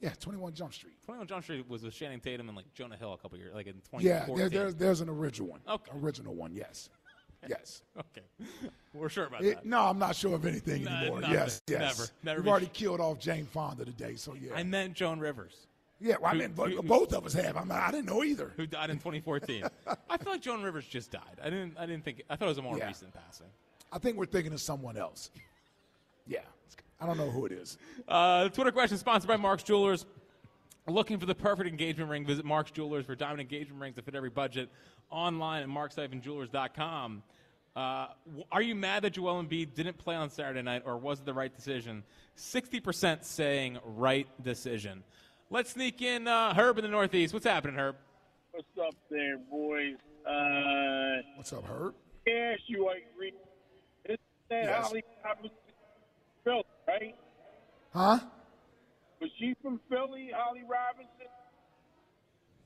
S2: yeah, 21 Jump Street.
S1: 21 Jump Street was with Channing Tatum and like Jonah Hill a couple years, like in 2014.
S2: Yeah, there, there's there's an original one.
S1: Okay.
S2: Original one, yes. Yes.
S1: okay. We're sure about
S2: It-
S1: that.
S2: no, I'm not sure of anything
S1: No,
S2: anymore.
S1: nothing.
S2: yes, yes.
S1: Never. Never
S2: We've
S1: be
S2: already killed off Jane Fonda today, so yeah.
S1: I meant Joan Rivers.
S2: yeah, well, I
S1: Who-
S2: mean, but
S1: who-
S2: both of us have. I'm, I didn't know either.
S1: Who died in 2014? I feel like Joan Rivers just died. I didn't. I didn't think. I thought it was a more
S2: Yeah.
S1: recent passing.
S2: I think we're thinking of someone else. Yeah. I don't know who it is.
S1: Uh, Twitter question sponsored by Mark's Jewelers. Looking for the perfect engagement ring? Visit Mark's Jewelers for diamond engagement rings that fit every budget. Online at marks-jewelers.com. Uh, w- are you mad that Joel Embiid didn't play on Saturday night, or was it the right decision? Sixty percent saying right decision. Let's sneak in uh, Herb in the Northeast. What's happening, Herb?
S15: What's up there, boys? Uh,
S2: What's up, Herb?
S15: yes, you are. agree. This is that
S2: Yes.
S15: Holly Robinson, Philly, right?
S2: Huh?
S15: Was she from Philly, Holly Robinson?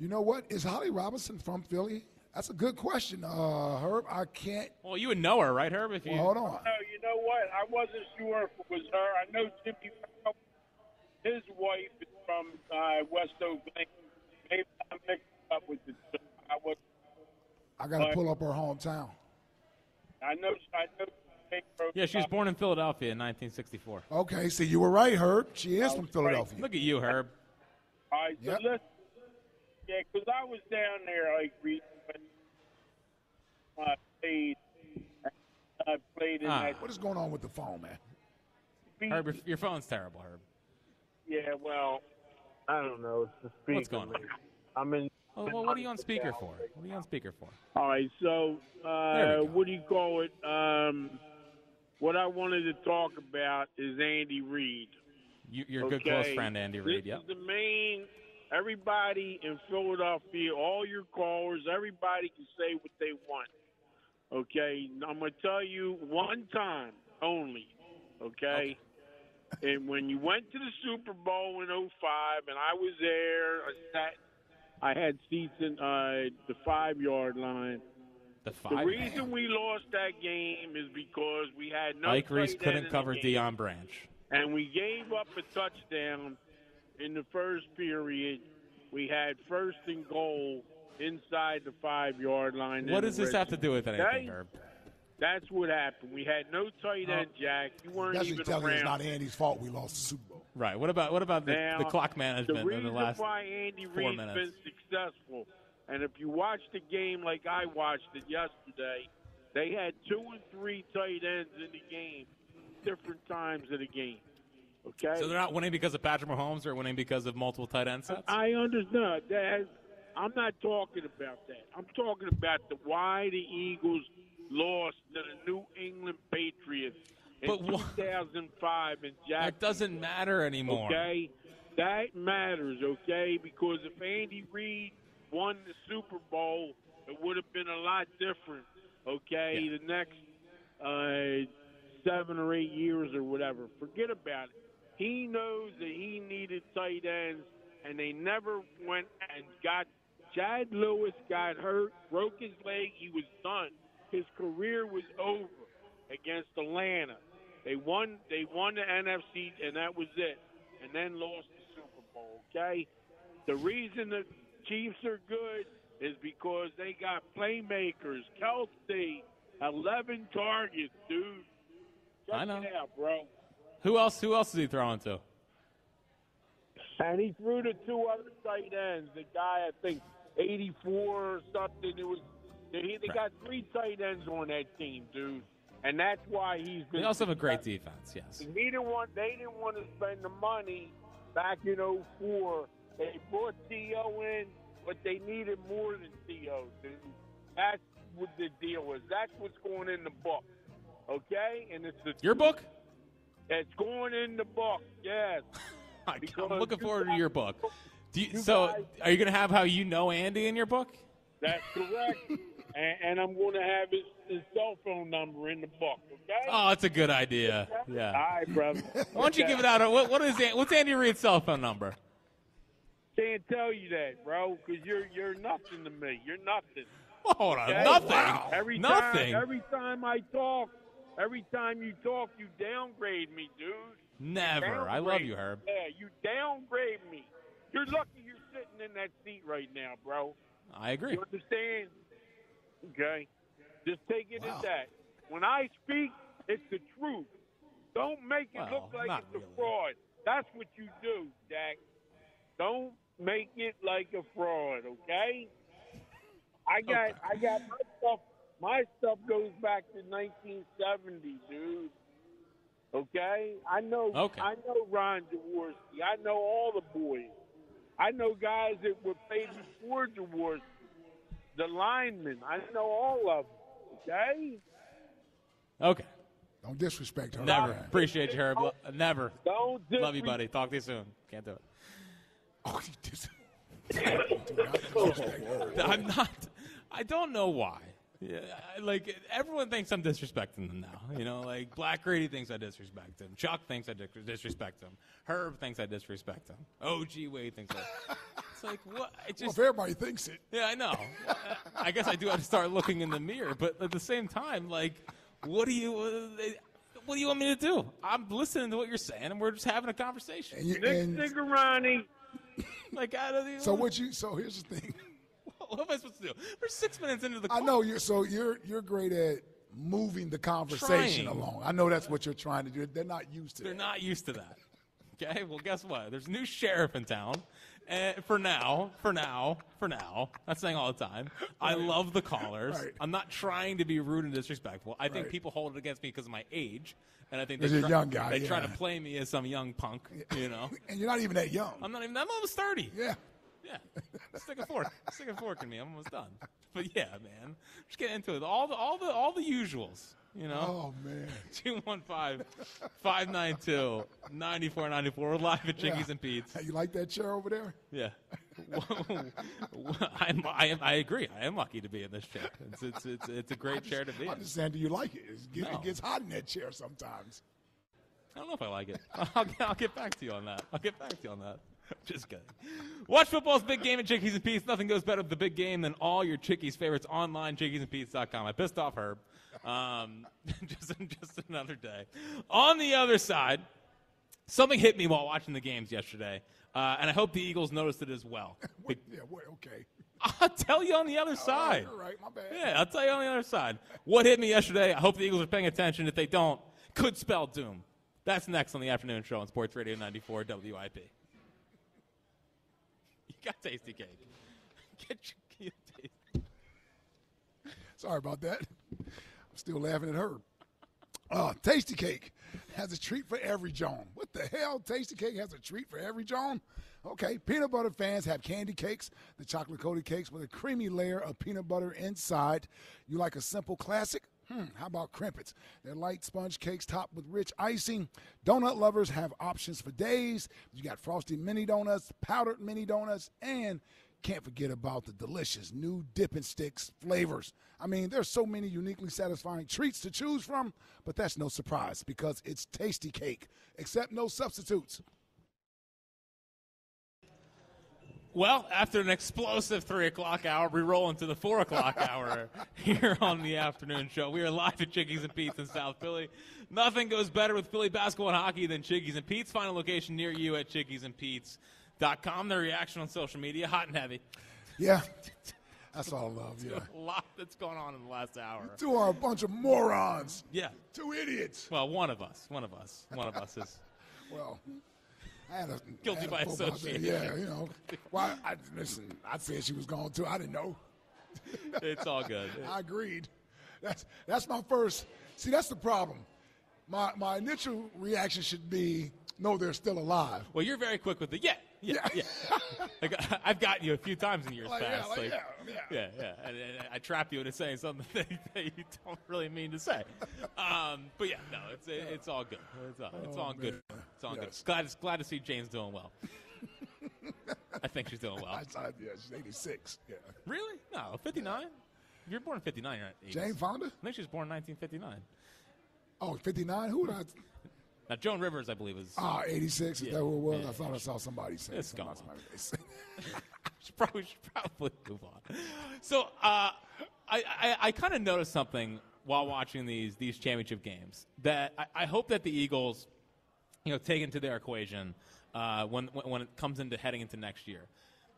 S2: You know what? Is Holly Robinson from Philly? That's a good question, uh, Herb. I can't.
S1: Well, you would know her, right, Herb? If you
S2: Well, hold on.
S15: No, you know what? I wasn't sure if it was her. I know Jimmy, Fallon, his wife is from uh, West Oakland. Maybe I mixed up with the. I was.
S2: I got to pull up her hometown.
S15: I know. I know.
S1: Yeah, she was born in Philadelphia in 1964.
S2: Okay, so you were right, Herb. She is from Philadelphia.
S1: Look at you, Herb.
S15: All right, so listen. Yeah, because I was down there like reading my played. I played in that.
S2: What is going on with the phone, man?
S1: Ah. Herb, your- your phone's terrible, Herb.
S15: Yeah, well, I don't know. It's the speaker.
S1: What's going on?
S15: I'm in.
S1: Oh, well, what are you on speaker for? What are you on speaker for?
S15: All right, so
S1: There
S15: uh, what do you call it? Um, what I wanted to talk about is Andy Reid.
S1: You, your good close
S15: Okay.
S1: friend Andy Reid.
S15: This
S1: Yep.
S15: is the main. Everybody in Philadelphia, all your callers, everybody can say what they want. Okay, I'm gonna tell you one time only. Okay. and when you went to the Super Bowl in '05, and I was there, I sat. I had seats in uh, the five yard line.
S1: The
S15: the
S1: five.
S15: reason we lost that game is because we had no.
S1: Mike Reese
S15: tight end in
S1: couldn't
S15: the
S1: cover
S15: game
S1: Dion Branch.
S15: and we gave up a touchdown in the first period. We had first and goal inside the five yard line. in
S1: What
S15: the
S1: does this
S15: red
S1: have to do with
S15: zone. Okay?
S1: anything, Herb?
S15: That's what happened. We had no tight end, Jack. You weren't
S2: That's
S15: even
S2: what telling you it's
S15: around.
S2: not Andy's fault we lost the Super Bowl.
S1: Right. What about what about the,
S15: Now,
S1: the clock management
S15: The
S1: in
S15: reason
S1: the last
S15: why Andy
S1: four
S15: Reid's
S1: minutes?
S15: been successful, and if you watch the game like I watched it yesterday, they had two and three tight ends in the game, different times of the game. Okay,
S1: So they're not winning because of Patrick Mahomes or winning because of multiple tight end sets?
S15: I understand that. I'm not talking about that. I'm talking about the why the Eagles lost to the New England Patriots in
S1: But wha-
S15: 2005 in Jacksonville.
S1: That doesn't matter anymore.
S15: Okay, that matters. Okay, because if Andy Reid won the Super Bowl, it would have been a lot different. Okay, the next uh, seven or eight years or whatever. Forget about it. He knows that he needed tight ends, and they never went and got. Chad Lewis got hurt, broke his leg. He was done. His career was over against Atlanta. They won. They won the NFC, and that was it. And then lost the Super Bowl. Okay. The reason the Chiefs are good is because they got playmakers. Kelsey, eleven targets, dude. Check
S1: I know.
S15: it out, bro.
S1: Who else? Who else is he throwing to?
S15: And he threw to two other tight ends. The guy, I think, 84 or something. It was they, they got three tight ends on that team, dude. And that's why he's been.
S1: They also have a great defense. Yes.
S15: He didn't want. They didn't want to spend the money back in '04. They brought T.O. in, but they needed more than T.O. Dude, that's what the deal is. That's what's going in the book. Okay, and it's the
S1: Your book?
S15: It's going in the book. Yes. Because
S1: I'm looking
S15: you
S1: forward to
S15: guys-
S1: your book. Do you, so, are you going to have how you know Andy in your book?
S15: That's correct. and, and I'm going to have his, his cell phone number in the book. Okay.
S1: Oh, that's a good idea.
S15: All
S1: Yeah.
S15: right, brother.
S1: Why don't you give it out? What, what is An- what's Andy Reid's cell phone number?
S15: Can't tell you that, bro, because you're you're nothing to me. You're nothing.
S1: Hold on, nothing?
S15: Every
S1: Nothing?
S15: Time, every time I talk, every time you talk, you downgrade me, dude.
S1: Never. I love you, Herb.
S15: Yeah, you downgrade me. You're lucky you're sitting in that seat right now, bro.
S1: I agree.
S15: You understand? Okay. Just take it as that. When I speak, it's the truth. Don't make it look like it's a fraud. That's what you do, Dak. Don't make it like a fraud, okay? I got I got my stuff my stuff goes back to nineteen seventy, dude. Okay? I know
S1: Okay.
S15: I know Ron Jaworski. I know all the boys. I know guys that were paid before Jaworski. The linemen. I know all of them. Okay?
S1: Okay.
S2: Don't disrespect her.
S1: Never.
S2: man.
S1: Appreciate you, Herb. Lo- Never.
S15: Don't
S1: Love you, buddy. Talk to you soon. Can't do it.
S2: Oh, you dis-
S1: I'm not. I don't know why. Yeah, I- like everyone thinks I'm disrespecting them now. You know, like Black Grady thinks I disrespect him. Chuck thinks I dis- disrespect him. Herb thinks I disrespect him. OG Wade thinks I. It's like what? It just,
S2: well, if everybody thinks it,
S1: Yeah, I know. I guess I do have to start looking in the mirror, but at the same time, like, what do you? uh, What do you want me to do? I'm listening to what you're saying, and we're just having a conversation.
S2: you- Nick and-
S15: Sigarani.
S1: like, I don't.
S2: so what you? So here's the thing.
S1: what am I supposed to do? We're six minutes into the.
S2: I know you're so you're you're great at moving the conversation
S1: Trying.
S2: along. I know that's what you're trying to do. They're not used to
S1: They're not used to that. Okay, well, guess what? There's a new sheriff in town. Uh, for now, for now, for now. Not saying all the time. I love the callers.
S2: Right.
S1: I'm not trying to be rude and disrespectful. I think
S2: Right.
S1: people hold it against me because of my age, and I think
S2: As
S1: they
S2: a
S1: try,
S2: young guy,
S1: they try to
S2: yeah.
S1: play me as some young punk. You know,
S2: and you're not even that young.
S1: I'm not even. I'm almost thirty. Yeah. Yeah. Stick a fork. Stick a fork in me. I'm almost done. But yeah, man. Just get into it. All the all the all the usuals. You know.
S2: Oh man.
S1: 215 592 9494. We're live at Chinkies
S2: Yeah.
S1: and Pete's.
S2: You like that chair over there?
S1: Yeah. I'm, I, am, I agree. I am lucky to be in this chair. It's, it's, it's, it's a great chair to be in.
S2: I'm just saying, do you like it? It's get,
S1: No.
S2: It gets hot in that chair sometimes.
S1: I don't know if I like it. I'll, I'll get back to you on that. I'll get back to you on that. Just kidding. Watch football's big game at Chickies and Pete's. Nothing goes better with the big game than all your Chickies favorites online, chickiesandpete's.com. I pissed off Herb. Um, just, just another day. On the other side, something hit me while watching the games yesterday, uh, and I hope the Eagles noticed it as well.
S2: Yeah, wait, okay.
S1: I'll tell you on the other side.
S2: All right, my bad.
S1: Yeah, I'll tell you on the other side. What hit me yesterday, I hope the Eagles are paying attention. If they don't, could spell doom. That's next on the afternoon show on Sports Radio 94 WIP. You got tasty cake. Get your, get your tasty
S2: Sorry about that. I'm still laughing at her. Uh, Tasty Cake has a treat for every Joan. What the hell? Tasty Cake has a treat for every Joan? Okay, peanut butter fans have candy cakes, the chocolate coated cakes with a creamy layer of peanut butter inside. You like a simple classic? Hmm, how about crimpets? They're light sponge cakes topped with rich icing. Donut lovers have options for days. You got frosty mini donuts, powdered mini donuts, and can't forget about the delicious new dipping sticks flavors. I mean, there's so many uniquely satisfying treats to choose from, but that's no surprise because it's tasty cake, except no substitutes.
S1: Well, after an explosive three o'clock hour, we roll into the four o'clock hour here on the afternoon show. We are live at Chickies and Pete's in South Philly. Nothing goes better with Philly basketball and hockey than Chickies and Pete's. Find a location near you at chickiesandpete's.com. Their reaction on social media, hot and heavy.
S2: Yeah, that's all I love.
S1: To
S2: Yeah,
S1: A lot that's gone on in the last hour.
S2: two are a bunch of morons.
S1: Yeah.
S2: Two idiots.
S1: Well, one of us. One of us. One of us is.
S2: Well, I had a
S1: Guilty
S2: I had a
S1: by
S2: football there.
S1: association.
S2: Yeah, you know. Why? I, listen, I said she was gone too. I didn't know.
S1: It's all good.
S2: I agreed. That's that's my first. See, that's the problem. My my initial reaction should be, no, they're still alive.
S1: Well, you're very quick with the yeah, yeah, yeah. like, I've gotten you a few times in years
S2: Like, yeah,
S1: past.
S2: like,
S1: like,
S2: yeah,
S1: yeah, yeah. And, and I trap you into saying something that, that you don't really mean to say. Um, but yeah, no, it's it's all good. It's all, it's
S16: Oh,
S1: all good.
S16: man.
S1: It's all good.
S16: Yes.
S1: Glad glad to see Jane's doing well. I think she's doing well.
S2: I, I, yeah, she's 86. Yeah.
S1: Really? No, 59. You're born in 59, right?
S2: Jane Fonda?
S1: I think she was born in 1959.
S2: Oh, 59? Who would I?
S1: Now Joan Rivers, I believe, was
S2: Ah, 86. Is that who it was?
S1: yeah.
S2: I thought I saw somebody say
S1: It's
S2: something
S1: gone.
S2: about somebody.
S1: should probably should probably move on. So uh, I I, I kind of noticed something while watching these these championship games that I, I hope that the Eagles, you know, take into their equation uh, when when when it comes into heading into next year.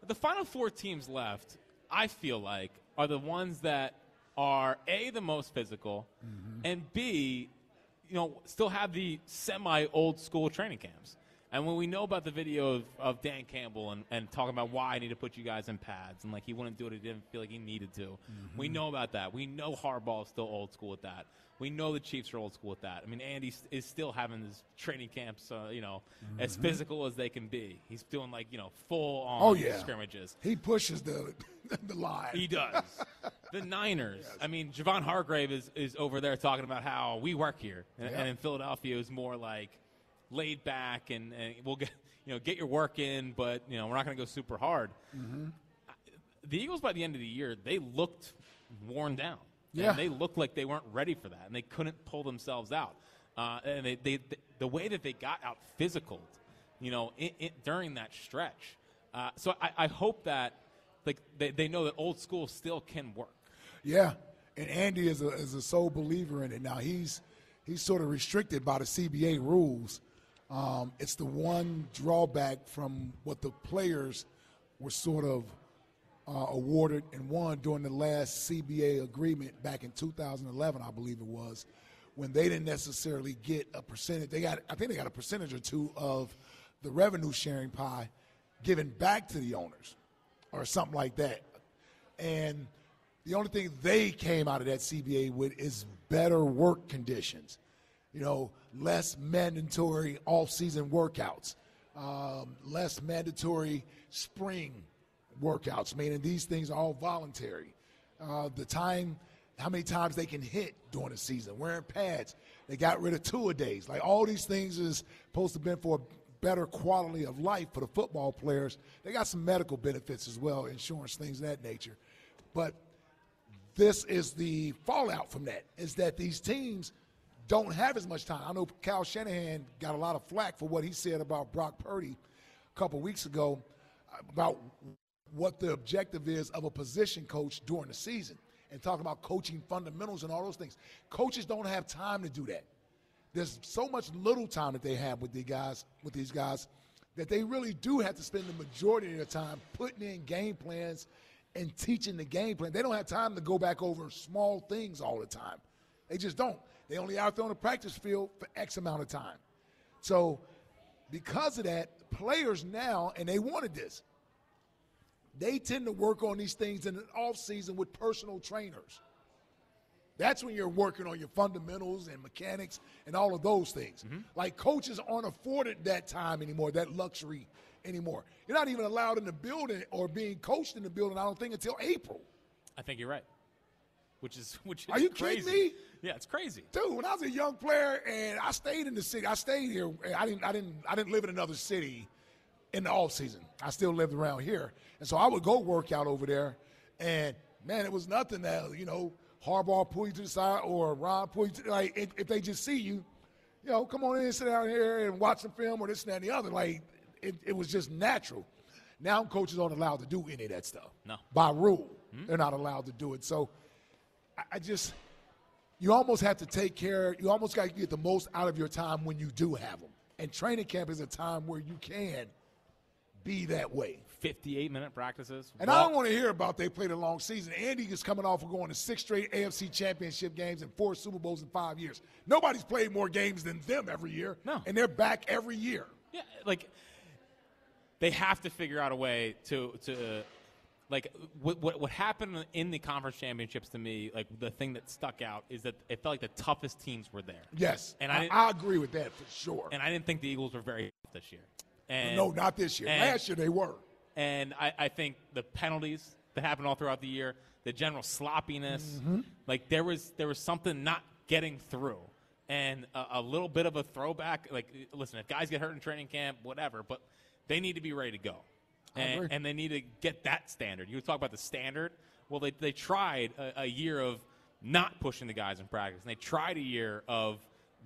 S1: The final four teams left, I feel like, are the ones that are a the most physical,
S2: Mm-hmm.
S1: and b you know, still have the semi old school training camps. And when we know about the video of, of Dan Campbell and, and talking about why I need to put you guys in pads and like he wouldn't do it, he didn't feel like he needed to. We
S2: Mm-hmm.
S1: know about that. We know Harbaugh is still old school with that. We know the Chiefs are old school with that. I mean, Andy s- is still having his training camps, uh, you know, as
S2: Mhm.
S1: physical as they can be. He's doing like, you know, full on
S2: Oh, yeah.
S1: scrimmages.
S2: He pushes the the line.
S1: He does. the Niners. I mean, Javon Hargrave is, is over there talking about how we work here, and,
S16: Yeah.
S1: and in Philadelphia it's more like laid back, and, and we'll get you know get your work in, but you know we're not going to go super hard.
S2: Mm-hmm.
S1: The Eagles by the end of the year they looked worn down. And
S2: Yeah.
S1: they looked like they weren't ready for that, and they couldn't pull themselves out. Uh, and they, they, the way that they got out physical, you know, i i during that stretch. Uh, so I, I hope that like they, they know that old school still can work.
S2: Yeah, and Andy is a, is a sole believer in it. Now he's he's sort of restricted by the CBA rules. Um, it's the one drawback from what the players were sort of uh, awarded and won during the last CBA agreement back in 2011, I believe it was, when they didn't necessarily get a percentage. They got, I think, they got a percentage or two of the revenue sharing pie given back to the owners, or something like that. And the only thing they came out of that CBA with is better work conditions, you know, less mandatory off-season workouts, um, less mandatory spring workouts, meaning these things are all voluntary. Uh, the time, how many times they can hit during the season, wearing pads. They got rid of two a days. Like all these things is supposed to have been for a better quality of life for the football players. They got some medical benefits as well, insurance, things of that nature. But this is the fallout from that is that these teams don't have as much time. I know Cal Shanahan got a lot of flack for what he said about Brock Purdy a couple weeks ago about what the objective is of a position coach during the season and talking about coaching fundamentals and all those things. Coaches don't have time to do that. There's so much little time that they have with the guys with these guys that they really do have to spend the majority of their time putting in game plans and teaching the game plan. They don't have time to go back over small things all the time. They just don't. They only out there on the practice field for X amount of time. So because of that, players now, and they wanted this, they tend to work on these things in the offseason with personal trainers. That's when you're working on your fundamentals and mechanics and all of those things. Mm-hmm. Like coaches aren't afforded that time anymore, that luxury anymore. You're not even allowed in the building or being coached in the building, I don't think, until April.
S1: I think you're right. Which is which is
S2: Are you
S1: crazy.
S2: kidding me?
S1: Yeah, it's crazy.
S2: Dude, when I was a young player and I stayed in the city, I stayed here. I didn't I didn't I didn't live in another city in the off season. I still lived around here. And so I would go work out over there and man, it was nothing that, you know, Harbaugh pull you to the side or Ron pull you to, like if, if they just see you, you know, come on in, sit down here and watch some film or this and that and the other. Like it, it, was just natural. Now coaches aren't allowed to do any of that stuff.
S1: No. Hmm?
S2: By rule, mm-hmm. they're not allowed to do it. So I, I, just, you almost have to take care, you almost got to get the most out of your time when you do have them. And training camp is a time where you can be that way.
S1: 58 minute practices.
S2: And I don't want to hear about they played a long season. Andy is coming off of going to six straight AFC championship games and four Super Bowls in five years. Nobody's played more games than them every year.
S1: No.
S2: And they're back every year.
S1: Yeah, like they have to figure out a way to to like what, what what happened in the conference championships to me like the thing that stuck out is that it felt like the toughest teams were there
S2: yes and i, I, I agree with that for sure
S1: and i didn't think the eagles were very tough this year and,
S2: no not this year
S1: and,
S2: last year they were
S1: and I, I think the penalties that happened all throughout the year the general sloppiness mm-hmm. like there was there was something not getting through and a, a little bit of a throwback like listen if guys get hurt in training camp whatever but they need to be ready to go. And, and, they need to get that standard. You talk about the standard. Well, they, they tried a, a, year of not pushing the guys in practice, and they tried a year of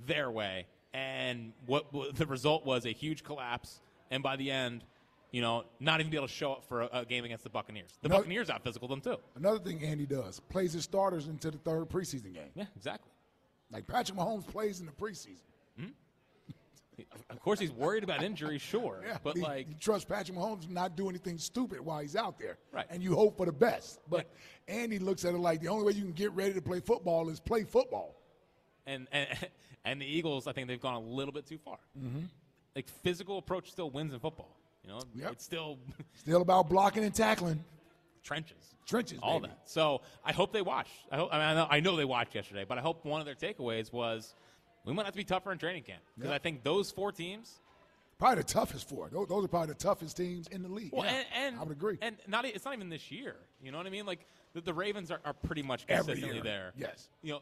S1: their way. And what, what the result was a huge collapse. And by the end, you know, not even be able to show up for a, a game against the Buccaneers. The another, Buccaneers out physical them too.
S2: Another thing Andy does plays his starters into the third preseason game.
S1: Yeah, exactly.
S2: Like Patrick Mahomes plays in the preseason.
S1: Mm-hmm. Of course, he's worried about injury, sure. yeah, but
S2: you,
S1: like,
S2: you trust Patrick Mahomes not do anything stupid while he's out there,
S1: right?
S2: And you hope for the best. But yeah. Andy looks at it like the only way you can get ready to play football is play football.
S1: And and and the Eagles, I think they've gone a little bit too far.
S2: Mm-hmm.
S1: Like physical approach still wins in football. You know,
S2: yep.
S1: it's still
S2: still about blocking and tackling.
S1: Trenches,
S2: trenches,
S1: all
S2: baby.
S1: that. So I hope they watch. I hope. I, mean, I know, I know they watched yesterday, but I hope one of their takeaways was we might have to be tougher in training camp because yep. I think those four teams.
S2: Probably the toughest four. Those, those are probably the toughest teams in the league.
S1: Well,
S2: yeah,
S1: and, and,
S2: I would agree.
S1: And not e, it's not even this year. You know what I mean? Like the, the Ravens are, are, pretty much consistently there.
S2: Yes.
S1: You know,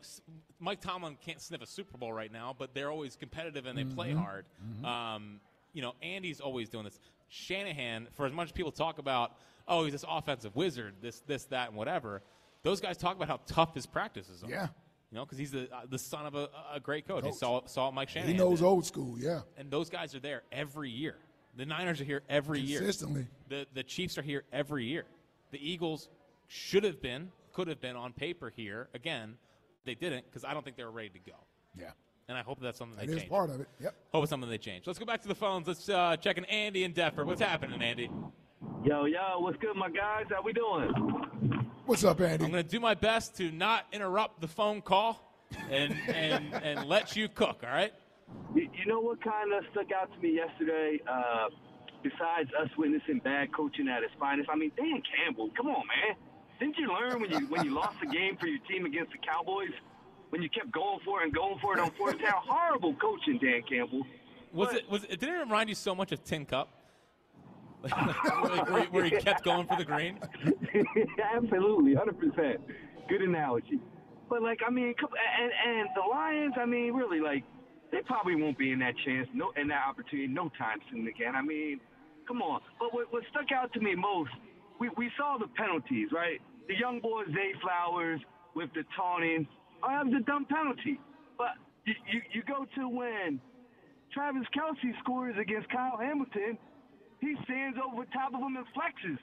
S1: Mike Tomlin can't sniff a Super Bowl right now, but they're always competitive and they mm-hmm. play hard. Mm-hmm. Um, you know, Andy's always doing this. Shanahan, for as much as people talk about, oh, he's this offensive wizard, this, this, that, and whatever. Those guys talk about how tough his practices are.
S2: Yeah.
S1: You know, because he's the, uh, the son of a, a great coach. coach. He saw saw Mike Shanahan.
S2: He knows
S1: did.
S2: old school, yeah.
S1: And those guys are there every year. The Niners are here every
S2: consistently.
S1: year. The the Chiefs are here every year. The Eagles should have been, could have been on paper here again. They didn't because I don't think they were ready to go.
S2: Yeah.
S1: And I hope that's something
S2: that
S1: they
S2: is
S1: change.
S2: part of it. Yep.
S1: Hope it's something they change. Let's go back to the phones. Let's uh, check in Andy and Deffer. What's happening, Andy?
S16: Yo, yo, what's good, my guys? How we doing?
S2: What's up, Andy?
S1: I'm going to do my best to not interrupt the phone call and, and, and let you cook, all right?
S16: You, you know what kind of stuck out to me yesterday? Uh, besides us witnessing bad coaching at its finest, I mean, Dan Campbell, come on, man. Didn't you learn when you when you lost the game for your team against the Cowboys? When you kept going for it and going for it on fourth down, horrible coaching, Dan Campbell.
S1: Was it was it, did it remind you so much of Tin Cup? Like, where, where he kept going for the green?
S16: Absolutely, hundred percent. Good analogy. But like, I mean, come- and and the Lions, I mean, really, like, they probably won't be in that chance, no, in that opportunity, no time soon again. I mean, come on. But what, what stuck out to me most, we we saw the penalties, right? The young boy Zay Flowers with the taunting. Oh, that was a dumb penalty. But you you, you go to when Travis Kelsey scores against Kyle Hamilton. He stands over top of him and flexes.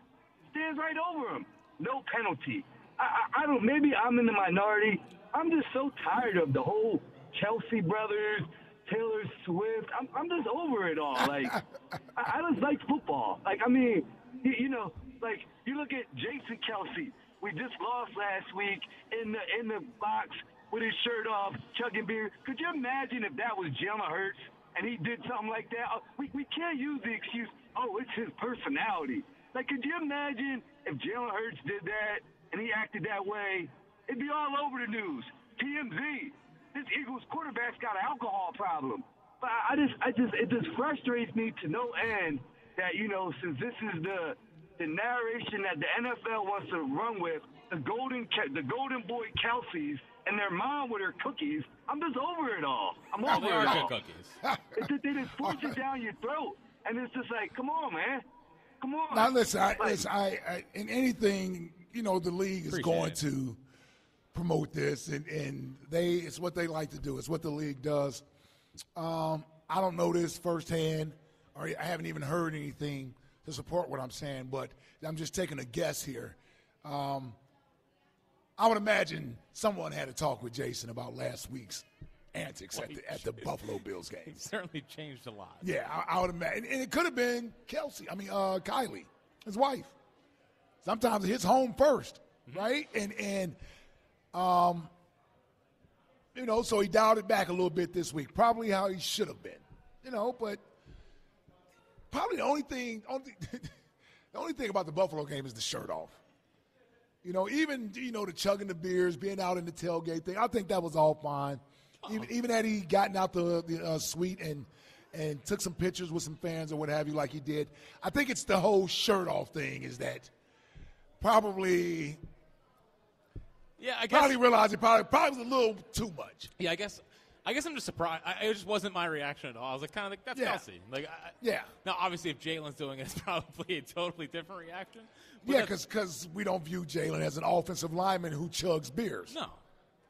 S16: Stands right over him. No penalty. I, I, I don't. Maybe I'm in the minority. I'm just so tired of the whole Chelsea brothers, Taylor Swift. I'm, I'm just over it all. Like I, I just like football. Like I mean, you, you know, like you look at Jason Kelsey. We just lost last week in the in the box with his shirt off, chugging beer. Could you imagine if that was Jalen Hurts and he did something like that? Oh, We we can't use the excuse. Oh, it's his personality. Like, could you imagine if Jalen Hurts did that and he acted that way? It'd be all over the news. TMZ. This Eagles quarterback's got an alcohol problem. But I I just, I just, it just frustrates me to no end that you know, since this is the the narration that the NFL wants to run with, the golden, Ke- the golden boy Kelsey's and their mom with her cookies. I'm just over it all. I'm
S1: Oh,
S16: over
S1: they
S16: it
S1: are
S16: all.
S1: good cookies.
S16: It's just, they just force it down your throat, and it's just like, come on, man, come on.
S2: Now listen, I,
S16: Like,
S2: listen I, I in anything you know the league is
S16: Appreciate
S2: going
S16: it.
S2: to promote this, and and they it's what they like to do. It's what the league does. Um, I don't know this firsthand, or I haven't even heard anything to support what I'm saying, but I'm just taking a guess here. Um, I would imagine someone had a talk with Jason about last week's antics at the, at the Buffalo Bills game.
S1: It certainly changed a lot.
S2: Yeah, I, I would imagine. And it could have been Kelsey. I mean, uh, Kylie, his wife. Sometimes it hits home 1st right? And and um, you know, so he dialed it back a little bit this week. Probably how he should have been, you know. But probably the only thing, only, the only thing about the Buffalo game is the shirt off. You know, even you know the chugging the beers, being out in the tailgate thing. I think that was all fine. Even even had he gotten out the the uh, suite and and took some pictures with some fans or what have you, like he did. I think it's the whole shirt off thing is that probably
S1: Yeah, I guess.
S2: probably realized it probably probably was a little too much.
S1: Yeah, I guess. I guess I'm just surprised. I, it just wasn't my reaction at all. I was like, kind of like that's
S2: Yeah.
S1: Kelsey. Like, I,
S2: Yeah.
S1: Now, obviously, if Jalen's doing it, it's probably a totally different reaction. But
S2: Yeah,
S1: that's-
S2: because we don't view Jalen as an offensive lineman who chugs beers.
S1: no,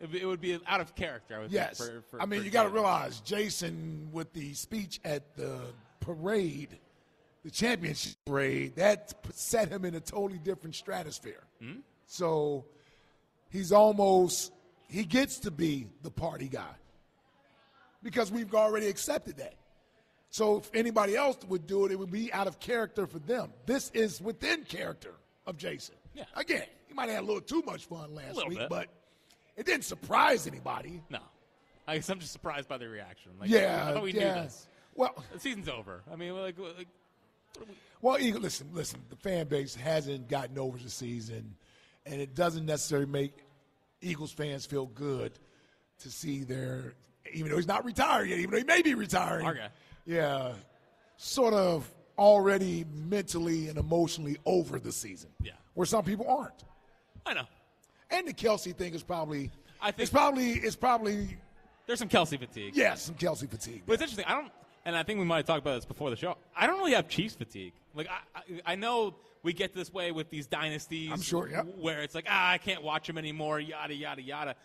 S1: it, it would be out of character. I would
S2: Yes.
S1: Think, for, for,
S2: I mean,
S1: for
S2: you got to
S1: Jalen.
S2: realize Jason with the speech at the parade, the championship parade, that p- set him in a totally different stratosphere.
S1: Hmm?
S2: So he's almost he gets to be the party guy because we've already accepted that. So if anybody else would do it, it would be out of character for them. This is within character of Jason. Yeah. Again, he might have had a little too much fun last
S1: little
S2: week,
S1: bit.
S2: but it didn't surprise anybody.
S1: No, I guess I'm just surprised by the reaction. Like,
S2: Yeah,
S1: I thought we
S2: yeah.
S1: knew this.
S2: Well,
S1: the season's over. I mean, like, like
S2: Well, Eagle, listen, listen. The fan base hasn't gotten over the season, and it doesn't necessarily make Eagles fans feel good to see their, even though he's not retired yet, even though he may be retiring.
S1: Okay.
S2: Yeah, sort of already mentally and emotionally over the season.
S1: Yeah.
S2: Where some people aren't.
S1: I know.
S2: And the Kelsey thing is probably.
S1: I think
S2: it's probably it's probably
S1: there's some Kelsey fatigue.
S2: yeah some Kelsey fatigue.
S1: But it's interesting. I don't, and I think we might have talked about this before the show. I don't really have Chiefs fatigue. Like I, I, I know we get this way with these dynasties.
S2: I'm sure, yeah.
S1: Where it's like, ah, I can't watch them anymore. Yada yada yada.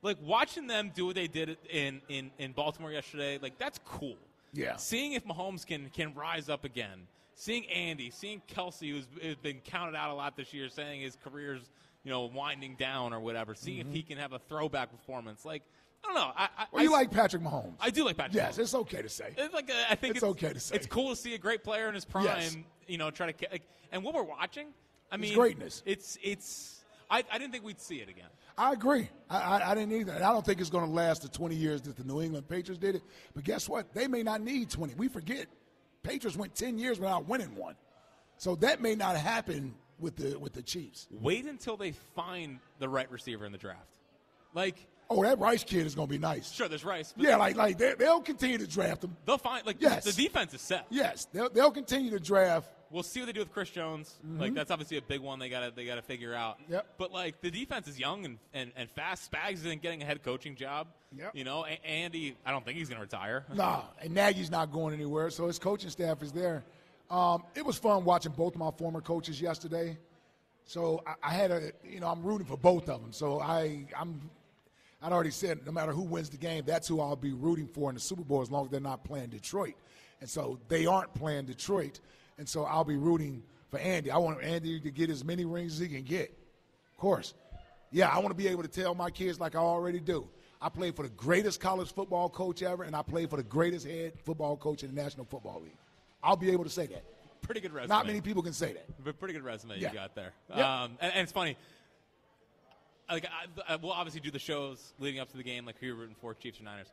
S1: Like watching them do what they did in in in Baltimore yesterday. Like that's cool.
S2: Yeah.
S1: Seeing if Mahomes can can rise up again. Seeing Andy, seeing Kelsey, who's, who's been counted out a lot this year, saying his career's you know winding down or whatever. Seeing
S2: Mm-hmm.
S17: Mhm.
S1: if he can have a throwback performance. Like don't know. I, I,
S2: Well, you like Patrick Mahomes.
S1: I do like Patrick.
S2: Yes,
S1: Mahomes.
S2: it's okay to say.
S1: It's like uh, I think
S2: It's
S1: it's,
S2: okay to say.
S1: It's cool to see a great player in his prime.
S2: Yes.
S1: You know, try to ca- like, and what we're watching. I
S2: It's
S1: mean,
S2: greatness.
S1: It's it's. I, I didn't think we'd see it again.
S2: I agree. I, I, I didn't either. And I don't think it's going to last the 20 years that the New England Patriots did it. But guess what? They may not need 20. We forget Patriots went 10 years without winning one. So that may not happen with the with the Chiefs.
S1: Wait until they find the right receiver in the draft. Like,
S2: oh, that Rice kid is going to be nice.
S1: Sure, there's Rice. but-
S2: Yeah, like like they, they'll continue to draft him.
S1: they'll find like
S2: Yes.
S1: the defense is set.
S2: Yes, they'll, they'll continue to draft.
S1: We'll see what they do with Chris Jones.
S2: Mhm.
S1: Like that's obviously a big one they gotta they gotta figure out.
S2: Yep.
S1: But like the defense is young and, and, and fast. Spags isn't getting a head coaching job.
S2: Yep.
S1: You know, A- Andy I don't think he's gonna retire.
S2: Nah, and Nagy's not going anywhere, so his coaching staff is there. Um, it was fun watching both my former coaches yesterday. So I, I had a, you know, I'm rooting for both of them. So I, I'm, I'd already said no matter who wins the game, that's who I'll be rooting for in the Super Bowl as long as they're not playing Detroit. And so they aren't playing Detroit, and so I'll be rooting for Andy. I want Andy to get as many rings as he can get. Of course. Yeah, I want to be able to tell my kids like I already do. I played for the greatest college football coach ever, and I played for the greatest head football coach in the National Football League. I'll be able to say that.
S1: Pretty good resume.
S2: Not many people can say that.
S1: But pretty good resume
S2: Yeah.
S1: you got there.
S2: Yep.
S1: Um, and, and it's funny. Like I, I, we'll obviously do the shows leading up to the game, like who you're rooting for, Chiefs or Niners.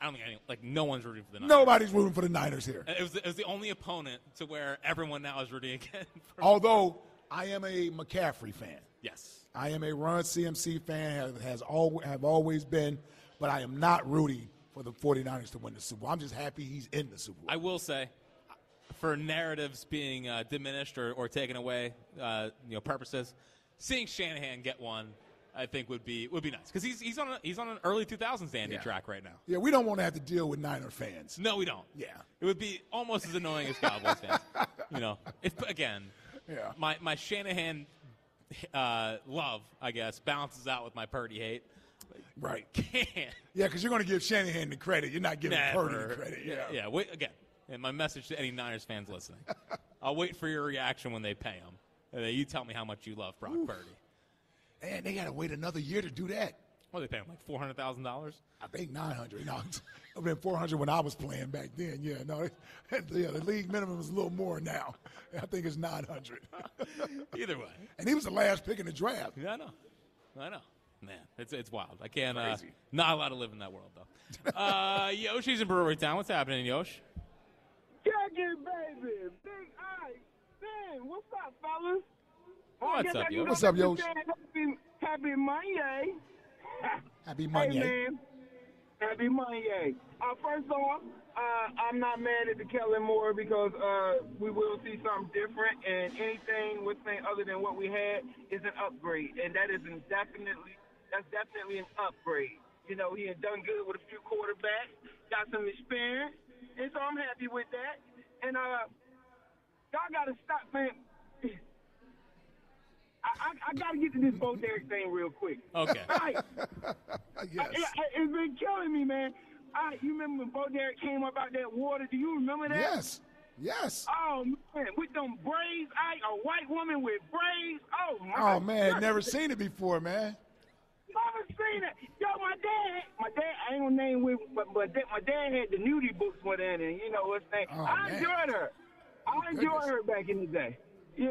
S1: I don't think any, like no one's rooting for the Niners.
S2: Mm-hmm. Nobody's rooting for the Niners here.
S1: It was, it was the only opponent to where everyone now is rooting again.
S2: Although I am a McCaffrey fan.
S1: yes.
S2: I am a Run CMC fan, have, has al- have always been, but I am not rooting for the 49ers to win the Super Bowl. I'm just happy he's in the Super Bowl.
S1: I will say, for narratives being uh, diminished or, or taken away, uh, you know, purposes, seeing Shanahan get one, I think would be would be nice because he's he's on a, he's on an early 2000s Andy
S2: Yeah.
S1: track right now.
S2: Yeah, we don't want to have to deal with Niner fans.
S1: No, we don't.
S2: Yeah.
S1: It would be almost as annoying as Cowboys fans. You know, if again,
S2: Yeah.
S1: my my Shanahan uh, love, I guess, balances out with my Purdy hate.
S2: Right.
S1: Can't.
S2: Yeah, because you're going to give Shanahan the credit. You're not giving Purdy
S1: Never.
S2: the credit. Yeah.
S1: yeah. Wait again. And my message to any Niners fans listening: I'll wait for your reaction when they pay him, and then you tell me how much you love Brock
S2: Oof.
S1: Purdy.
S2: And they got to wait another year to do that.
S1: What they pay him like four hundred thousand dollars?
S2: I think 900. No, it's- I mean 400 when I was playing back then. Yeah, no, it- yeah, the league minimum is a little more now. I think it's 900.
S1: Either way,
S2: and he was the last pick in the draft.
S1: Yeah, I know. I know. Man, it's it's wild. I can't. Uh,
S2: Crazy.
S1: not allowed to live in that world though. uh, Yoshi's in Brewery Town. What's happening, Yosh?
S17: Check it, baby. Big Ice. Man, what's up, fellas? Well, I
S1: What's
S17: guess
S1: up,
S17: I can
S1: Yo?
S17: go
S1: What's
S17: back
S1: up,
S17: to
S1: Yosh?
S17: saying Happy, happy Monday.
S2: Happy
S17: Hey,
S2: Monday.
S17: man. Happy Monday. Uh, first off, uh, I'm not mad at the Kellen Moore because uh, we will see something different, and anything with thing other than what we had is an upgrade, and that is an definitely that's definitely an upgrade. You know, he had done good with a few quarterbacks, got some experience, and so I'm happy with that. And uh, y'all gotta stop, man. I, I, I gotta get to this Bo Derek thing real quick.
S1: Okay.
S17: Right. I- I- it's been killing me, man. I, you remember when Bo Derek came up out that water? Do you remember that?
S2: Yes. Yes.
S17: Oh man, with them braids, I a white woman with braids. Oh my.
S2: Oh, man,
S17: goodness.
S2: never seen it before, man.
S17: Never seen it. Yo, my dad, my dad, I ain't gonna name it, but but that, my dad had the nudie books with her, and you know what's saying.
S2: Oh,
S17: I
S2: man.
S17: enjoyed her. I enjoyed her back in the day. Yeah,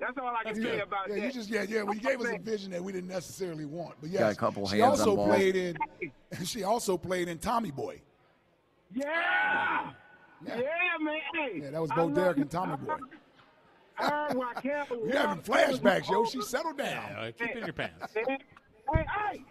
S17: that's all I can
S2: yeah.
S17: say about
S2: yeah,
S17: that.
S2: You just, yeah, yeah. Well, you gave us a
S17: Man.
S2: vision that we didn't necessarily want. But yes,
S18: Got a couple
S2: she
S18: hands on
S2: also
S18: balls.
S2: played in. She also played in Tommy Boy.
S17: Yeah.
S2: Yeah.
S17: man. Hey,
S2: Yeah, that was
S17: I
S2: Bo
S17: love
S2: Derek
S17: you.
S2: and Tommy Boy.
S17: "Oh, I heard Raquel
S2: You're having
S17: Welch was
S2: flashbacks, yo.
S17: older.
S2: She settled down.
S1: Yeah, keep it in your pants.
S17: Hey, hey,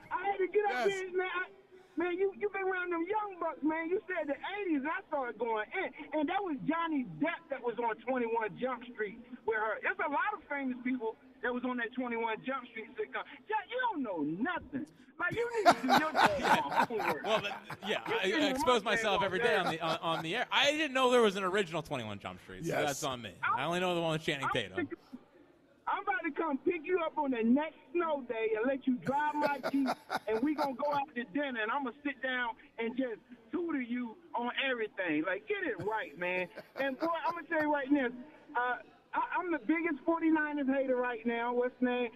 S17: I had to get up here, man. I, man, you you been around them young bucks, man. You said the '80s, and I started going in, and that was Johnny Depp that was on 21 Jump Street with her. There's a lot of famous people that was on that 21 Jump Street sitcom. Jack, you don't know nothing. Like you need to do your damn homework.
S1: Well, but, yeah,
S17: You
S1: I,
S17: didn't
S1: I
S17: want
S1: expose
S17: that
S1: myself
S17: on
S1: every day
S17: there.
S1: on the on, on the air. I didn't know there was an original 21 Jump Street. So
S17: Yes.
S1: that's on me. I only know the one with Channing Tatum.
S17: I'm about to come pick you up on the next snow day and let you drive my Jeep, and we gonna go out to dinner, and I'm gonna sit down and just tutor you on everything. Like, get it right, man. And boy, I'm gonna tell you right now, uh, I, I'm the biggest 49ers hater right now. What's his name?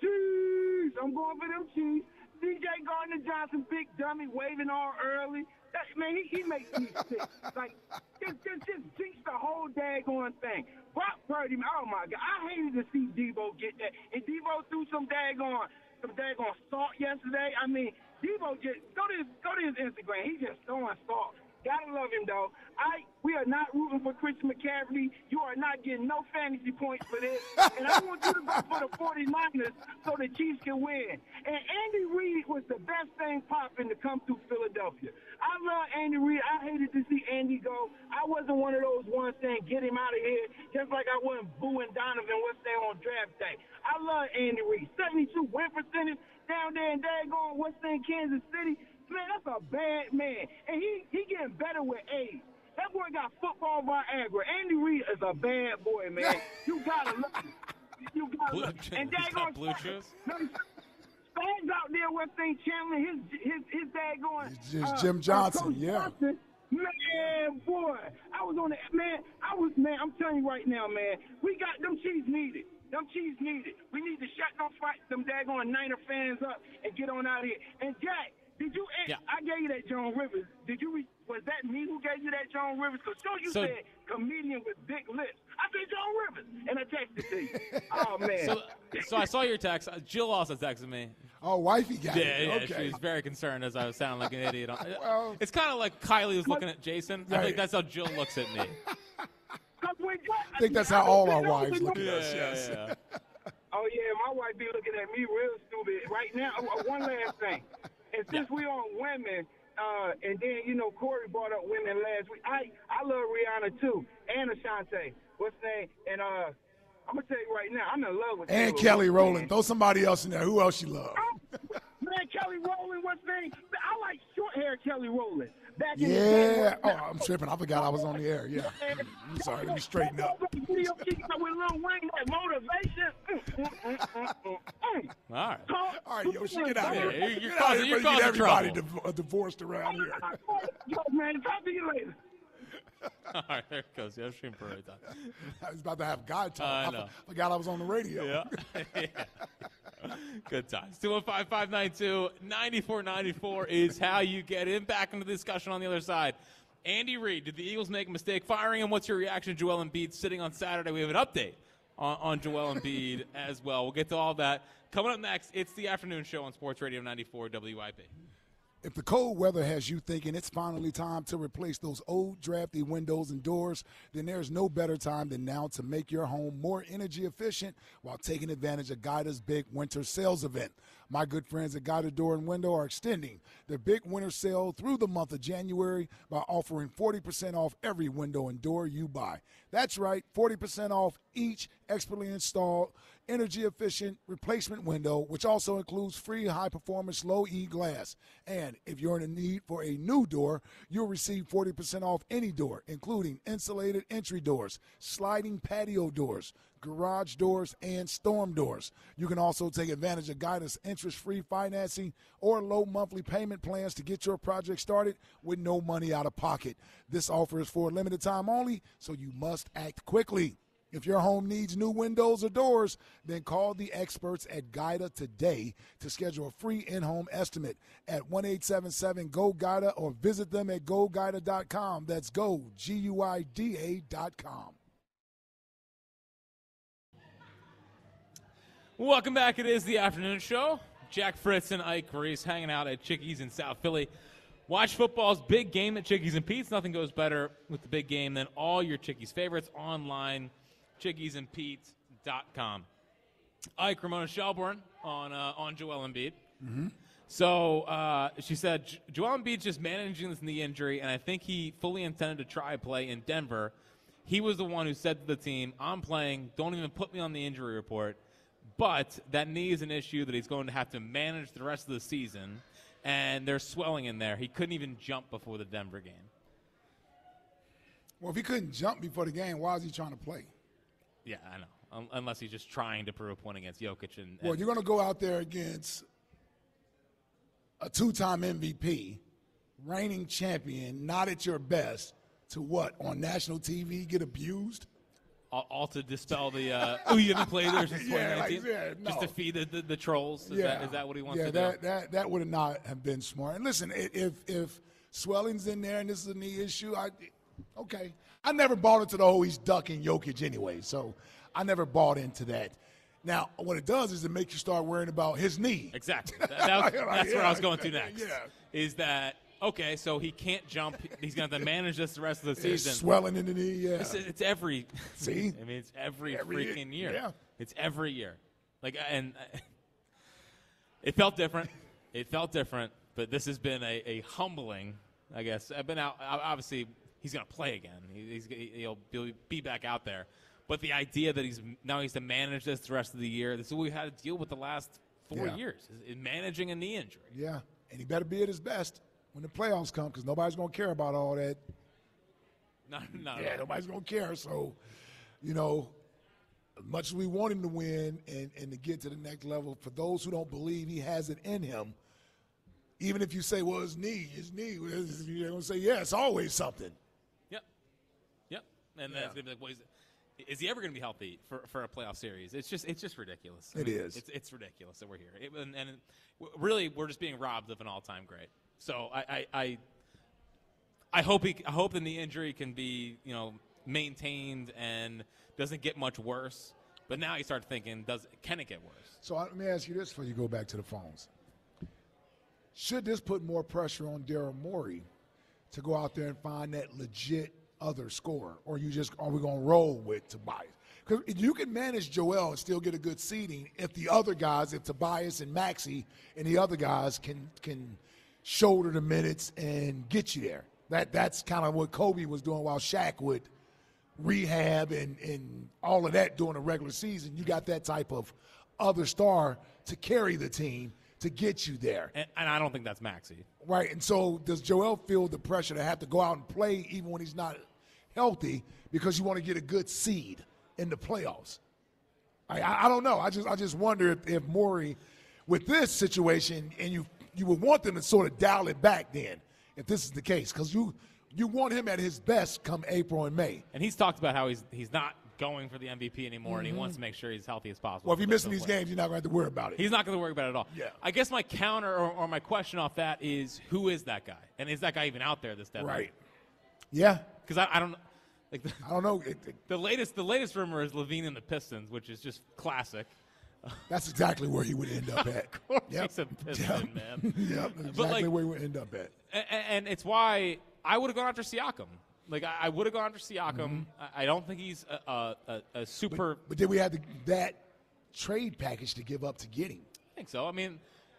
S17: Chiefs. I'm going for them Chiefs. DJ Gardner Johnson, big dummy, waving all early. That man, he, he makes me sick. Like just just just jinx the whole daggone thing. Brock Purdy, man, oh my god, I hated to see Debo get that, and Debo threw some daggone some daggone salt yesterday. I mean, Debo just go to his, go to his Instagram. He just throwing salt. Gotta love him though. I we are not rooting for Christian McCaffrey. You are not getting no fantasy points for this. and I want you to vote for the 49ers so the Chiefs can win. And Andy Reid was the best thing popping to come through Philadelphia. I love Andy Reid. I hated to see Andy go. I wasn't one of those ones saying get him out of here, just like I wasn't booing Donovan what's there on draft day. I love Andy Reid. 72 win percentage down there in daggone what's in Kansas City. Man, that's a bad man. And he, he getting better with age. That boy got football Viagra. Andy Reid is a bad boy, man. You gotta love him. You gotta
S1: Blue-
S17: love him. And
S1: he's got
S17: daggone
S1: blue
S17: Spags-
S1: chews?
S17: No, Spags out there with St. Chandler, his his his daggone
S2: just
S17: uh,
S2: Jim
S17: uh,
S2: Johnson,
S17: Coach
S2: yeah.
S17: Johnson. Man, boy, I was on the man. I was man. I'm telling you right now, man. We got them cheese needed. Them cheese needed. We need to shut them fight them daggone Niner fans up and get on out of here. And Jack, did you?
S1: Yeah.
S17: I gave you that Joan Rivers. Did you? Re, was that me who gave you that Joan Rivers? Cause sure you
S1: So-
S17: said comedian with big lips. I said Joan Rivers, and I texted it to you. oh man.
S1: So, so I saw your text. Uh, Jill also texted me.
S2: Oh, wifey got
S1: yeah,
S2: it.
S1: Yeah,
S2: Okay.
S1: she was very concerned as I was sounding like an idiot. on- it's kind of like Kylie was looking at Jason. I
S2: Right.
S1: think that's how Jill looks at me.
S17: Cause when Jack,
S2: I think that's how all our wives
S1: yeah,
S2: look at us.
S1: yeah,
S2: Yes.
S1: yeah.
S17: Oh yeah, my wife be looking at me real stupid right now. Oh, One last thing, and since we on women, uh, and then you know Corey brought up women last week. I I love Rihanna too, and Ashanti. What's her name? And uh, I'm gonna tell you right now, I'm in love with
S2: And
S17: Taylor
S2: Kelly
S17: Swift,
S2: Rowland. Throw somebody else in there. Who else you love?
S17: Man, Man, Kelly Rowland, what's her name? Man, I like short hair Kelly Rowland. Back in the day,
S2: Yeah. Oh, I'm tripping. I forgot I was on the air. Yeah. I'm sorry. Let me straighten up.
S17: video kicking up with Lil Wayne, that motivation. Mm, mm, mm, mm, mm, mm.
S1: All right.
S17: Call-
S2: All right, yo, she get out of here.
S1: Yeah, you're
S2: Get
S1: causing-
S2: out of
S1: you're
S2: here before you get
S1: causing
S2: everybody
S1: trouble.
S2: div- uh, divorced around here.
S17: Yo, man, talk to you later.
S1: All right, there it goes. Yeah, stream parade time.
S2: I was about to have God talk.
S1: I
S2: I,
S1: know.
S2: for- forgot I was on the radio.
S1: Yeah. Good times. oh 215 592 9494 is how you get in. Back into the discussion on the other side. Andy Reid, did the Eagles make a mistake firing him? What's your reaction to Joel Embiid sitting on Saturday? We have an update on, on Joel Embiid as well. We'll get to all that. Coming up next, it's the afternoon show on Sports Radio 94 WIP.
S2: If the cold weather has you thinking it's finally time to replace those old drafty windows and doors, then there's no better time than now to make your home more energy efficient while taking advantage of Guida's big winter sales event. My good friends at Guida Door and Window are extending their big winter sale through the month of January by offering 40% off every window and door you buy. That's right, 40% off each expertly installed energy efficient replacement window, which also includes free high performance low E glass. And if you're in need for a new door, you'll receive 40% off any door, including insulated entry doors, sliding patio doors, garage doors, and storm doors. You can also take advantage of guidance interest free financing or low monthly payment plans to get your project started with no money out of pocket. This offer is for a limited time only, so you must act quickly. If your home needs new windows or doors, then call the experts at Guida today to schedule a free in-home estimate at one eight seven seven go guida or visit them at goguida.com. That's go g u i d a dot com.
S1: Welcome back. It is the afternoon show. Jack Fritz and Ike Reese hanging out at Chickies in South Philly. Watch football's big game at Chickies and Pete's. Nothing goes better with the big game than all your Chickies favorites online, chickiesandpete's.com. Ike Ramona Shelburne on uh, on Joel Embiid.
S19: Mhm.
S1: So uh, she said, "Jo- Joel Embiid's just managing this knee injury, and I think he fully intended to try a play in Denver. He was the one who said to the team, I'm playing, don't even put me on the injury report. But that knee is an issue that he's going to have to manage the rest of the season, and there's swelling in there. He couldn't even jump before the Denver game.
S2: Well, if he couldn't jump before the game, why is he trying to play?
S1: Yeah, I know. Un- unless he's just trying to prove a point against Jokic. And,
S2: Well,
S1: and-
S2: you're going to go out there against a two-time MVP, reigning champion, not at your best, to what on national TV get abused?
S1: all, all to dispel the uh, oh you haven't played there since
S2: Yeah,
S1: 2019
S2: like, yeah,
S1: just
S2: no.
S1: to feed the, the, the trolls is, that, is that what he wants
S2: yeah,
S1: to
S2: that,
S1: do
S2: that that would not have been smart. And listen, i- if if swelling's in there and this is a knee issue, I okay. I never bought into the whole he's ducking Jokic anyway, so I never bought into that. Now, what it does is it makes you start worrying about his knee.
S1: exactly That- that was-
S2: Like,
S1: that's where I was
S2: yeah,
S1: going to
S2: yeah,
S1: next
S2: yeah.
S1: is that okay so he can't jump he's going to have to manage this the rest of the
S2: It's
S1: season
S2: swelling in the knee. Yeah,
S1: It's, it's every.
S2: See?
S1: I mean, it's every,
S2: Every year.
S1: freaking year.
S2: Yeah.
S1: It's every year. Like, and it felt different. It felt different, but this has been a, a humbling, I guess. I've been out. ob- Obviously, he's going to play again. He, he's g- he'll be- be back out there. But the idea that he's now he's to manage this the rest of the year. This is what we had to deal with the last four
S2: Yeah.
S1: years: is- is managing a knee injury.
S2: yeah, and he better be at his best when the playoffs come, because nobody's going to care about all that
S1: Not, not
S2: yeah, nobody's gonna care. So, you know, as much as we want him to win and, and to get to the next level, for those who don't believe he has it in him, even if you say, "Well, his knee, his knee," you're gonna say, "Yeah, it's always something."
S1: Yep. Yep. And that's gonna be like, what is, is he ever gonna be healthy for, for a playoff series? It's just it's just ridiculous.
S2: It is.
S1: It's, it's ridiculous that we're here, It- and, and w- really we're just being robbed of an all time great. So I I, I I hope he I hope that the injury can be you know maintained and doesn't get much worse. But now you start thinking, does can it get worse?
S2: So I- let me ask you this before you go back to the phones: Should this put more pressure on Daryl Morey to go out there and find that legit other scorer, or you just are we gonna roll with Tobias? Because you can manage Joel and still get a good seeding if the other guys, if Tobias and Maxi and the other guys can can shoulder the minutes and get you there. That that's kind of what Kobe was doing while Shaq would rehab and, and all of that during the regular season. You got that type of other star to carry the team to get you there.
S1: And, and I don't think that's Maxi.
S2: Right. And so does Joel feel the pressure to have to go out and play even when he's not healthy because you want to get a good seed in the playoffs? I, I, I don't know. I just I just wonder if, if Maury, with this situation, and you you would want them to sort of dial it back then, if this is the case, because you you want him at his best come April and May.
S1: And he's talked about how he's he's not going for the MVP anymore, and
S2: Mhm.
S1: he wants to make sure he's healthy as possible.
S2: Well, if you're
S1: for the-
S2: missing
S1: for the
S2: these
S1: playoffs.
S2: games, you're not going to have to worry about it.
S1: He's not going to worry about it at all.
S2: Yeah.
S1: I guess my counter or, or my question off that is who is that guy? And is that guy even out there this deadline?
S2: Right. Yeah.
S1: Because I, I don't like the,
S2: I don't know.
S1: the latest the latest rumor is Levine and the Pistons, which is just classic.
S2: That's exactly where he would end up at.
S1: Of course
S2: Yep.
S1: he's a Piston, man.
S2: yep,
S1: But,
S2: exactly
S1: like,
S2: where he would end up at.
S1: A- a- and it's why I would have gone after Siakam. Like I, I would have gone after Siakam. I, I don't think he's a, a, a, a super.
S2: Mm-hmm. But then we had the, that trade package to give up to get him.
S1: I think so. I mean,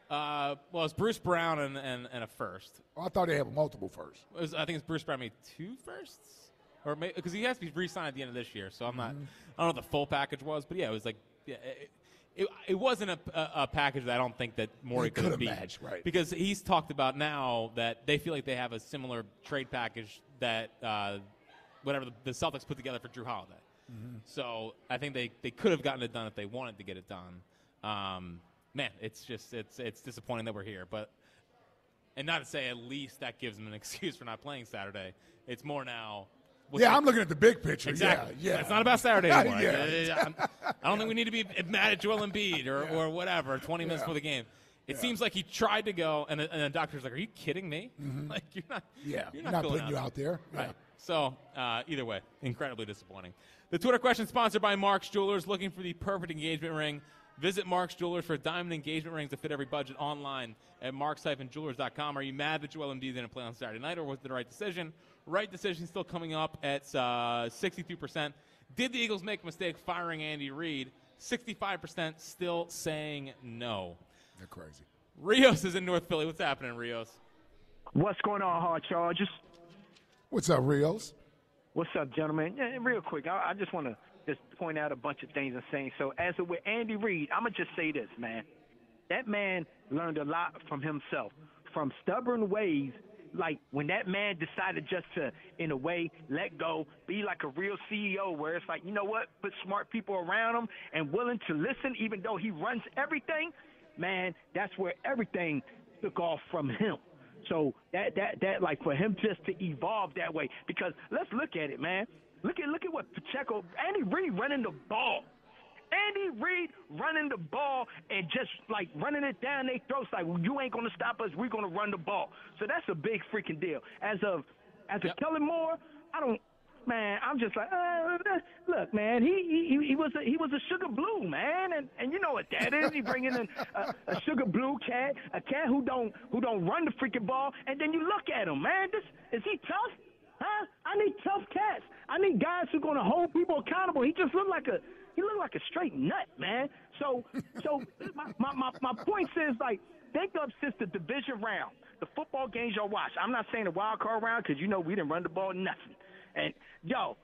S1: uh, well, it's Bruce Brown and, and, and a first.
S2: Oh, I thought they had multiple first.
S1: It was- I think it's Bruce Brown made two firsts, or because he has to be re-signed at the end of this year. So I'm not.
S2: Mm-hmm.
S1: I don't know what the full package was, but yeah, it was like yeah, it, it, it wasn't a, a, a package that I don't think that Morey
S2: They
S1: could
S2: could've
S1: have beat.
S2: matched, right.
S1: Because he's talked about now that they feel like they have a similar trade package that uh, whatever the, the Celtics put together for Drew Holiday.
S18: Mhm.
S1: So I think they, they could have gotten it done if they wanted to get it done. Um, man, it's just it's it's disappointing that we're here, but and not to say at least that gives them an excuse for not playing Saturday. It's more now. what's
S2: yeah,
S1: the-
S2: I'm looking at the big picture.
S1: Exactly.
S2: Yeah, yeah.
S1: It's not about Saturday anymore.
S2: Yeah.
S1: I, I'm- I don't think we need to be mad at Joel Embiid or, or whatever 20 minutes
S2: Yeah.
S1: before the game. It
S2: Yeah.
S1: seems like he tried to go, and the, and the doctor's like, "Are you kidding me?
S2: Mhm.
S1: Like you're not.
S2: Yeah,
S1: you're not,
S2: we're not
S1: going
S2: putting you out there. Yeah.
S1: Right. So uh, either way, incredibly disappointing. The Twitter question sponsored by Mark's Jewelers. Looking for the perfect engagement ring? Visit Mark's Jewelers for diamond engagement rings to fit every budget online at marks-jewelers.com. Are you mad that Joel Embiid didn't play on Saturday night, or was it the right decision? Right decision still coming up at uh, 62%. Did the Eagles make a mistake firing Andy Reid? 65% still saying no.
S2: They're crazy.
S1: Rios is in North Philly. What's happening, Rios?
S20: What's going on, Hard Chargers?
S2: What's up, Rios?
S20: What's up, gentlemen? Yeah, and real quick, I, I just want to just point out a bunch of things and saying. So, as it with Andy Reid, I'm gonna just say this, man. That man learned a lot from himself, from stubborn ways. Like when that man decided just to, in a way, let go, be like a real CEO, where it's like, you know what, put smart people around him and willing to listen, even though he runs everything. Man, that's where everything took off from him. So that that that like for him just to evolve that way because let's look at it, man. Look at look at what Pacheco, Andy Reid running the ball. Andy Reid running the ball and just like running it down their throats like well, you ain't gonna stop us, we're gonna run the ball. So that's a big freaking deal. As of as of Kellen Moore, I don't man, I'm just like uh, that- look, man, he, he he was a, he was a sugar blue man, and, and you know what that is. He bringing in a, a sugar blue cat, a cat who don't who don't run the freaking ball, and then you look at him, man. This is he tough? Huh? I need tough cats. I need guys who gonna hold people accountable. He just looked like a he looked like a straight nut, man. So so my my, my, my point is like think of since the division round, the football games y'all watch. I'm not saying the wild card round because you know we didn't run the ball nothing. And yo,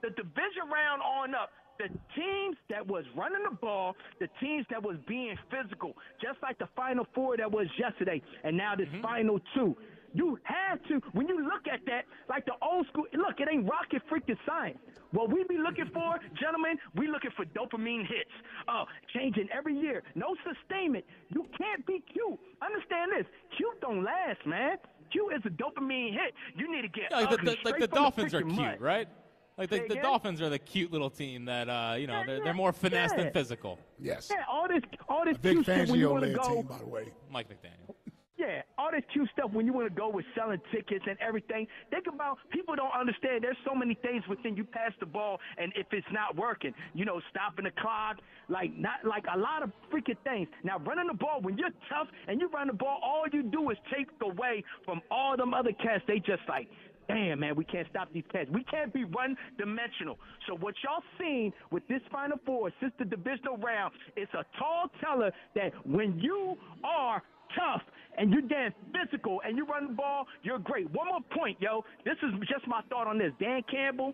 S20: the division round on up, the teams that was running the ball, the teams that was being physical, just like the final four that was yesterday, and now this
S1: Mm-hmm.
S20: final two. You had to when you look at that, like the old school. Look, it ain't rocket freaking science. What we be looking for, gentlemen, we looking for dopamine hits. Oh, changing every year, no sustainment. You can't be cute. Understand this? Cute don't last, man. Cute is a dopamine hit. You need to get
S1: Yeah, like, the,
S20: ugly
S1: the, like
S20: straight
S1: the
S20: from
S1: Dolphins are
S20: freaking
S1: cute,
S20: mud.
S1: right? Like the,
S20: Say
S1: the
S20: again?
S1: Dolphins are the cute little team that uh, you know they're, they're more finesse
S20: yeah.
S1: than physical.
S2: Yes.
S20: Yeah, all this, all this
S2: Big
S20: cute shit when you want to
S2: Fangio-led
S20: go.
S2: team, by the way.
S1: Mike McDaniel.
S20: Yeah, all this cute stuff when you want to go with selling tickets and everything. Think about people don't understand. There's so many things within you pass the ball, and if it's not working, you know, stopping the clock, like not like a lot of freaking things. Now running the ball when you're tough and you run the ball, all you do is take away from all them other cats. They just like. Damn, man, we can't stop these cats. We can't be one dimensional. So, what y'all seen with this Final Four since the divisional round, it's a tall teller that when you are tough and you're damn physical and you run the ball, you're great. One more point, yo. This is just my thought on this. Dan Campbell,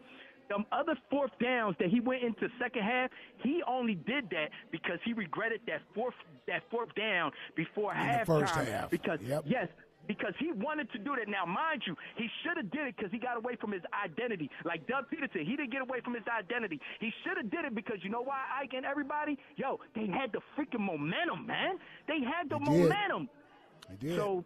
S20: them other fourth downs that he went into second half, he only did that because he regretted that fourth that fourth down before
S2: In the first
S20: halftime.
S2: half.
S20: Because yes, because he wanted to do that. Now, mind you, he should have did it because he got away from his identity. Like Doug Peterson, he didn't get away from his identity. He should have did it because you know why Ike and everybody, yo, they had the freaking momentum, man. They had the
S2: They did.
S20: momentum.
S2: They did.
S20: So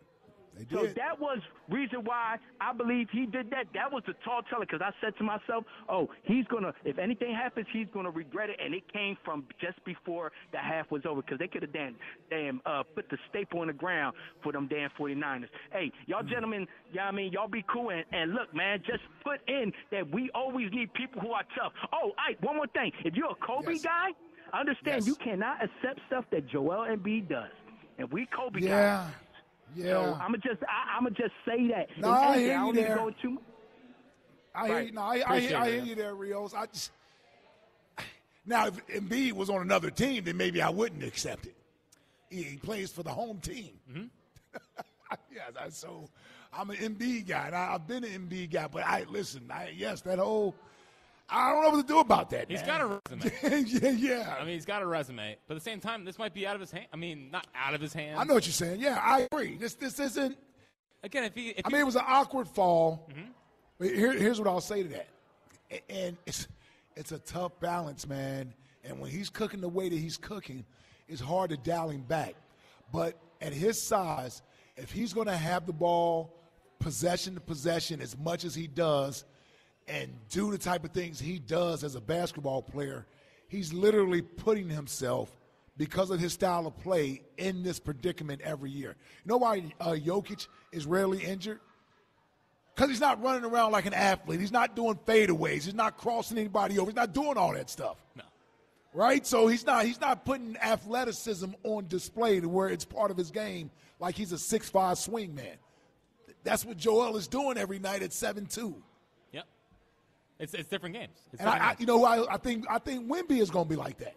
S2: They
S20: so
S2: did.
S20: that was reason why I believe he did that. That was the tall teller because I said to myself, "Oh, he's gonna. If anything happens, he's gonna regret it." And it came from just before the half was over because they could have damn, damn, uh, put the staple in the ground for them damn 49ers. Hey,
S2: Mm-hmm.
S20: y'all gentlemen, y'all I mean, y'all be cool and, and look, man, just put in that we always need people who are tough. Oh, Ike, one more thing. If you're a Kobe guy, understand you cannot accept stuff that Joel Embiid does, and we Kobe
S2: Yeah.
S20: guys.
S2: Yeah.
S20: So I'ma just I, I'ma just say that. And
S2: No, I
S20: Andy,
S2: hear you
S20: don't need to
S2: there.
S20: go too much.
S2: I hear
S20: Right.
S2: you. No, I, I,
S20: Appreciate
S2: I
S20: it,
S2: hear
S20: man.
S2: you there, Rios. I just now if Embiid was on another team, then maybe I wouldn't accept it. He, he plays for the home team. yes, I, so I'm an Embiid guy. And I, I've been an Embiid guy, but I listen. I yes, that whole I don't know what to do about that.
S1: He's
S2: man.
S1: got a resume.
S2: yeah, yeah.
S1: I mean, he's got a resume, but at the same time, this might be out of his hand. I mean, not out of his hand.
S2: I know what you're saying. Yeah, I agree. This this isn't.
S1: Again, if he, if
S2: I
S1: he-
S2: mean, it was an awkward fall.
S1: Mhm.
S2: But here, here's what I'll say to that, A- and it's it's a tough balance, man. And when he's cooking the way that he's cooking, it's hard to dial him back. But at his size, if he's going to have the ball possession to possession as much as he does, and do the type of things he does as a basketball player, he's literally putting himself because of his style of play in this predicament every year. You know why uh, Jokic is rarely injured? Because he's not running around like an athlete. He's not doing fadeaways. He's not crossing anybody over. He's not doing all that stuff. No. Right? So he's not he's not putting athleticism on display to where it's part of his game like he's a six five swing man. That's what Joel is doing every night at seven two.
S1: yep, it's it's different games. It's
S2: And I, I,
S1: different
S2: you know, I, I think I think Wimby is going to be like that.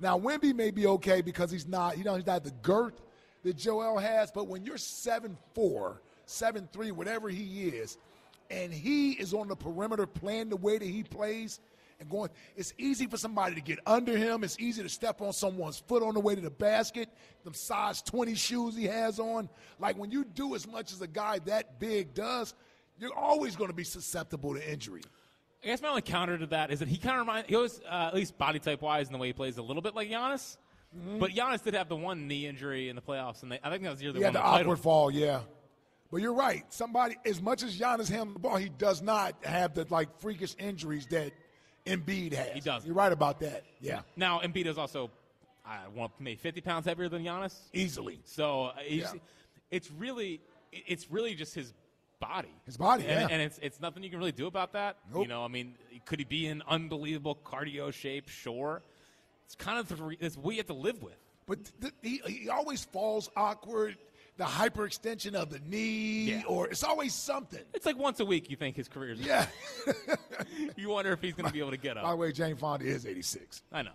S2: Now, Wimby may be okay because he's not, you know, he's not the girth that Joel has. But when you're seven four, seven three, whatever he is, and he is on the perimeter playing the way that he plays and going, it's easy for somebody to get under him. It's easy to step on someone's foot on the way to the basket. Them size twenty shoes he has on. Like when you do as much as a guy that big does, you're always going to be susceptible to injury.
S1: I guess my only counter to that is that he kind of reminds, he always, uh, at least body type wise and the way he plays, a little bit like Giannis.
S2: Mm-hmm.
S1: But Giannis did have the one knee injury in the playoffs, and they, I think that was the year they
S2: He
S1: won
S2: had the
S1: title.
S2: awkward fall, yeah. But you're right. Somebody, as much as Giannis handles the ball, he does not have the like freakish injuries that Embiid has. He does. You're right about that. Yeah.
S1: Now Embiid is also, I want maybe 50 pounds heavier than Giannis
S2: easily.
S1: So uh, he's,
S2: Yeah.
S1: it's really, it- it's really just his body.
S2: His body,
S1: and,
S2: yeah.
S1: and it's it's nothing you can really do about that. You know, I mean, could he be in unbelievable cardio shape? Sure. It's kind of the re- it's what you have to live with.
S2: But th- he, he always falls awkward. The hyperextension of the knee, or it's always something.
S1: It's like once a week you think his career's
S2: yeah.
S1: you wonder if he's going to be able to get up.
S2: By the way, Jane Fonda is 86.
S1: I know.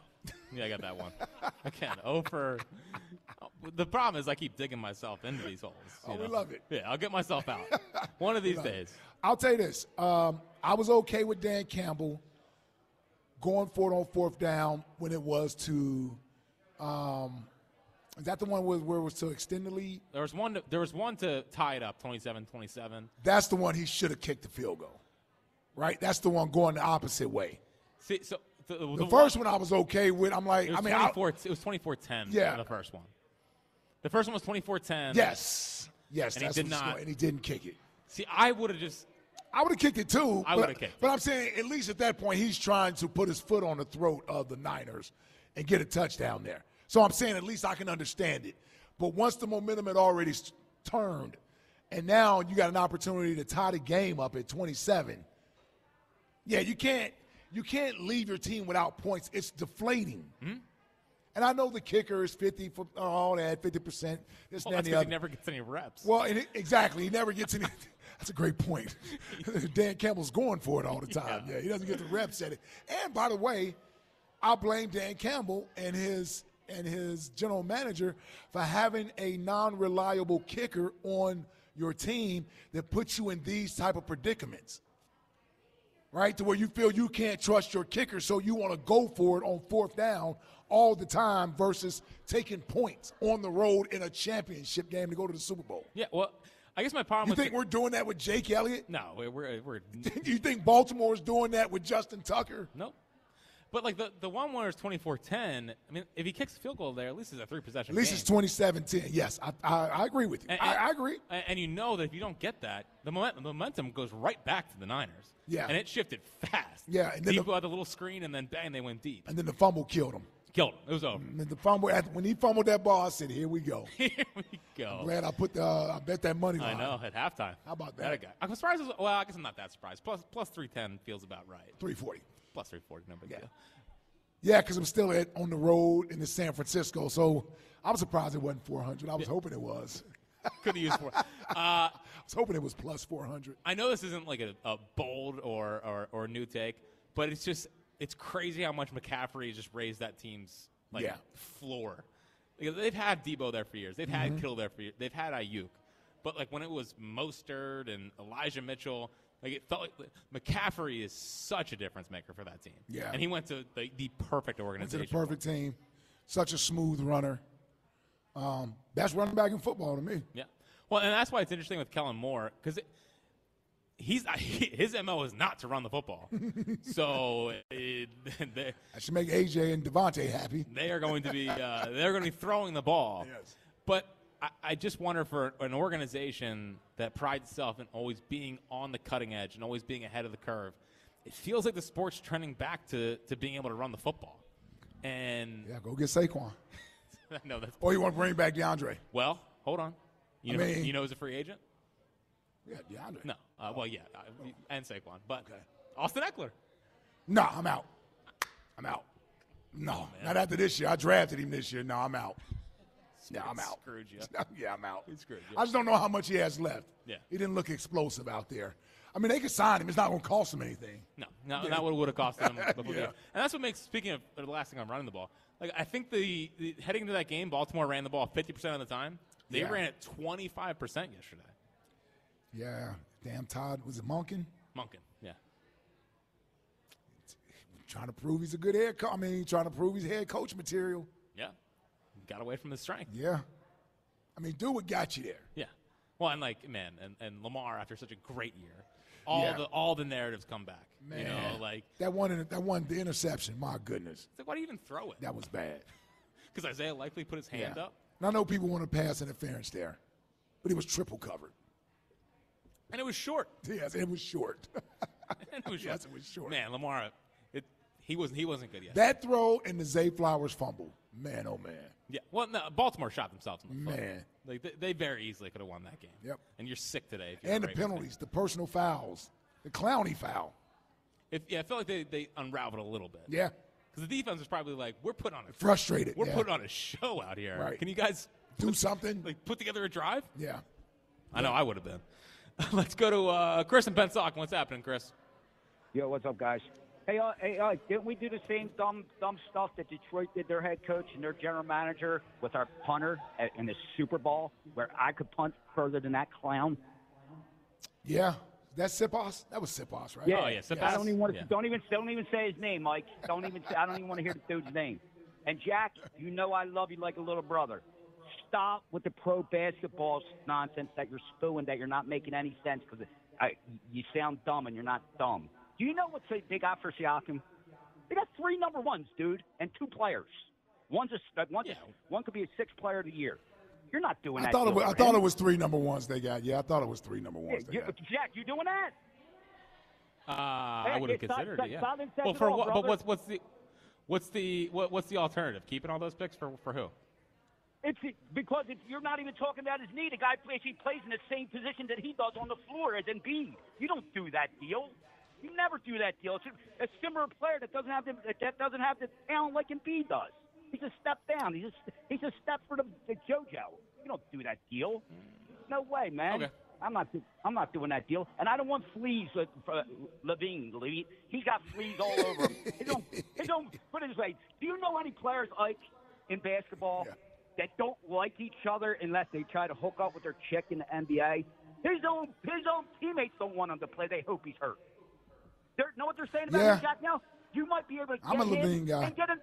S1: Yeah, I got that one. Again, over. The problem is I keep digging myself into these holes.
S2: Oh,
S1: you
S2: we
S1: know?
S2: love it.
S1: Yeah, I'll get myself out one of
S2: We
S1: these
S2: love it.
S1: days.
S2: I'll tell you this. Um, I was okay with Dan Campbell going for it on fourth down when it was to. Um, is that the one where, where it was to extend the lead?
S1: There was one. There was one to tie it up, 27-27.
S2: That's the one he should have kicked the field goal, right? That's the one going the opposite way.
S1: See, so the,
S2: The,
S1: the
S2: first one I was okay with. I'm like,
S1: It was
S2: I mean, I,
S1: 24, it was 24-10
S2: Yeah.
S1: the first one. The first one was 24-10.
S2: yes, yes,
S1: And he
S2: that's
S1: did
S2: what it's
S1: not-
S2: going- and he didn't kick it.
S1: See, I would have just.
S2: I would have kicked it too.
S1: I
S2: but-
S1: would've kicked
S2: But I'm saying, at least at that point, he's trying to put his foot on the throat of the Niners and get a touchdown there. So I'm saying, at least I can understand it. But once the momentum had already s- turned, and now you got an opportunity to tie the game up at 27. Yeah, you can't you can't leave your team without points. It's deflating.
S1: Hmm?
S2: And I know the kicker is 50 for uh, all that, 50 percent. This
S1: Well,
S2: that,
S1: oh, that's
S2: and the
S1: because
S2: other.
S1: he never gets any reps.
S2: Well, and it, exactly. He never gets any. That's a great point. Dan Campbell's going for it all the time. Yeah. he doesn't get the reps at it. And by the way, I blame Dan Campbell and his and his general manager for having a non-reliable kicker on your team that puts you in these type of predicaments. Right? To where you feel you can't trust your kicker, so you want to go for it on fourth down all the time versus taking points on the road in a championship game to go to the Super Bowl.
S1: Yeah. Well, I guess my problem.
S2: You
S1: with
S2: think
S1: the-
S2: we're doing that with Jake Elliott?
S1: No, we're we're, we're
S2: you think Baltimore's doing that with Justin Tucker?
S1: Nope. But like the, the one where it's 24-10, I mean, if he kicks a field goal there, at least it's a three possession.
S2: At least
S1: game.
S2: it's 2017. Yes, I, I, I agree with you. I, I agree.
S1: And, and you know that if you don't get that, the momentum, the momentum goes right back to the Niners.
S2: Yeah.
S1: And it shifted fast.
S2: Yeah, and then
S1: Debo had the little screen, and then bang, they went deep.
S2: And Mm-hmm. then the fumble killed him.
S1: Killed him. It was over.
S2: And the fumble after- when he fumbled that ball, I said, "Here we go."
S1: Go.
S2: I'm glad I put the uh, I bet that money
S1: I
S2: line.
S1: know at halftime.
S2: How about
S1: That a
S2: that?
S1: guy. I'm surprised. as- Well, I guess I'm not that surprised. Plus, plus three ten feels about right.
S2: 340.
S1: Plus three forty. No big deal.
S2: Yeah, because I'm still at, on the road in the San Francisco, so I'm surprised it wasn't 400. I was hoping it was.
S1: Could have used four. Uh,
S2: I was hoping it was plus 400.
S1: I know this isn't like a, a bold or, or or new take, but it's just it's crazy how much McCaffrey has just raised that team's like
S2: Yeah.
S1: floor. Like, they've had Debo there for years. They've had
S2: Mhm.
S1: Kittle there for years. They've had Ayuk, but like when it was Mostert and Elijah Mitchell, like it felt like McCaffrey is such a difference maker for that team.
S2: Yeah.
S1: and he went to the, the perfect
S2: Went to
S1: organization.
S2: the perfect team. Such a smooth runner. Um, that's running back in football to me.
S1: Yeah. Well, and that's why it's interesting with Kellen Moore because he's his mo is not to run the football. so it, they,
S2: I should make AJ and Devontae happy.
S1: they are going to be uh, they're going to be throwing the ball. Yes. But I, I just wonder for an organization that prides itself in always being on the cutting edge and always being ahead of the curve, it feels like the sport's trending back to to being able to run the football. And
S2: Yeah, go get Saquon.
S1: no, that's
S2: Or you want to bring back DeAndre?
S1: well, hold on. You
S2: I
S1: know,
S2: mean-
S1: you know, he's a free agent.
S2: Yeah, DeAndre.
S1: No, uh, well, yeah, uh, and Saquon, but Austin Eckler.
S2: No, I'm out. I'm out. No,
S1: Oh,
S2: not after this year. I drafted him this year. No, I'm out. No, I'm out.
S1: Screwed you.
S2: yeah, I'm out.
S1: He screwed you.
S2: I just don't know how much he has left.
S1: Yeah.
S2: He didn't look explosive out there. I mean, they could sign him. It's not going to cost him anything.
S1: No, no,
S2: Yeah.
S1: not what it would have cost them. the full
S2: Yeah.
S1: game. And that's what makes, speaking of the last thing I'm running the ball, like I think the, the heading to that game, Baltimore ran the ball 50% of the time. They
S2: Yeah.
S1: ran it 25% yesterday.
S2: Yeah. Damn, Todd. Was it Monken?
S1: Munkin, yeah.
S2: Trying to prove he's a good head coach. I mean, trying to prove he's head coach material.
S1: Yeah. Got away from his strength.
S2: Yeah. I mean, do what got you there.
S1: Yeah. Well, and like, man, and, and Lamar after such a great year, all,
S2: Yeah.
S1: the, all the narratives come back. You know,
S2: Man.
S1: like,
S2: That one, in- that one, the interception. My goodness.
S1: it's like, why do you even throw it?
S2: That was bad.
S1: Because Isaiah likely put his hand
S2: Yeah.
S1: up.
S2: And I know people want to pass interference there, but he was triple covered.
S1: And it was short.
S2: Yes, it was short.
S1: and it was short. Yes, it was short. Man, Lamar, it, he wasn't he wasn't good yet.
S2: That throw and the Zay Flowers fumble. Man, oh man.
S1: Yeah. Well, no, Baltimore shot themselves in the foot.
S2: Man.
S1: Like they, they very easily could have won that game.
S2: Yep.
S1: And you're sick today. If you're
S2: And the
S1: a Ravens fan.
S2: penalties, the personal fouls, the clowny foul.
S1: If, yeah, I feel like they, they unraveled a little bit.
S2: Yeah.
S1: Because the defense was probably like, we're put on a
S2: Frustrated,
S1: We're
S2: yeah.
S1: put on a show out here.
S2: Right.
S1: Can you guys
S2: do something?
S1: Like put together a drive?
S2: Yeah.
S1: I know I would have been. Let's go to uh, Chris and Pensock. What's happening, Chris?
S18: Yo, what's up, guys? Hey, uh, hey, uh, didn't we do the same dumb, dumb stuff that Detroit did their head coach and their general manager with our punter at, in the Super Bowl, where I could punt further than that clown?
S2: Yeah. That's Sipos? That was Sipos, right?
S18: Oh,
S2: Oh,
S18: I don't even want to, don't even don't even say his name, Mike. Don't even say, I don't even want to hear the dude's name. And Jack, you know I love you like a little brother. Stop with the pro basketball nonsense that you're spewing that you're not making any sense because you sound dumb and you're not dumb. Do you know what they- they got for Siakam? They got three number ones, dude, and two players. One's a stud- one's a- one could be a six player of the year. You're not doing
S2: I
S18: that.
S2: thought it
S18: deal
S2: was, I
S18: for
S2: thought
S18: him.
S2: it was three number ones they got. Yeah, I thought it was three number
S18: Yeah,
S2: ones they
S18: you-
S2: got.
S18: Jack, you doing that?
S1: Uh, I
S18: Hey,
S1: would have
S18: it's not-
S1: considered it.
S18: it's
S1: Yeah.
S18: not intentional,
S1: well, for what? But
S18: brother.
S1: what's what's the what's the what, what's the alternative? Keeping all those picks for for who?
S18: It's because if you're not even talking about his knee. The guy plays he plays in the same position that he does on the floor as Embiid. You don't do that deal. You never do that deal. It's a, a similar player that doesn't have the that doesn't have the talent like Embiid does. He's a step down. He's a, he's a step for the, the JoJo. You don't do that deal. No way, man. I'm not. do- I'm not doing that deal. And I don't want fleas. With, for uh, Levine, Levine, he's got fleas all over him. He don't. He don't. Put it this way. Do you know any players like in basketball that don't like each other unless they try to hook up with their chick in the NBA? His own. His own teammates don't want him to play. They hope he's hurt. They're, know what they're saying about
S2: Yeah.
S18: him, Jack? Now you might be able to.
S2: I'm
S18: get
S2: a Levine
S18: him
S2: guy.
S18: And get him.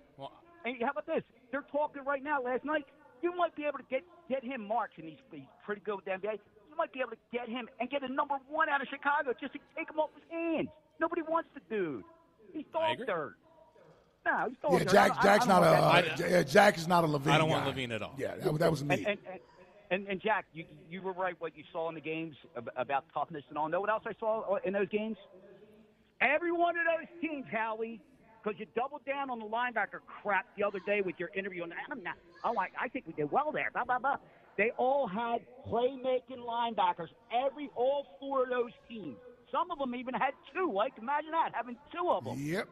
S18: And how about this? They're talking right now. Last night, you might be able to get get him March, and he's, he's pretty good with the NBA. You might be able to get him and get a number one out of Chicago just to take him off his hands. Nobody wants the dude. He's dog dirt. No, he's dog
S2: Yeah,
S18: dirt.
S2: Jack,
S18: I- I-
S2: Jack's
S18: I
S2: not
S18: don't
S2: a.
S18: want that
S2: Uh,
S18: guy.
S2: J- yeah, Jack is not a Levine.
S1: I don't want
S2: guy.
S1: Levine at all.
S2: Yeah, that, that was me.
S18: And, and, and, and Jack, you, you were right what you saw in the games ab- about toughness and all. Know what else I saw uh, in those games? Every one of those teams, Howie, because you doubled down on the linebacker crap the other day with your interview. And I'm not, oh, I, I think we did well there. Blah, blah, blah. They all had playmaking linebackers. Every, all four of those teams. Some of them even had two. Like, imagine that, having two of them.
S2: Yep.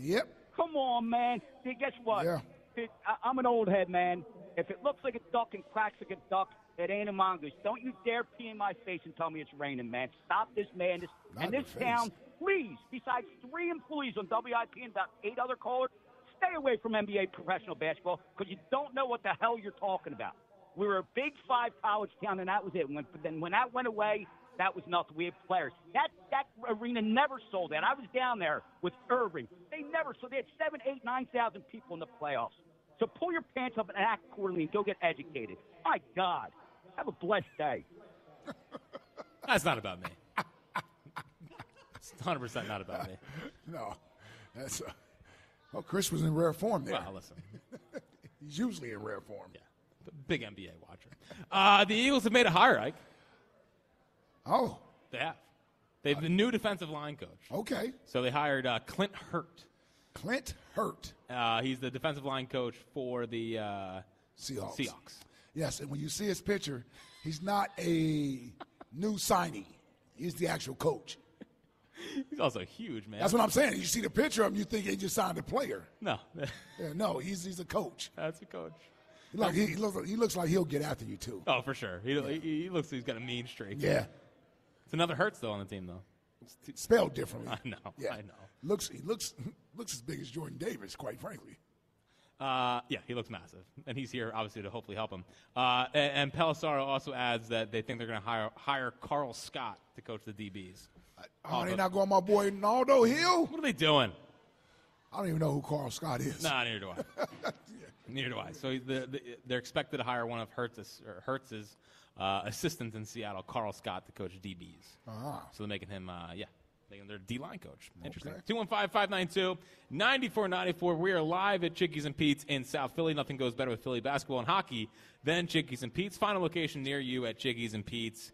S2: Yep.
S18: Come on, man. See, guess what? It, I, I'm an old head, man. If it looks like a duck and cracks like a duck, it ain't a mongoose. Don't you dare pee in my face and tell me it's raining, man. Stop this madness.
S2: Not
S18: and
S2: in
S18: this
S2: the face.
S18: town, please, besides three employees on WIP and about eight other callers, stay away from NBA professional basketball because you don't know what the hell you're talking about. We were a big five college town, and that was it. When, then when that went away, that was nothing. We had players. That that arena never sold out. I was down there with Irving. They never sold. They had seven, eight, nine thousand people in the playoffs. So pull your pants up and act quarterly and go get educated. My God, have a blessed day.
S1: That's not about me. It's 100 percent not about me.
S2: No, that's. Uh, oh, Chris was in rare form there.
S1: Well, listen.
S2: He's usually in rare form. Yeah.
S1: Big NBA watcher. Uh, the Eagles have made a hire, Ike.
S2: Oh.
S1: They have. They have the new defensive line coach.
S2: Okay.
S1: So they hired uh, Clint Hurt.
S2: Clint Hurt.
S1: Uh, he's the defensive line coach for the uh,
S2: Seahawks.
S1: Seahawks.
S2: Yes, and when you see his picture, he's not a new signee. He's the actual coach.
S1: He's also huge, man.
S2: That's what I'm saying. You see the picture of him, you think he just signed a player.
S1: No.
S2: Yeah, no, he's he's a coach.
S1: That's a coach.
S2: He, look, he, he looks like, he looks like he'll get after you too.
S1: oh, for sure. He, he, he looks like he's got a mean streak.
S2: Yeah.
S1: It's another Hurt still on the team, though.
S2: Spelled differently.
S1: I know. I know.
S2: Looks he looks looks as big as Jordan Davis, quite frankly.
S1: Uh, yeah, he looks massive, and he's here obviously to hopefully help him. Uh, and, and Pelissaro also adds that they think they're going to hire hire Carl Scott to coach the DBs.
S2: Oh,
S1: Oh,
S2: they
S1: but-
S2: not going my boy Naldo Hill.
S1: What are they doing?
S2: I don't even know who Carl Scott is.
S1: Nah, neither do I. Neither do I. So the, the, they're expected to hire one of Hertz's, or Hertz's uh, assistants in Seattle, Carl Scott, to coach DBs.
S2: Ah.
S1: So they're making him, uh, yeah, making him their D line coach. Interesting.
S2: Okay.
S1: 215 592 9494. We are live at Chickies and Pete's in South Philly. Nothing goes better with Philly basketball and hockey than Chickies and Pete's. Find a location near you at chickiesandpete's.com.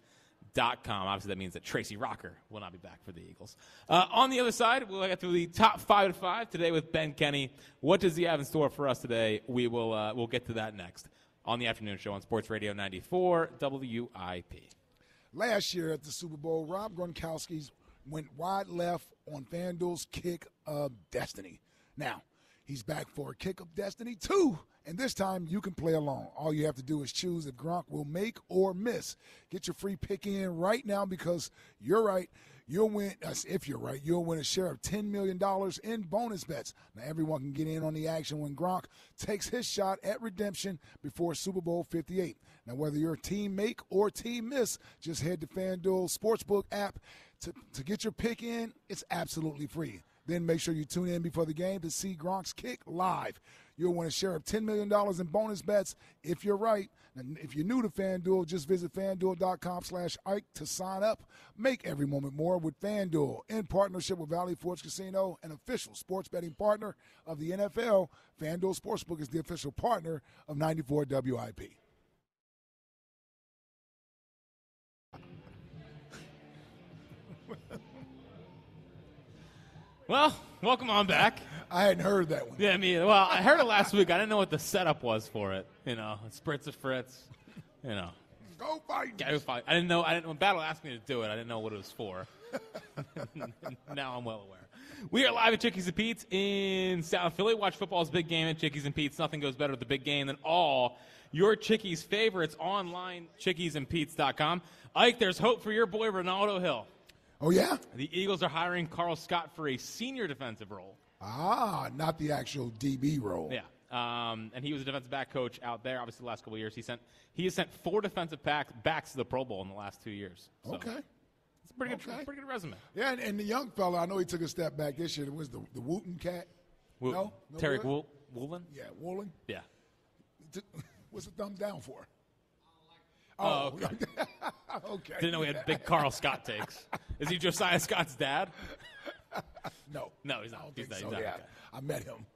S1: Eagles.com. Obviously, that means that Tracy Rocker will not be back for the Eagles. Uh, on the other side, we'll get through the top five to five today with Ben Kenny. What does he have in store for us today? We will uh, we'll get to that next on the afternoon show on Sports Radio 94 WIP.
S2: Last year at the Super Bowl, Rob Gronkowski went wide left on FanDuel's Kick of Destiny. Now, he's back for Kick of Destiny 2, and this time you can play along. All you have to do is choose if Gronk will make or miss. Get your free pick in right now because you're right. You'll win, uh, if you're right, you'll win a share of $10 million in bonus bets. Now, everyone can get in on the action when Gronk takes his shot at redemption before Super Bowl 58. Now, whether you're a team make or team miss, just head to FanDuel Sportsbook app to, to get your pick in. It's absolutely free. Then make sure you tune in before the game to see Gronk's kick live. You'll win a share of $10 million in bonus bets if you're right. And if you're new to FanDuel, just visit FanDuel.com slash Ike to sign up. Make every moment more with FanDuel in partnership with Valley Forge Casino, an official sports betting partner of the NFL. FanDuel Sportsbook is the official partner of 94 WIP.
S1: Well, welcome on back.
S2: I hadn't heard that one.
S1: Yeah, me. either. Well, I heard it last week. I didn't know what the setup was for it. You know, spritz of Fritz. You know,
S2: Go fight.
S1: Yeah, it was fine. I didn't know. I didn't. When Battle asked me to do it, I didn't know what it was for. now I'm well aware. We are live at Chickies and Pete's in South Philly. Watch football's big game at Chickies and Pete's. Nothing goes better with the big game than all your Chickies favorites online. ChickiesandPete's.com. Ike, there's hope for your boy Ronaldo Hill.
S2: Oh, yeah?
S1: The Eagles are hiring Carl Scott for a senior defensive role.
S2: Ah, not the actual DB role.
S1: Yeah. Um, and he was a defensive back coach out there. Obviously, the last couple of years, he sent he has sent four defensive back, backs to the Pro Bowl in the last two years. So,
S2: Okay.
S1: It's a pretty good, pretty good resume.
S2: Yeah, and, and the young fella, I know he took a step back this year. It was the, the Wooten cat.
S1: Wool-
S2: No? no
S1: Tarek
S2: good?
S1: Wool- Woolen.
S2: Yeah, Woolen.
S1: Yeah.
S2: T- What's the thumbs down for?
S1: Oh, okay.
S2: okay.
S1: Didn't know we had big Carl Scott takes. Is he Josiah Scott's dad?
S2: No.
S1: No, he's not. He's not.
S2: So,
S1: he's not.
S2: yeah,
S1: Okay.
S2: I met him.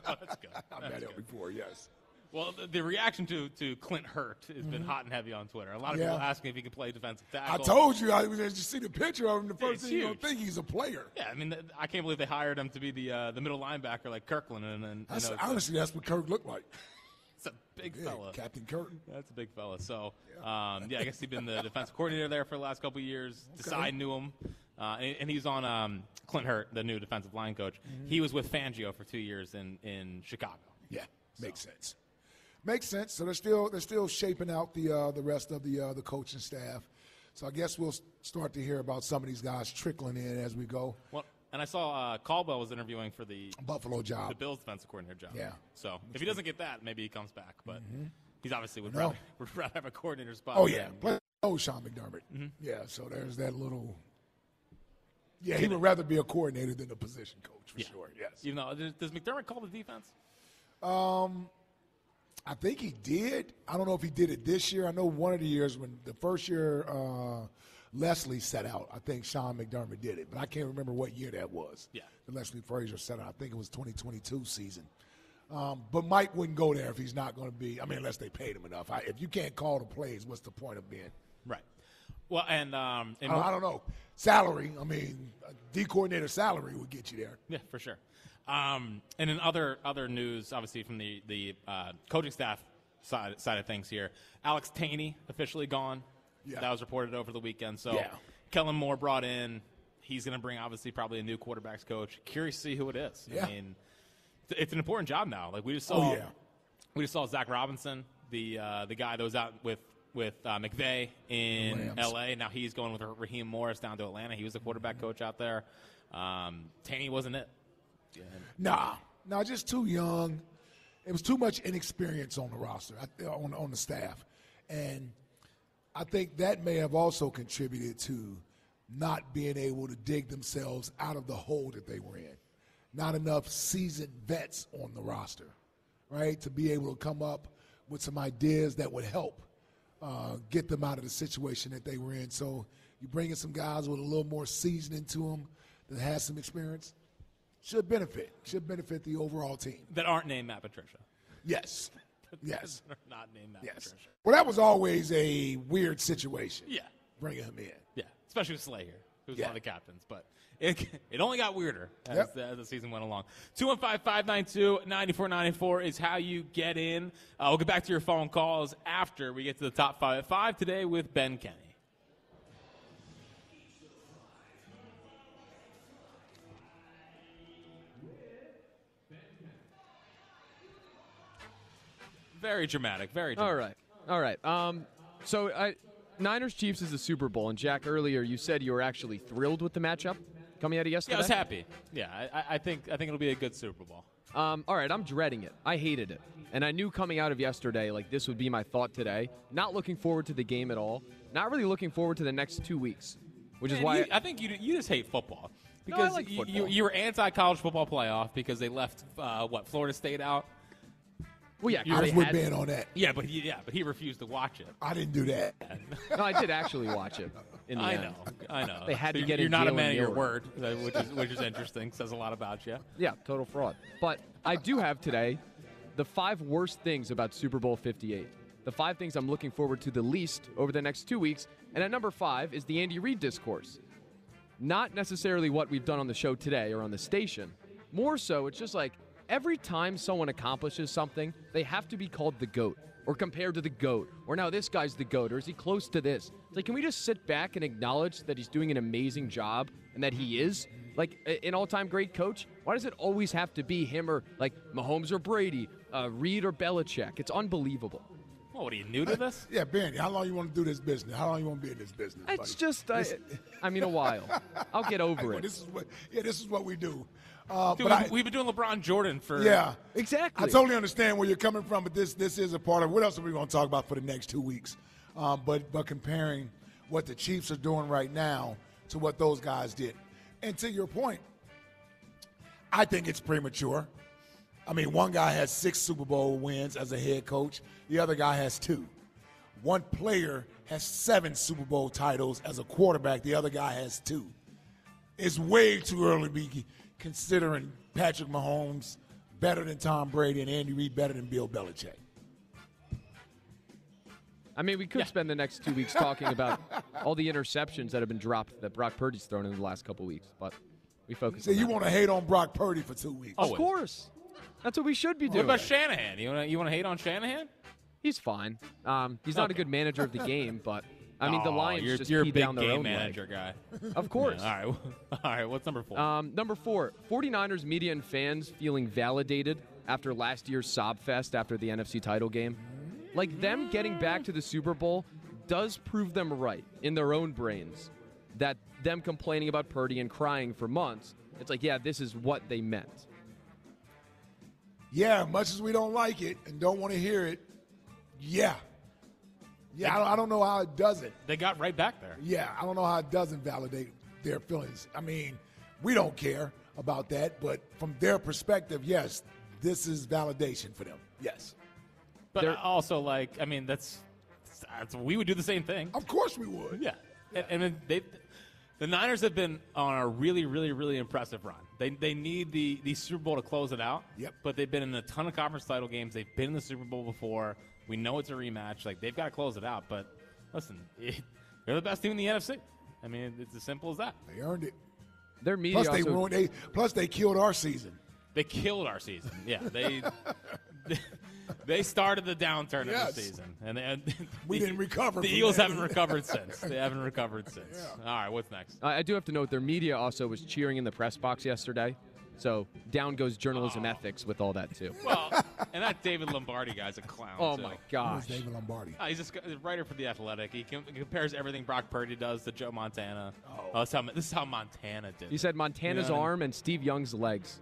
S1: That's good.
S2: I
S1: That's
S2: met him
S1: good.
S2: before, yes.
S1: Well, the, the reaction to, to Clint Hurt has been
S2: Mhm.
S1: hot and heavy on Twitter. A lot of
S2: Yeah.
S1: people asking if he can play defensive
S2: I
S1: tackle.
S2: told you, I was you see the picture of him. The first
S1: it's
S2: thing you don't
S1: huge.
S2: think he's a player.
S1: Yeah, I mean, th- I can't believe they hired him to be the uh, the middle linebacker like Kirkland, and then
S2: That's, honestly, that's what Kirk looked like.
S1: it's a big fella,
S2: Captain Curtin.
S1: That's a big fella. So, um, yeah, I guess he's been the defensive coordinator there for the last couple of years.
S2: Okay.
S1: Desai knew him, uh, and, and he's on um, Clint Hurt, the new defensive line coach.
S2: Mhm.
S1: He was with Fangio for two years in in Chicago.
S2: Yeah, makes sense. Makes sense. So they're still they're still shaping out the uh, the rest of the uh, the coaching staff. So I guess we'll s- start to hear about some of these guys trickling in as we go.
S1: Well, and I saw uh, Caldwell was interviewing for the
S2: Buffalo job.
S1: the Bills defensive coordinator job.
S2: Yeah.
S1: So if he doesn't get that, maybe he comes back. But
S2: Mhm.
S1: he's obviously would
S2: No.
S1: rather, would rather have a coordinator spot.
S2: Oh
S1: than-
S2: yeah, Play- oh Sean McDermott. Yeah, so there's that little. Yeah, he would rather be a coordinator than a position coach for
S1: Yeah.
S2: sure. Yes.
S1: Even though does- does McDermott call the defense?
S2: Um, I think he did. I don't know if he did it this year. I know one of the years when the first year uh, Leslie set out, I think Sean McDermott did it, but I can't remember what year that was.
S1: Yeah.
S2: that Leslie Frazier set out. I think it was 2022 season. Um, but Mike wouldn't go there if he's not going to be. I mean, unless they paid him enough. I, if you can't call the plays, what's the point of being?
S1: Right. Well, and um, and
S2: I, I don't know. Salary. I mean, a D coordinator salary would get you there.
S1: Yeah, for sure. Um, and in other other news, obviously from the the uh, coaching staff side side of things here, Alex Taney officially gone.
S2: Yeah.
S1: That was reported over the weekend. So
S2: Yeah.
S1: Kellen Moore brought in. He's going to bring obviously probably a new quarterbacks coach. Curious to see who it is.
S2: Yeah.
S1: I mean, th- it's an important job now. Like we just
S2: Oh,
S1: saw.
S2: yeah.
S1: We just saw Zach Robinson, the uh, the guy that was out with with uh, McVay in
S2: Rams.
S1: L.A. Now he's going with Raheem Morris down to Atlanta. He was the quarterback coach out there. Um, Taney wasn't it.
S2: Nah, nah, just too young. It was too much inexperience on the roster, I- on on the staff, and I think that may have also contributed to not being able to dig themselves out of the hole that they were in. Not enough seasoned vets on the roster, right, to be able to come up with some ideas that would help uh, get them out of the situation that they were in. So you bring in some guys with a little more seasoning to them that has some experience should benefit should benefit the overall team.
S1: that aren't named Matt Patricia.
S2: Yes. Yes.
S1: That are not named Matt Patricia.
S2: Well, that was always a weird situation.
S1: Yeah.
S2: bringing him in.
S1: Yeah, especially with Slay here, who's
S2: Yeah.
S1: one of the captains. But it, it only got weirder as,
S2: Yep.
S1: the, as the season went along. 215 592 9494 is how you get in. Uh, we'll get back to your phone calls after we get to the top five at five today with Ben Kenny. Very dramatic. Very dramatic.
S9: All right. All right. Um, so I, Niners Chiefs is the Super Bowl, and Jack, earlier you said you were actually thrilled with the matchup coming out of yesterday.
S1: Yeah, I was happy. Yeah, I- I, I think I think it'll be a good Super Bowl.
S9: Um, all right, I'm dreading it. I hated it. And I knew coming out of yesterday, like, this would be my thought today. Not looking forward to the game at all. Not really looking forward to the next two weeks, which is
S1: Man,
S9: why.
S1: you- I think you you just hate football
S9: No, I
S1: because
S9: like
S1: you- you
S9: football.
S1: you were anti college football playoff because they left uh, what Florida State out.
S9: well, yeah,
S1: You
S9: 'cause
S1: already
S9: they
S1: had-
S9: had-
S1: Yeah, but he, yeah, but he refused to watch it.
S2: I didn't do that.
S9: no, I did actually watch it. In the
S1: I
S9: end.
S1: know, I know.
S9: They had
S1: So
S9: to get.
S1: You're
S9: in
S1: not a
S9: Jalen
S1: man of your
S9: Milroe.
S1: word, uh, which is which is interesting. Says a lot about you.
S9: Yeah, total fraud. But I do have today the five worst things about Super Bowl 58. The five things I'm looking forward to the least over the next two weeks. And at number five is the Andy Reid discourse. Not necessarily what we've done on the show today or on the station. More so, it's just like every time someone accomplishes something, they have to be called the GOAT or compared to the GOAT or now this guy's the GOAT or is he close to this? It's like, can we just sit back and acknowledge that he's doing an amazing job and that he is? Like a- an all-time great coach, why does it always have to be him or like Mahomes or Brady, uh, Reed or Belichick? It's unbelievable.
S1: Well, what are you new to this?
S2: yeah, Ben, how long you want to do this business? How long you want to be in this business?
S9: It's
S2: buddy?
S9: just, I,
S2: This-
S9: I mean, a while. I'll get over
S2: Well,
S9: it.
S2: this is what, yeah, this is what we do. Uh,
S1: Dude,
S2: but
S1: we've,
S2: I,
S1: we've been doing LeBron Jordan for
S2: yeah,
S9: exactly.
S2: I totally understand where you're coming from, but this this is a part of what else are we going to talk about for the next two weeks? Um, but but comparing what the Chiefs are doing right now to what those guys did, and to your point, I think it's premature. I mean, one guy has six Super Bowl wins as a head coach. The other guy has two. One player has seven Super Bowl titles as a quarterback. The other guy has two. It's way too early to be considering Patrick Mahomes better than Tom Brady and Andy Reid better than Bill Belichick.
S9: I mean, we could spend the next two weeks talking about all the interceptions that have been dropped that Brock Purdy's thrown in the last couple weeks, but we focus.
S2: So
S9: on
S2: you
S9: that.
S2: want to hate on Brock Purdy for two weeks?
S9: Of course, that's what we should be
S1: What
S9: doing.
S1: about Shanahan? You want you want to hate on Shanahan?
S9: He's fine. Um, he's not a good manager of the game, but I mean, the
S1: Aw,
S9: Lions
S1: you're,
S9: just
S1: you're a
S9: peed
S1: big
S9: down their
S1: game
S9: own leg.
S1: manager guy.
S9: Of course.
S1: Yeah, all right, all right. What's number four?
S9: Um, number four, 49ers media and fans feeling validated after last year's sob fest after the NFC title game. Like them getting back to the Super Bowl does prove them right in their own brains that them complaining about Purdy and crying for months, it's like, yeah, this is what they meant.
S2: Yeah, much as we don't like it and don't want to hear it, yeah. Yeah, I don't, I don't know how it doesn't.
S1: They got right back there.
S2: Yeah, I don't know how it doesn't validate their feelings. I mean, we don't care about that, but from their perspective, yes, this is validation for them. Yes.
S1: But also, like, I mean, that's, that's we would do the same thing.
S2: Of course, we would.
S1: Yeah, and, and then they, the Niners have been on a really, really, really impressive run. They they need the the Super Bowl to close it out. Yep. But they've been in a ton of conference title games. They've been in the Super Bowl before. We know it's a rematch. Like they've got to close it out. But listen, it, they're the best team in the NFC. I mean, it's as simple as that.
S2: They earned it.
S9: Their
S1: media
S2: plus they
S1: also-
S2: ruined they plus they killed our season.
S1: They killed our season. Yeah, they they started the downturn of
S2: Yes.
S1: the season, and, and
S2: We didn't recover
S1: The
S2: from
S1: Eagles
S2: that.
S1: haven't recovered since. They haven't recovered since. All right, what's next?
S9: I I do have to note their media also was cheering in the press box yesterday. So down goes journalism ethics with all that, too.
S1: Well, and that David Lombardi guy's a clown.
S9: Oh
S1: too.
S9: my gosh.
S2: David Lombardi?
S1: Oh, he's just a writer for the Athletic. He, com- compares everything Brock Purdy does to Joe Montana. Oh, this, is how, this is how Montana did.
S9: He
S1: it.
S9: said Montana's
S1: You know what I mean?
S9: arm and Steve Young's legs.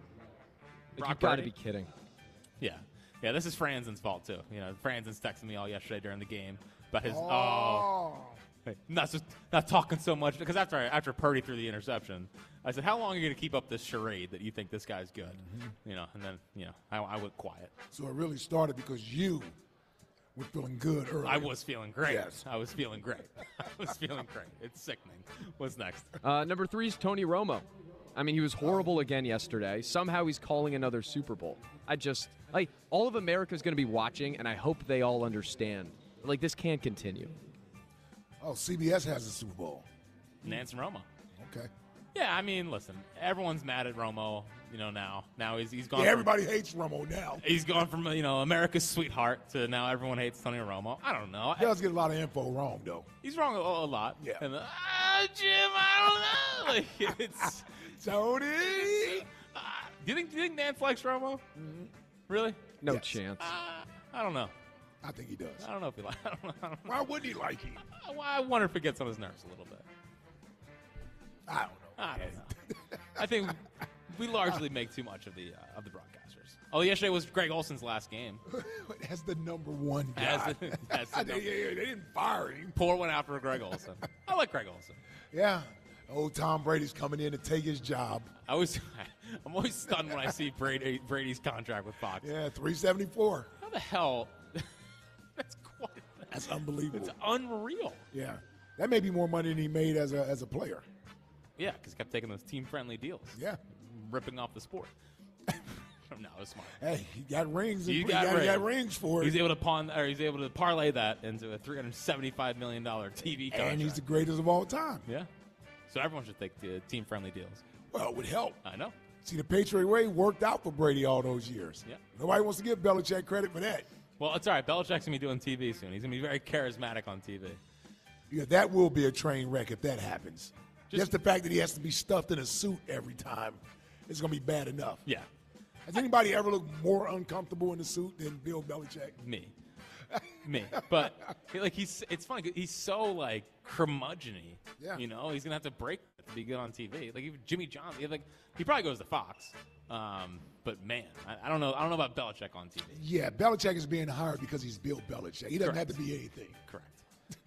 S9: Like, you
S1: Brock
S9: got to
S1: Purdy.
S9: be kidding.
S1: Yeah, yeah. This is Franzen's fault too. You know, Franzen's texting me all yesterday during the game about his.
S2: Oh.
S1: Hey, Not just not talking so much because after I, after Purdy threw the interception, I said, "How long are you going to keep up this charade that you think this guy's good?"
S2: Mm-hmm.
S1: You know, and then you know I, I went quiet.
S2: So it really started because you were feeling good early.
S1: I was feeling great.
S2: Yes.
S1: I was feeling great. I was feeling great. It's sickening. What's next?
S9: Uh, number three is Tony Romo. I mean, he was horrible again yesterday. Somehow he's calling another Super Bowl. I just, like, all of America's going to be watching, and I hope they all understand. Like, this can't continue.
S2: Oh, CBS has a Super Bowl.
S1: Nance and Roma.
S2: Okay.
S1: Yeah, I mean, listen, everyone's mad at Romo, you know, now. Now he's, he's gone.
S2: yeah,
S1: from-
S2: everybody hates Romo now.
S1: He's gone from, you know, America's sweetheart to now everyone hates Tony Romo. I don't know.
S2: He does get a lot of info wrong, though.
S1: He's wrong a, a lot. Yeah. And, uh, "Ah, Jim, I don't know. Like, it's
S2: Tony.
S1: do you think do you think Nance likes Romo?
S2: Mm-hmm.
S1: Really? Uh,
S9: No chance.
S1: I don't know.
S2: I think he does.
S1: I don't know if he likes. I don't know. I don't know.
S2: Why wouldn't he like him?
S1: I wonder if it gets on his nerves a little bit.
S2: I don't know.
S1: I don't know. Ah. I think we largely make too much of the uh, of the broadcasters. Oh, yesterday was Greg Olson's last game.
S2: As the number one guy.
S1: As the- as the
S2: They- yeah, yeah, they didn't fire him.
S1: Pour one out for Greg Olson. I like Greg Olson.
S2: Yeah. Old Tom Brady's coming in to take his job.
S1: I always, I'm always stunned when I see Brady, Brady's contract with Fox.
S2: Yeah, 374.
S1: How the hell? That's
S2: unbelievable.
S1: It's unreal.
S2: Yeah. That may be more money than he made as a, as a player.
S1: Yeah, because kept taking those team-friendly deals.
S2: Yeah.
S1: ripping off the sport. no, it was smart.
S2: Hey, he got rings. and
S1: You
S2: he
S1: got,
S2: he got rings for it.
S1: He's able to pawn, or he's able to parlay that into a three hundred seventy-five million dollar TV contract.
S2: and he's the greatest of all time.
S1: yeah, so everyone should take the team-friendly deals.
S2: Well, it would help.
S1: I know.
S2: See, the Patriot way worked out for Brady all those years.
S1: Yeah.
S2: Nobody wants to give Belichick credit for that.
S1: Well, it's all right. Belichick's gonna be doing TV soon. He's gonna be very charismatic on TV.
S2: Yeah, that will be a train wreck if that happens. Just, the fact that he has to be stuffed in a suit every time is going to be bad enough.
S1: Yeah,
S2: Has anybody ever looked more uncomfortable in a suit than Bill Belichick?
S1: me, me. But like he's, it's funny. 'cause He's so like curmudgeony.
S2: Yeah.
S1: You know, he's gonna have to break to be good on TV. Like even Jimmy Johnson, he- like he probably goes to Fox. Um, but man, I, I don't know. I don't know about Belichick on TV.
S2: Yeah, Belichick is being hired because he's Bill Belichick. He doesn't
S1: Correct.
S2: have to be anything.
S1: Correct.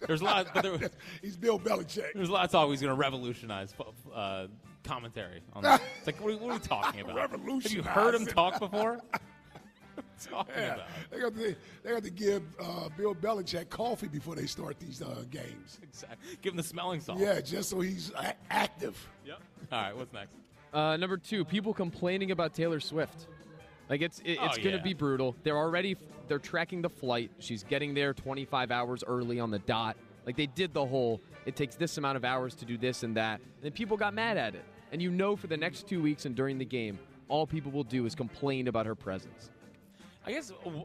S1: There's a lot. But there,
S2: he's Bill Belichick.
S1: There's a lot of talk he's going to revolutionize uh, commentary. On the, it's like, what are, what are we talking about? Have you heard him
S2: Revolutionize it.
S1: talk before? talking
S2: Yeah,
S1: about?
S2: They got to, they got to give uh, Bill Belichick coffee before they start these uh, games.
S1: Exactly. Give him the smelling salt.
S2: Yeah, just so he's a- active.
S1: Yep. All right, what's next?
S9: Uh, number two, people complaining about Taylor Swift. Like it's it, it's
S1: Oh,
S9: going to
S1: yeah.
S9: be brutal. They're already they're tracking the flight. She's getting there 25 hours early on the dot. Like they did the whole. It takes this amount of hours to do this and that. And people got mad at it. And you know, for the next two weeks and during the game, all people will do is complain about her presence.
S1: I guess, w-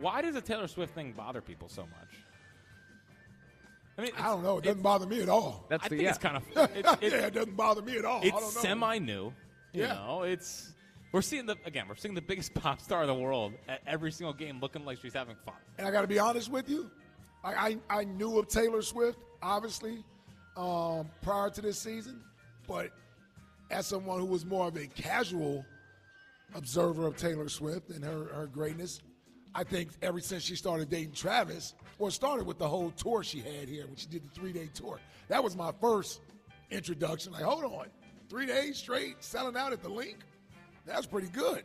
S1: why does the Taylor Swift thing bother people so much? I mean,
S2: I don't know. It doesn't bother me at all.
S9: That's
S1: I the- think yeah. it's kind of- it's- it's-
S2: yeah, it doesn't bother me at all. Oh, I don't
S1: It's
S2: know.
S1: semi new. You
S2: Yeah.
S1: know, it's. We're seeing the again. We're seeing the biggest pop star in the world at every single game, looking like she's having fun.
S2: And I got to be honest with you, I, I I knew of Taylor Swift obviously um, prior to this season, but as someone who was more of a casual observer of Taylor Swift and her her greatness, I think ever since she started dating Travis, or started with the whole tour she had here when she did the three day tour, that was my first introduction. Like, hold on, three days straight selling out at the link, that's pretty good.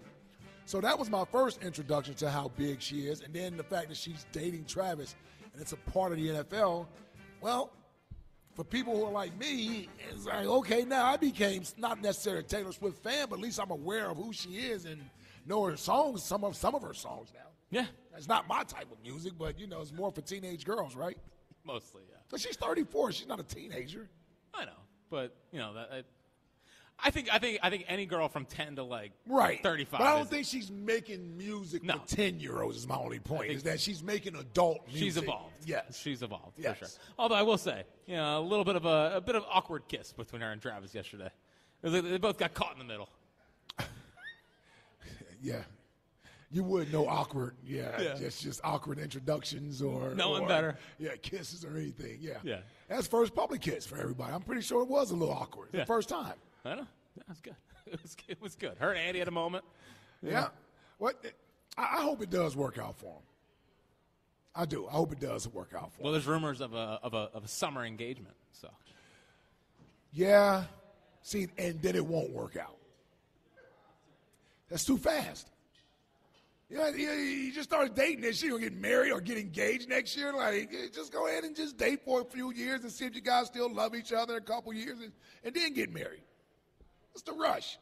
S2: So that was my first introduction to how big she is, and then the fact that she's dating Travis, and it's a part of the NFL. Well, for people who are like me, it's like okay, now I became not necessarily a Taylor Swift fan, but at least I'm aware of who she is and know her songs, some of some of her songs now.
S1: Yeah,
S2: it's not my type of music, but you know, it's more for teenage girls, right?
S1: Mostly, yeah.
S2: But she's 34; she's not a teenager.
S1: I know, but you know that. I, I think I think I think any girl from ten to like
S2: Right.
S1: thirty five.
S2: But I don't think she's making music
S1: No.
S2: for 10 year olds, is my only point, is that she's making adult music.
S1: she's evolved.
S2: Yes.
S1: she's evolved
S2: Yes.
S1: for sure. Although I will say, you know, a little bit of a, a bit of awkward kiss between her and Travis yesterday. It was like they both got caught in the middle.
S2: Yeah. You would know awkward, yeah,
S1: Yeah.
S2: Just just awkward introductions or
S1: No one
S2: or-
S1: better.
S2: yeah, kisses or anything, yeah,
S1: Yeah.
S2: That's first public kiss for everybody. I'm pretty sure it was a little awkward
S1: Yeah.
S2: the first time.
S1: I know. That was good. It was it was good. Her and Andy had a moment.
S2: Yeah. What? I, I hope it does work out for him. I do. I hope it does work out for him.
S1: Well, there's rumors of a of a of a summer engagement. So
S2: Yeah. See, and then it won't work out. That's too fast. Yeah, yeah, you just started dating this year, you gonna get married or get engaged next year. Like, eh, just go ahead and just date for a few years and see if you guys still love each other in a couple years, and, and then get married. What's the rush?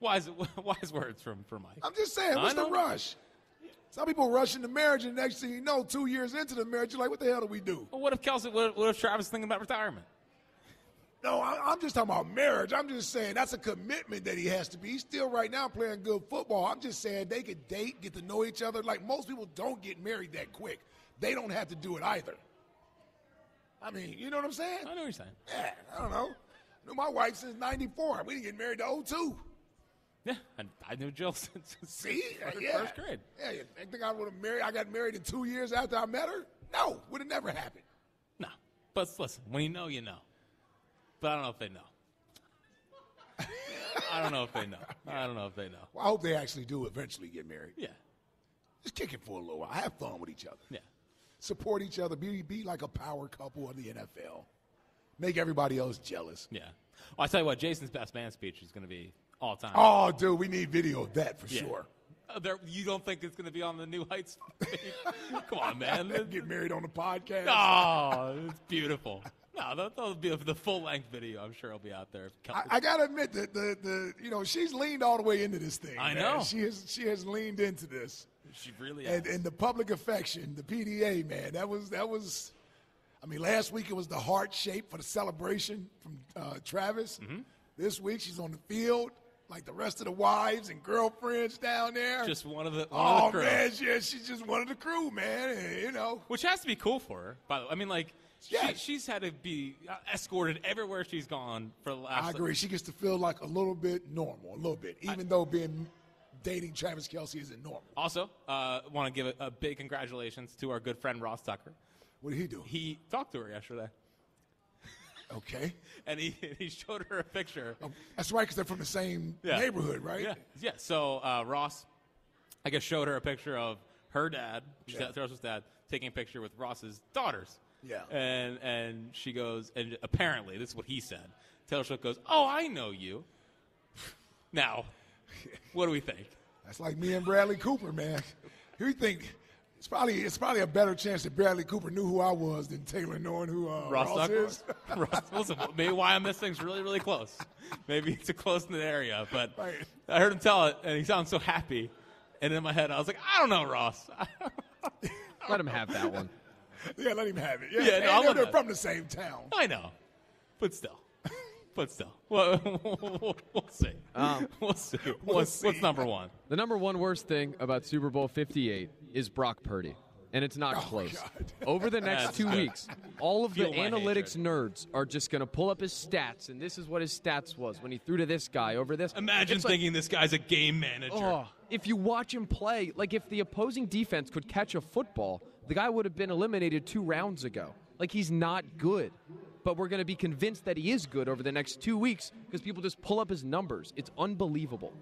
S1: wise wise words from from Mike.
S2: I'm just saying, what's
S1: I
S2: the
S1: know.
S2: rush? Some people rush into marriage, and next thing you know, two years into the marriage, you're like, what the hell do we do?
S1: Well, what if Kelsey? What, what if Travis thinking about retirement?
S2: No, I, I'm just talking about marriage. I'm just saying that's a commitment that he has to be. He's still right now playing good football. I'm just saying they could date, get to know each other. Like most people don't get married that quick. They don't have to do it either. I mean, you know what I'm saying? I
S1: know what you're saying.
S2: Yeah, I don't know. I knew my wife since '94. We didn't get married to 02.
S1: Yeah, and I knew Jill since
S2: See,
S1: first,
S2: yeah.
S1: first grade.
S2: Yeah, you think I would have married? I got married in two years after I met her. No, would have never happened.
S1: No, but listen, when you know, you know. But I don't know if they know. I don't know if they know. I don't know if they know.
S2: Well, I hope they actually do eventually get married.
S1: Yeah.
S2: Just kick it for a little while. Have fun with each other.
S1: Yeah.
S2: Support each other. Be, be like a power couple in the NFL. Make everybody else jealous.
S1: Yeah. Well, I tell you what, Jason's best man speech is going to be all time.
S2: Oh, dude, we need video of that for
S1: Yeah.
S2: sure.
S1: Uh, there, you don't think it's going to be on the New Heights? Come on, man.
S2: Get married on the podcast.
S1: Oh, it's beautiful. No, that, that'll be the full length video. I'm sure it'll be out there.
S2: I, I gotta admit that the, the you know she's leaned all the way into this thing.
S1: I
S2: man.
S1: know.
S2: she has she has leaned into this,
S1: She really has.
S2: and and the public affection, the PDA man, that was that was. I mean, last week it was the heart shape for the celebration from uh, Travis.
S1: Mm-hmm.
S2: This week she's on the field like the rest of the wives and girlfriends down there.
S1: Just one of the. one
S2: oh
S1: of the crew.
S2: man, yeah, she's just one of the crew, man. and, you know,
S1: Which has to be cool for her, by the way. I mean, like,
S2: Yeah.
S1: she, she's had to be uh, escorted everywhere she's gone for the last.
S2: I agree. She gets to feel like a little bit normal, a little bit, even though being dating Travis Kelsey isn't normal.
S1: Also, uh, want to give a, a big congratulations to our good friend Ross Tucker.
S2: What did he do?
S1: He talked to her yesterday,
S2: Okay.
S1: and he he showed her a picture.
S2: That's right, because they're from the same
S1: Yeah.
S2: neighborhood, right?
S1: Yeah. Yeah. So uh, Ross, I guess, showed her a picture of her dad,
S2: Yeah.
S1: yeah. Russell's dad, taking a picture with Ross's daughters.
S2: Yeah.
S1: And and she goes, and apparently this is what he said. Taylor Swift goes, "Oh, I know you." now, what do we think?
S2: That's like me and Bradley Cooper, man. You think it's probably it's probably a better chance that Bradley Cooper knew who I was than Taylor knowing who uh, Ross,
S1: Ross Tucker.
S2: is.
S1: Ross, listen, maybe Wyoming's thing's really, really close. Maybe it's a close knit area, but I heard him tell it, and he sounded so happy. And in my head, I was like, I don't know, Ross.
S9: Let him have that one.
S2: Yeah, let him have it. Yeah,
S1: Yeah, no,
S2: and
S1: I
S2: they're,
S1: love
S2: they're
S1: that.
S2: from the same town.
S1: I know, but still, but still, well, we'll see.
S9: Um,
S1: we'll see. What's, what's number one?
S9: The number one worst thing about Super Bowl 58 is Brock Purdy, and it's
S1: Oh,
S9: not close. Over the next
S1: That's
S9: two
S1: good.
S9: weeks, all of
S1: Fuel
S9: the
S1: my
S9: analytics nerds are just going to pull up his stats, and this is what his stats was when he threw to this guy over this.
S1: Imagine
S9: It's like,
S1: thinking this guy's a game manager.
S9: Oh, if you watch him play, like if the opposing defense could catch a football, the guy would have been eliminated two rounds ago. Like he's not good. But we're going to be convinced that he is good over the next two weeks because people just pull up his numbers. It's unbelievable.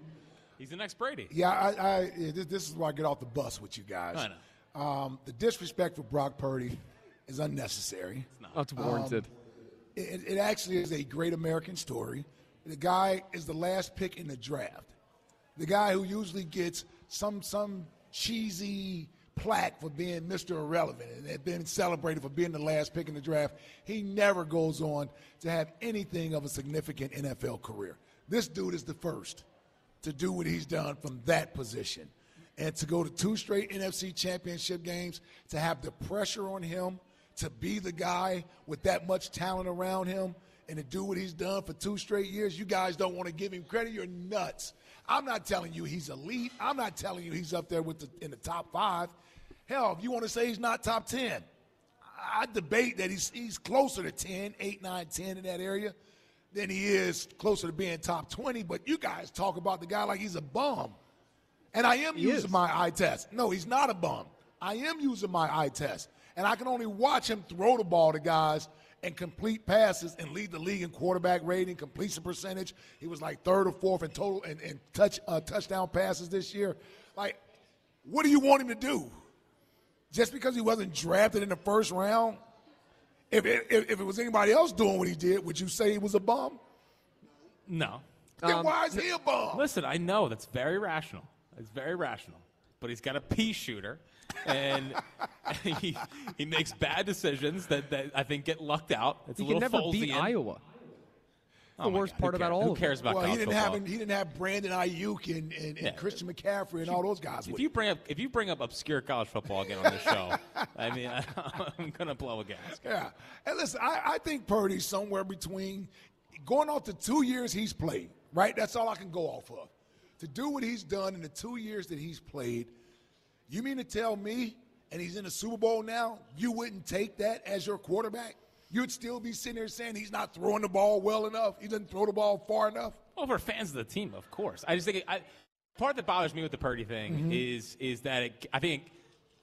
S1: He's the next Brady.
S2: Yeah, I, I yeah, this, this is where I get off the bus with you guys.
S1: I
S2: know. Um, the disrespect for Brock Purdy is unnecessary. Um, It's
S9: not. It's
S1: Um,
S9: warranted.
S2: it, it actually is a great American story. The guy is the last pick in the draft. The guy who usually gets some some cheesy plaque for being Mr. Irrelevant and had been celebrated for being the last pick in the draft. He never goes on to have anything of a significant NFL career. This dude is the first to do what he's done from that position. And to go to two straight NFC championship games, to have the pressure on him, to be the guy with that much talent around him, and to do what he's done for two straight years, you guys don't want to give him credit. You're nuts. I'm not telling you he's elite. I'm not telling you he's up there with the, in the top five. Hell, if you want to say he's not top 10, I I debate that he's, he's closer to 10, 8, 9, 10 in that area than he is closer to being top 20. But you guys talk about the guy like he's a bum. And I am
S3: He
S2: using
S3: is.
S2: my eye test. No, he's not a bum. I am using my eye test. And I can only watch him throw the ball to guys and complete passes and lead the league in quarterback rating, completion percentage. He was like third or fourth in total and, and touch uh, touchdown passes this year. Like, what do you want him to do? Just because he wasn't drafted in the first round, if it, if, if it was anybody else doing what he did, would you say he was a bum?
S1: No.
S2: Then why is he a bum?
S1: Um, Listen, I know that's very rational. It's very rational. But he's got a pea shooter, and he, he makes bad decisions that, that I think get lucked out. It's
S9: He
S1: a
S9: can
S1: little Oh
S9: never
S1: Folesian.
S9: beat Iowa. the worst part about all of it.
S2: well, he didn't have he didn't have Brandon Ayuk and, and, and
S1: Yeah.
S2: Christian McCaffrey and all those guys.
S1: If
S2: with
S1: you bring up if you bring up obscure college football again on this show, I mean, I, am gonna blow a gasket.
S2: Yeah. And listen, I, I think Purdy's somewhere between going off the two years he's played, right? That's all I can go off of. To do what he's done in the two years that he's played, you mean to tell me, and he's in the Super Bowl now, you wouldn't take that as your quarterback? You'd still be sitting there saying he's not throwing the ball well enough, he doesn't throw the ball far enough.
S1: Well, for fans of the team, of course. I just think I, part that bothers me with the Purdy thing
S2: Mm-hmm.
S3: Mhm.
S1: is is that it, I think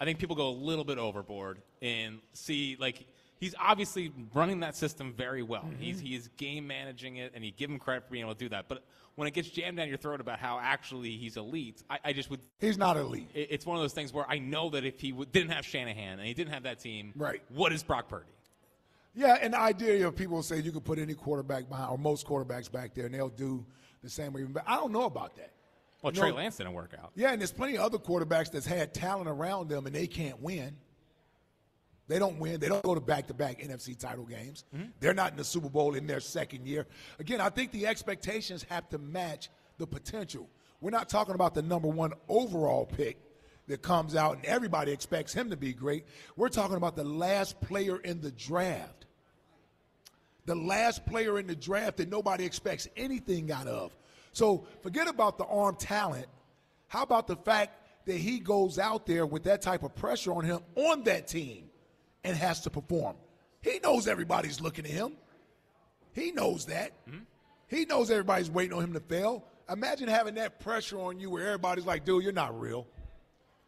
S1: I think people go a little bit overboard and see like he's obviously running that system very well.
S2: Mm-hmm.
S3: Mhm.
S1: He's he is game managing it, and you give him credit for being able to do that. But when it gets jammed down your throat about how actually he's elite, I, I just would
S2: He's not elite.
S1: it- it's one of those things where I know that if he w- didn't have Shanahan and he didn't have that team,
S2: Right.
S1: What is Brock Purdy?
S2: Yeah, and the idea of people say you could put any quarterback behind or most quarterbacks back there and they'll do the same or even better. I don't know about that.
S1: Well,
S2: You
S1: Trey
S2: know-
S1: Lance didn't work out.
S2: Yeah, and there's plenty of other quarterbacks that's had talent around them and they can't win. They don't win. They don't go to back-to-back NFC title games. They're not in the Super Bowl in their second year. Again, I think the expectations have to match the potential. We're not talking about the number one overall pick that comes out and everybody expects him to be great. We're talking about the last player in the draft. The last player in the draft that nobody expects anything out of. So forget about the arm talent. How about the fact that he goes out there with that type of pressure on him on that team and has to perform? He knows everybody's looking at him. He knows that. He knows everybody's waiting on him to fail. Imagine having that pressure on you where everybody's like, dude, you're not real.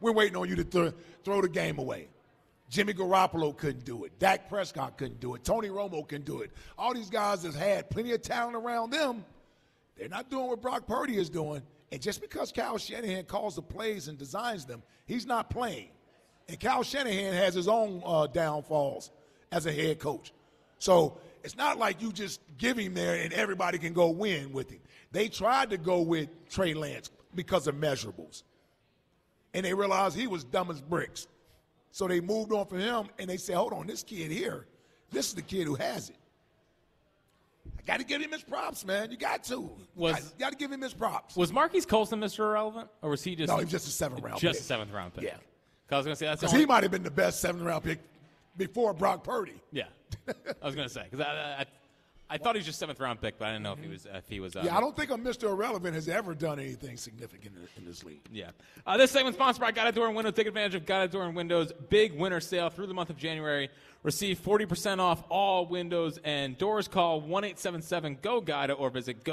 S2: We're waiting on you to th- throw the game away. Jimmy Garoppolo couldn't do it. Dak Prescott couldn't do it. Tony Romo couldn't do it. All these guys that had plenty of talent around them, they're not doing what Brock Purdy is doing. And just because Kyle Shanahan calls the plays and designs them, he's not playing. And Kyle Shanahan has his own uh, downfalls as a head coach. So it's not like you just give him there and everybody can go win with him. They tried to go with Trey Lance because of measurables. And they realized he was dumb as bricks. So they moved on from him and they said, hold on, this kid here, this is the kid who has it. I got to give him his props, man. You got to.
S1: Was-
S2: you got to give him his props.
S1: Was Marquise Colson Mr. Irrelevant, or was he just
S2: No, he was just a seventh-round
S1: just
S2: pick.
S1: a seventh round pick?
S2: Yeah.
S1: 'Cause I was gonna say that's the
S2: Because he
S1: only-
S2: might have been the best seventh round pick before Brock Purdy.
S1: Yeah, I was gonna say because I, I, I, I thought he was just seventh round pick, but I didn't know if he was if he was. Uh,
S2: yeah, I don't think a Mr. Irrelevant has ever done anything significant in- in this league.
S1: Yeah. Uh, this segment sponsored by Guided Door and Window. Take advantage of Guided Door and Windows' big winter sale through the month of January. Receive 40% off all windows and doors. Call 1 877 GO GUIDA or visit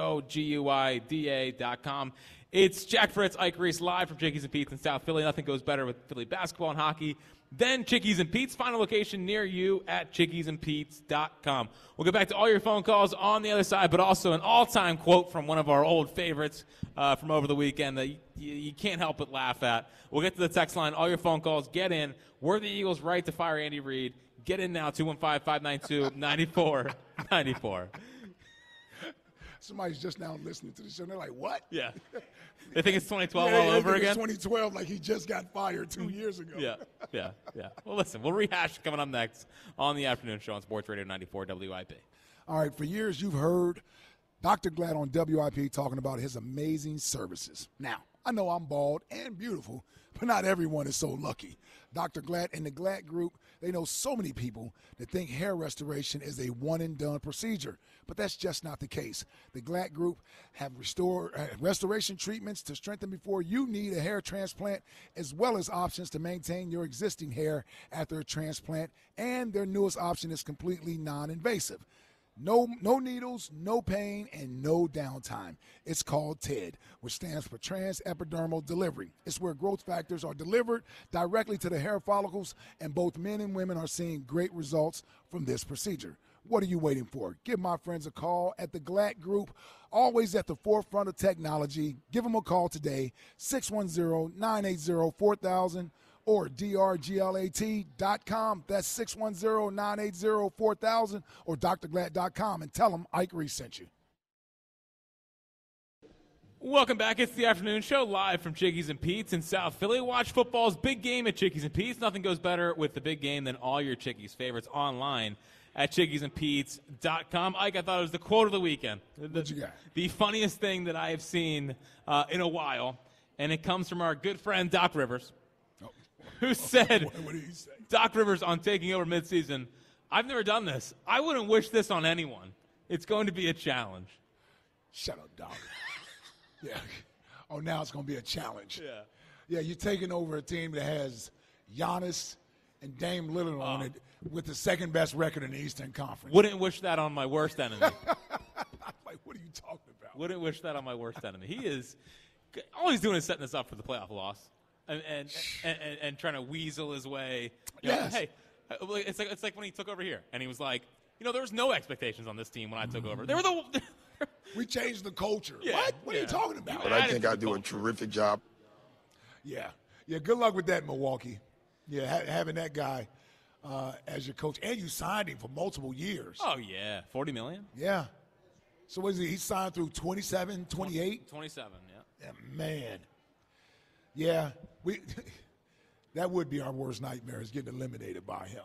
S1: goguida.com. It's Jack Fritz, Ike Reese, live from Chickies and Pete's in South Philly. Nothing goes better with Philly basketball and hockey than Chickies and Pete's. Find a location near you at chickiesandpete's.com. We'll get back to all your phone calls on the other side, but also an all time quote from one of our old favorites uh, from over the weekend that you, you can't help but laugh at. We'll get to the text line. All your phone calls, get in. Were the Eagles right to fire Andy Reid? Get in now, 215 592 9494.
S2: Somebody's just now listening to the show and they're like, what?
S1: Yeah. They think it's 2012
S2: Yeah,
S1: all
S2: they
S1: over
S2: think it's
S1: again?
S2: 2012, like he just got fired two years ago.
S1: Yeah, yeah, yeah. Well, listen, we'll rehash coming up next on the afternoon show on Sports Radio 94 WIP.
S2: All right, for years you've heard Dr. Glad on WIP talking about his amazing services. Now, I know I'm bald and beautiful, but not everyone is so lucky. Dr. Glad and the Glad Group, they know so many people that think hair restoration is a one and done procedure, but that's just not the case. The Glad Group have restore, uh, restoration treatments to strengthen before you need a hair transplant, as well as options to maintain your existing hair after a transplant, and their newest option is completely non invasive. No, no needles, no pain, and no downtime. It's called TED, which stands for Trans Epidermal Delivery. It's where growth factors are delivered directly to the hair follicles, and both men and women are seeing great results from this procedure. What are you waiting for? Give my friends a call at the Glad Group, always at the forefront of technology. Give them a call today, 610 980 4000 or drglat.com. That's 610-980-4000 or drglad.com and tell them Ike Reese sent you.
S1: Welcome back. It's the afternoon show live from Chickies and Pete's in South Philly. Watch football's big game at Chickies and Pete's. Nothing goes better with the big game than all your Chickies favorites online at chickiesandpete's.com. Ike, I thought it was the quote of the weekend. What
S2: you got?
S1: The funniest thing that I have seen uh, in a while, and it comes from our good friend Doc Rivers,
S2: Oh.
S1: who said, Doc Rivers on taking over midseason, I've never done this. I wouldn't wish this on anyone. It's going to be a challenge.
S2: Shut up, Doc. yeah. Oh, now it's going to be a challenge. Yeah. Yeah, you're taking over a team that has Giannis and Dame Lillard
S1: Uh.
S2: on it with the second best record in the Eastern Conference.
S1: Wouldn't wish that on my worst enemy.
S2: what are you talking about?
S1: Wouldn't wish that on my worst enemy. He is all he's doing is setting us up for the playoff loss, and and and, and, and trying to weasel his way. You know,
S3: Yes.
S1: Hey, it's like it's like when he took over here, and he was like, you know, there was no expectations on this team when I took over. They were the
S2: we changed the culture.
S1: Yeah,
S2: what? What are
S1: yeah.
S2: you talking about?
S6: But I think I do a terrific job.
S2: Yeah. Yeah, good luck with that, Milwaukee. Yeah, ha- having that guy uh, as your coach. And you signed him for multiple years.
S1: oh yeah, forty million,
S2: Yeah. So what is he? He signed through 27, 28?
S1: twenty-seven. Yeah.
S2: Man. Yeah, we that would be our worst nightmare is getting eliminated by him.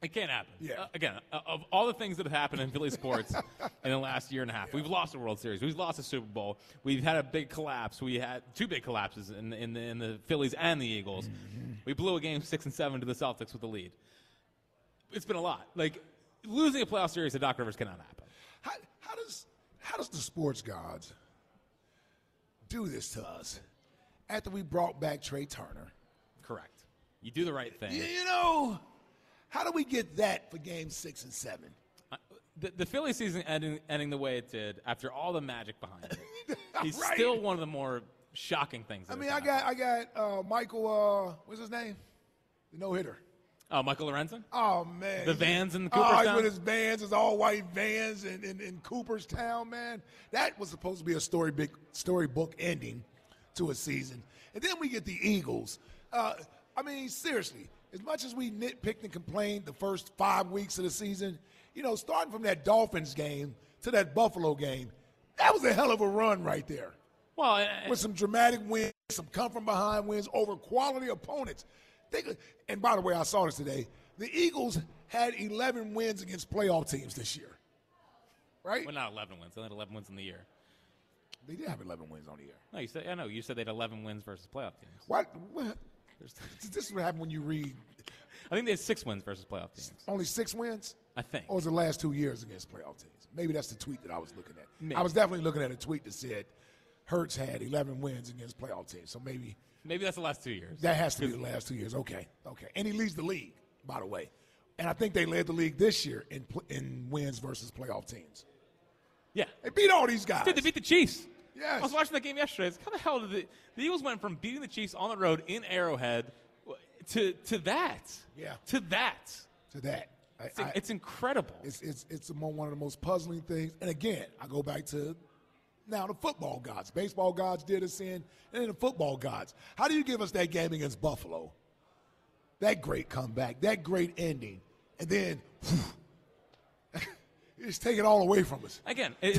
S1: It can't happen. Yeah. again, uh, of all the things that have happened in Philly sports in the last year and a half, we've lost a World Series, we've lost a Super Bowl, we've had a big collapse, we had two big collapses in the, in the, in the Phillies and the Eagles.
S2: Mm-hmm.
S1: We blew a game six and seven to the Celtics with the lead. It's been a lot. Like losing a playoff series to Doc Rivers cannot happen.
S2: How does how does the sports gods do this to us after we brought back Trey Turner?
S1: Correct. You do the right thing.
S2: You, you know, how do we get that for game six and seven?
S1: Uh, The, the Philly season ending, ending the way it did after all the magic behind it. He's still one of the more shocking things.
S2: I
S1: that
S2: mean,
S1: has
S2: I got I got uh, Michael. Uh, what's his name? The no hitter.
S1: happened. Oh, Michael Lorenzen?
S2: Oh man,
S1: The Vans in
S2: Oh, he's
S1: Cooperstown?
S2: with his vans, his all white vans in, in, in Cooperstown, man. That was supposed to be a story big storybook ending to a season, and then we get the Eagles. Uh, I mean, seriously, as much as we nitpicked and complained the first five weeks of the season, you know, starting from that Dolphins game to that Buffalo game, that was a hell of a run right there.
S1: Well,
S2: with some dramatic wins, some come from behind wins over quality opponents. Think, and by the way, I saw this today. The Eagles had 11 wins against playoff teams this year. Right?
S1: Well, not 11 wins. They only had 11 wins in the year.
S2: They did have 11 wins on the year.
S1: No, you said, I know. You said they had 11 wins versus playoff teams.
S2: What? what this is what happened when you read
S1: I think they had six wins versus playoff teams.
S2: only six wins.
S1: I think.
S2: Or was the last two years against playoff teams? Maybe that's the tweet that I was looking at.
S1: Maybe.
S2: I was definitely looking at a tweet that said Hertz had 11 wins against playoff teams. So maybe
S1: Maybe that's the last two years.
S2: That has to be the last two years. Okay, okay. And he leads the league, by the way. And I think they led the league this year in pl- in wins versus playoff teams.
S1: Yeah,
S2: they beat all these guys.
S1: Dude, they beat the Chiefs.
S2: Yes.
S1: I was watching that game yesterday. It's how the hell did the, the Eagles went from beating the Chiefs on the road in Arrowhead to to that?
S2: Yeah.
S1: To that.
S2: To that.
S1: It's- it's incredible.
S2: It's it's it's among one of the most puzzling things. And again, I go back to now the football gods, baseball gods did us in, and then the football gods. How do you give us that game against Buffalo? That great comeback, that great ending, and then you just take it all away from us.
S1: Again, it,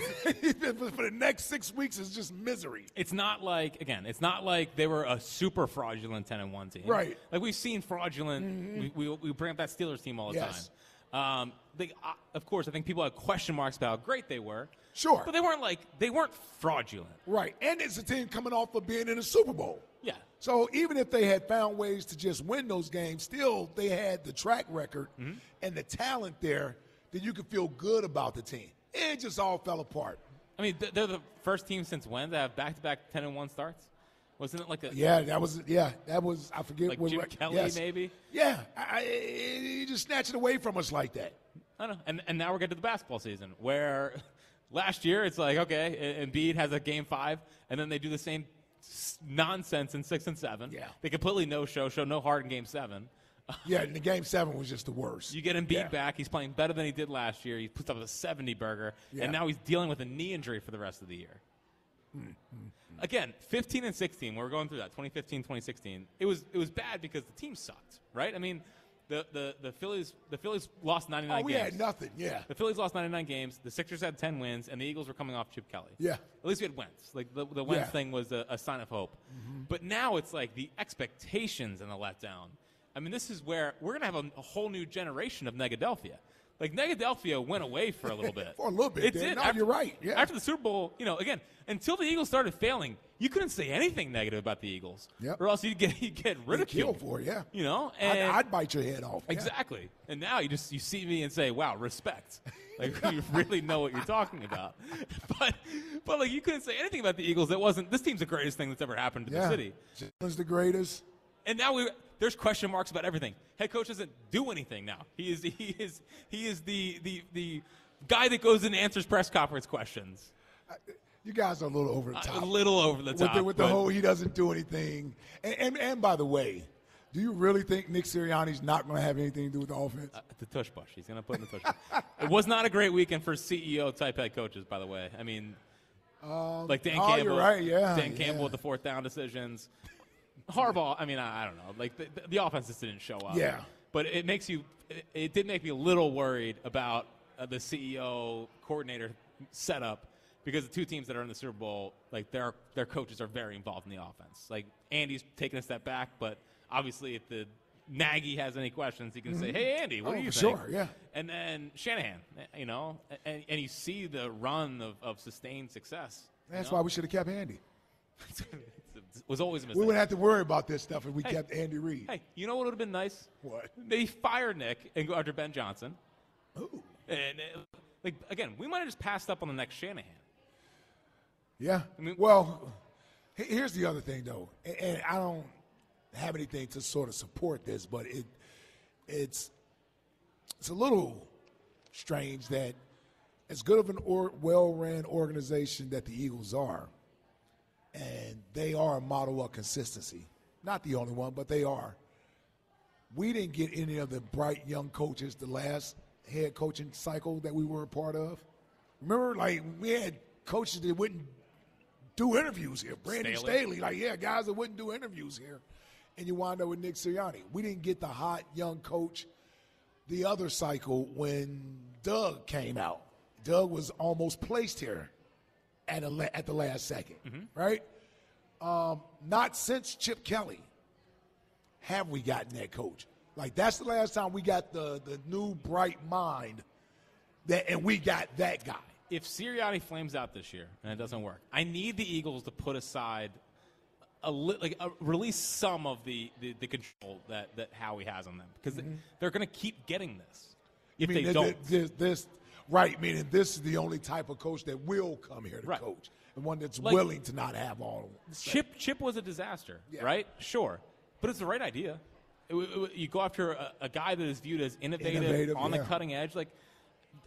S2: for the next six weeks is just misery.
S1: It's not like again, it's not like they were a super fraudulent ten and one team,
S2: Right.
S1: Like we've seen fraudulent.
S2: Mhm.
S1: We, we, we bring up that Steelers team all the
S2: Yes.
S1: time. Um, they, uh, of course, I think people had question marks about how great they were.
S2: Sure,
S1: but they weren't like they weren't fraudulent.
S2: Right. And it's a team coming off of being in the Super Bowl.
S1: Yeah.
S2: So even if they had found ways to just win those games, still they had the track record
S1: Mm-hmm.
S2: and the talent there that you could feel good about the team. It just all fell apart.
S1: I mean, th- they're the first team since when to have back to back ten and one starts. Wasn't it like a
S2: Yeah, that was yeah, that was I forget
S1: like
S2: what
S1: Jim
S2: rec-
S1: Kelly
S2: yes.
S1: maybe?
S2: Yeah, I, I, you just snatch it away from us like that.
S1: I don't know. And, and now we're getting to the basketball season where last year it's like, okay, E- Embiid has a game five, and then they do the same s- nonsense in six and seven. Yeah. They completely no show, show no heart in game seven.
S2: Yeah, and the game seven was just the worst.
S1: You get Embiid
S2: Yeah.
S1: back. He's playing better than he did last year. He puts up a 70 burger,
S2: Yeah.
S1: and now he's dealing with a knee injury for the rest of the year. Again, 15 and 16, we we're going through that, 2015, 2016. It was, it was bad because the team sucked, right? I mean, the, the, the, Phillies, the Phillies lost 99
S2: Oh, we
S1: games.
S2: had nothing, yeah.
S1: The Phillies lost 99 games. The Sixers had 10 wins, and the Eagles were coming off Chip Kelly.
S2: Yeah.
S1: At least we had Wentz. Like, the, the Wentz
S2: Yeah. Mm-hmm.
S1: thing was a, a sign of hope. But now it's like the expectations and the letdown. I I mean, this is where we're going to have a, a whole new generation of Negadelphia. Like Negadelphia went away for a little bit.
S2: For a little bit,
S1: It
S2: Dan.
S1: did.
S2: No,
S1: After-
S2: you're right. Yeah.
S1: After the Super Bowl, you know, again, until the Eagles started failing, you couldn't say anything negative about the Eagles,
S2: Yep.
S1: or else you'd get you'd get ridiculed
S2: for it, yeah.
S1: You know,
S2: I'd-
S1: and
S2: I'd bite your head off, yeah.
S1: Exactly. And now you just you see me and say, "Wow, respect." Like you really know what you're talking about. But but like you couldn't say anything about the Eagles that wasn't this team's the greatest thing that's ever happened to the
S2: yeah.
S1: city.
S2: Jalen's the greatest.
S1: And now we there's question marks about everything. Head coach doesn't do anything now. He is he is he is the the the guy that goes and answers press conference questions.
S2: You guys are a little over the
S1: A
S2: top.
S1: Uh, little over the
S2: With the-
S1: top,
S2: With the,
S1: but-
S2: whole he doesn't do anything. And, and, and by the way, do you really think Nick Sirianni's not going to have anything to do with the offense?
S1: The tush bush. He's gonna put in the tush bush. it was not a great weekend for CEO type head coaches, by the way. I mean,
S2: Um,
S1: like Dan
S2: oh,
S1: Campbell.
S2: You're right, yeah.
S1: Dan
S2: yeah.
S1: Campbell with the fourth down decisions. Harbaugh. I mean, I, I don't know. Like the, the offense just didn't show up.
S2: Yeah.
S1: But it makes you. It, it did make me a little worried about uh, the CEO coordinator setup because the two teams that are in the Super Bowl, like their their coaches are very involved in the offense. Like Andy's taking a step back, but obviously if the Nagy has any questions, he can say,
S2: Mhm.
S1: "Hey, Andy, what
S2: Oh,
S1: do you
S2: for
S1: think?"
S2: sure, yeah.
S1: And then Shanahan, you know, and, and you see the run of, of sustained success. you
S2: That's
S1: know?
S2: why we should have kept Andy.
S1: It was always a mistake.
S2: We wouldn't have to worry about this stuff if we
S1: Hey.
S2: kept Andy Reid.
S1: Hey, you know what would have been nice?
S2: What?
S1: They fire Nick and go after Ben Johnson. Ooh. And uh, like again, we might have just passed up on the next Shanahan.
S2: Yeah. well, he- here's the other thing though, and, and I don't have anything to sort of support this, but it it's it's a little strange that as good of an or, well-ran organization that the Eagles are, and they are a model of consistency. Not the only one, but they are. We didn't get any of the bright young coaches the last head coaching cycle that we were a part of. Remember, like we had coaches that wouldn't do interviews here. Brandon
S3: Staley.
S2: Staley, like yeah, guys that wouldn't do interviews here, and you wind up with Nick Sirianni. We didn't get the hot young coach the other cycle when Doug came out. Doug was almost placed here at a, la- at the last 2nd right? Um, not since Chip Kelly have we gotten that coach. Like that's the last time we got the the new bright mind that, and we got that guy.
S1: If Sirianni flames out this year and it doesn't work, I need the Eagles to put aside a li- like a, release some of the, the, the control that, that Howie has on them because
S2: Mhm.
S1: they're going to keep getting this if
S2: I
S1: they
S2: mean, th-
S1: don't.
S2: th- This, this- right, meaning this is the only type of coach that will come here to coach, and one that's
S1: Like-
S2: willing to not have all.
S1: Chip Chip was a disaster,
S2: Yeah.
S1: right? Sure, but it's the right idea. It w- it w- you go after a, a guy that is viewed as innovative,
S2: Innovative,
S1: on the
S2: yeah.
S1: cutting edge. Like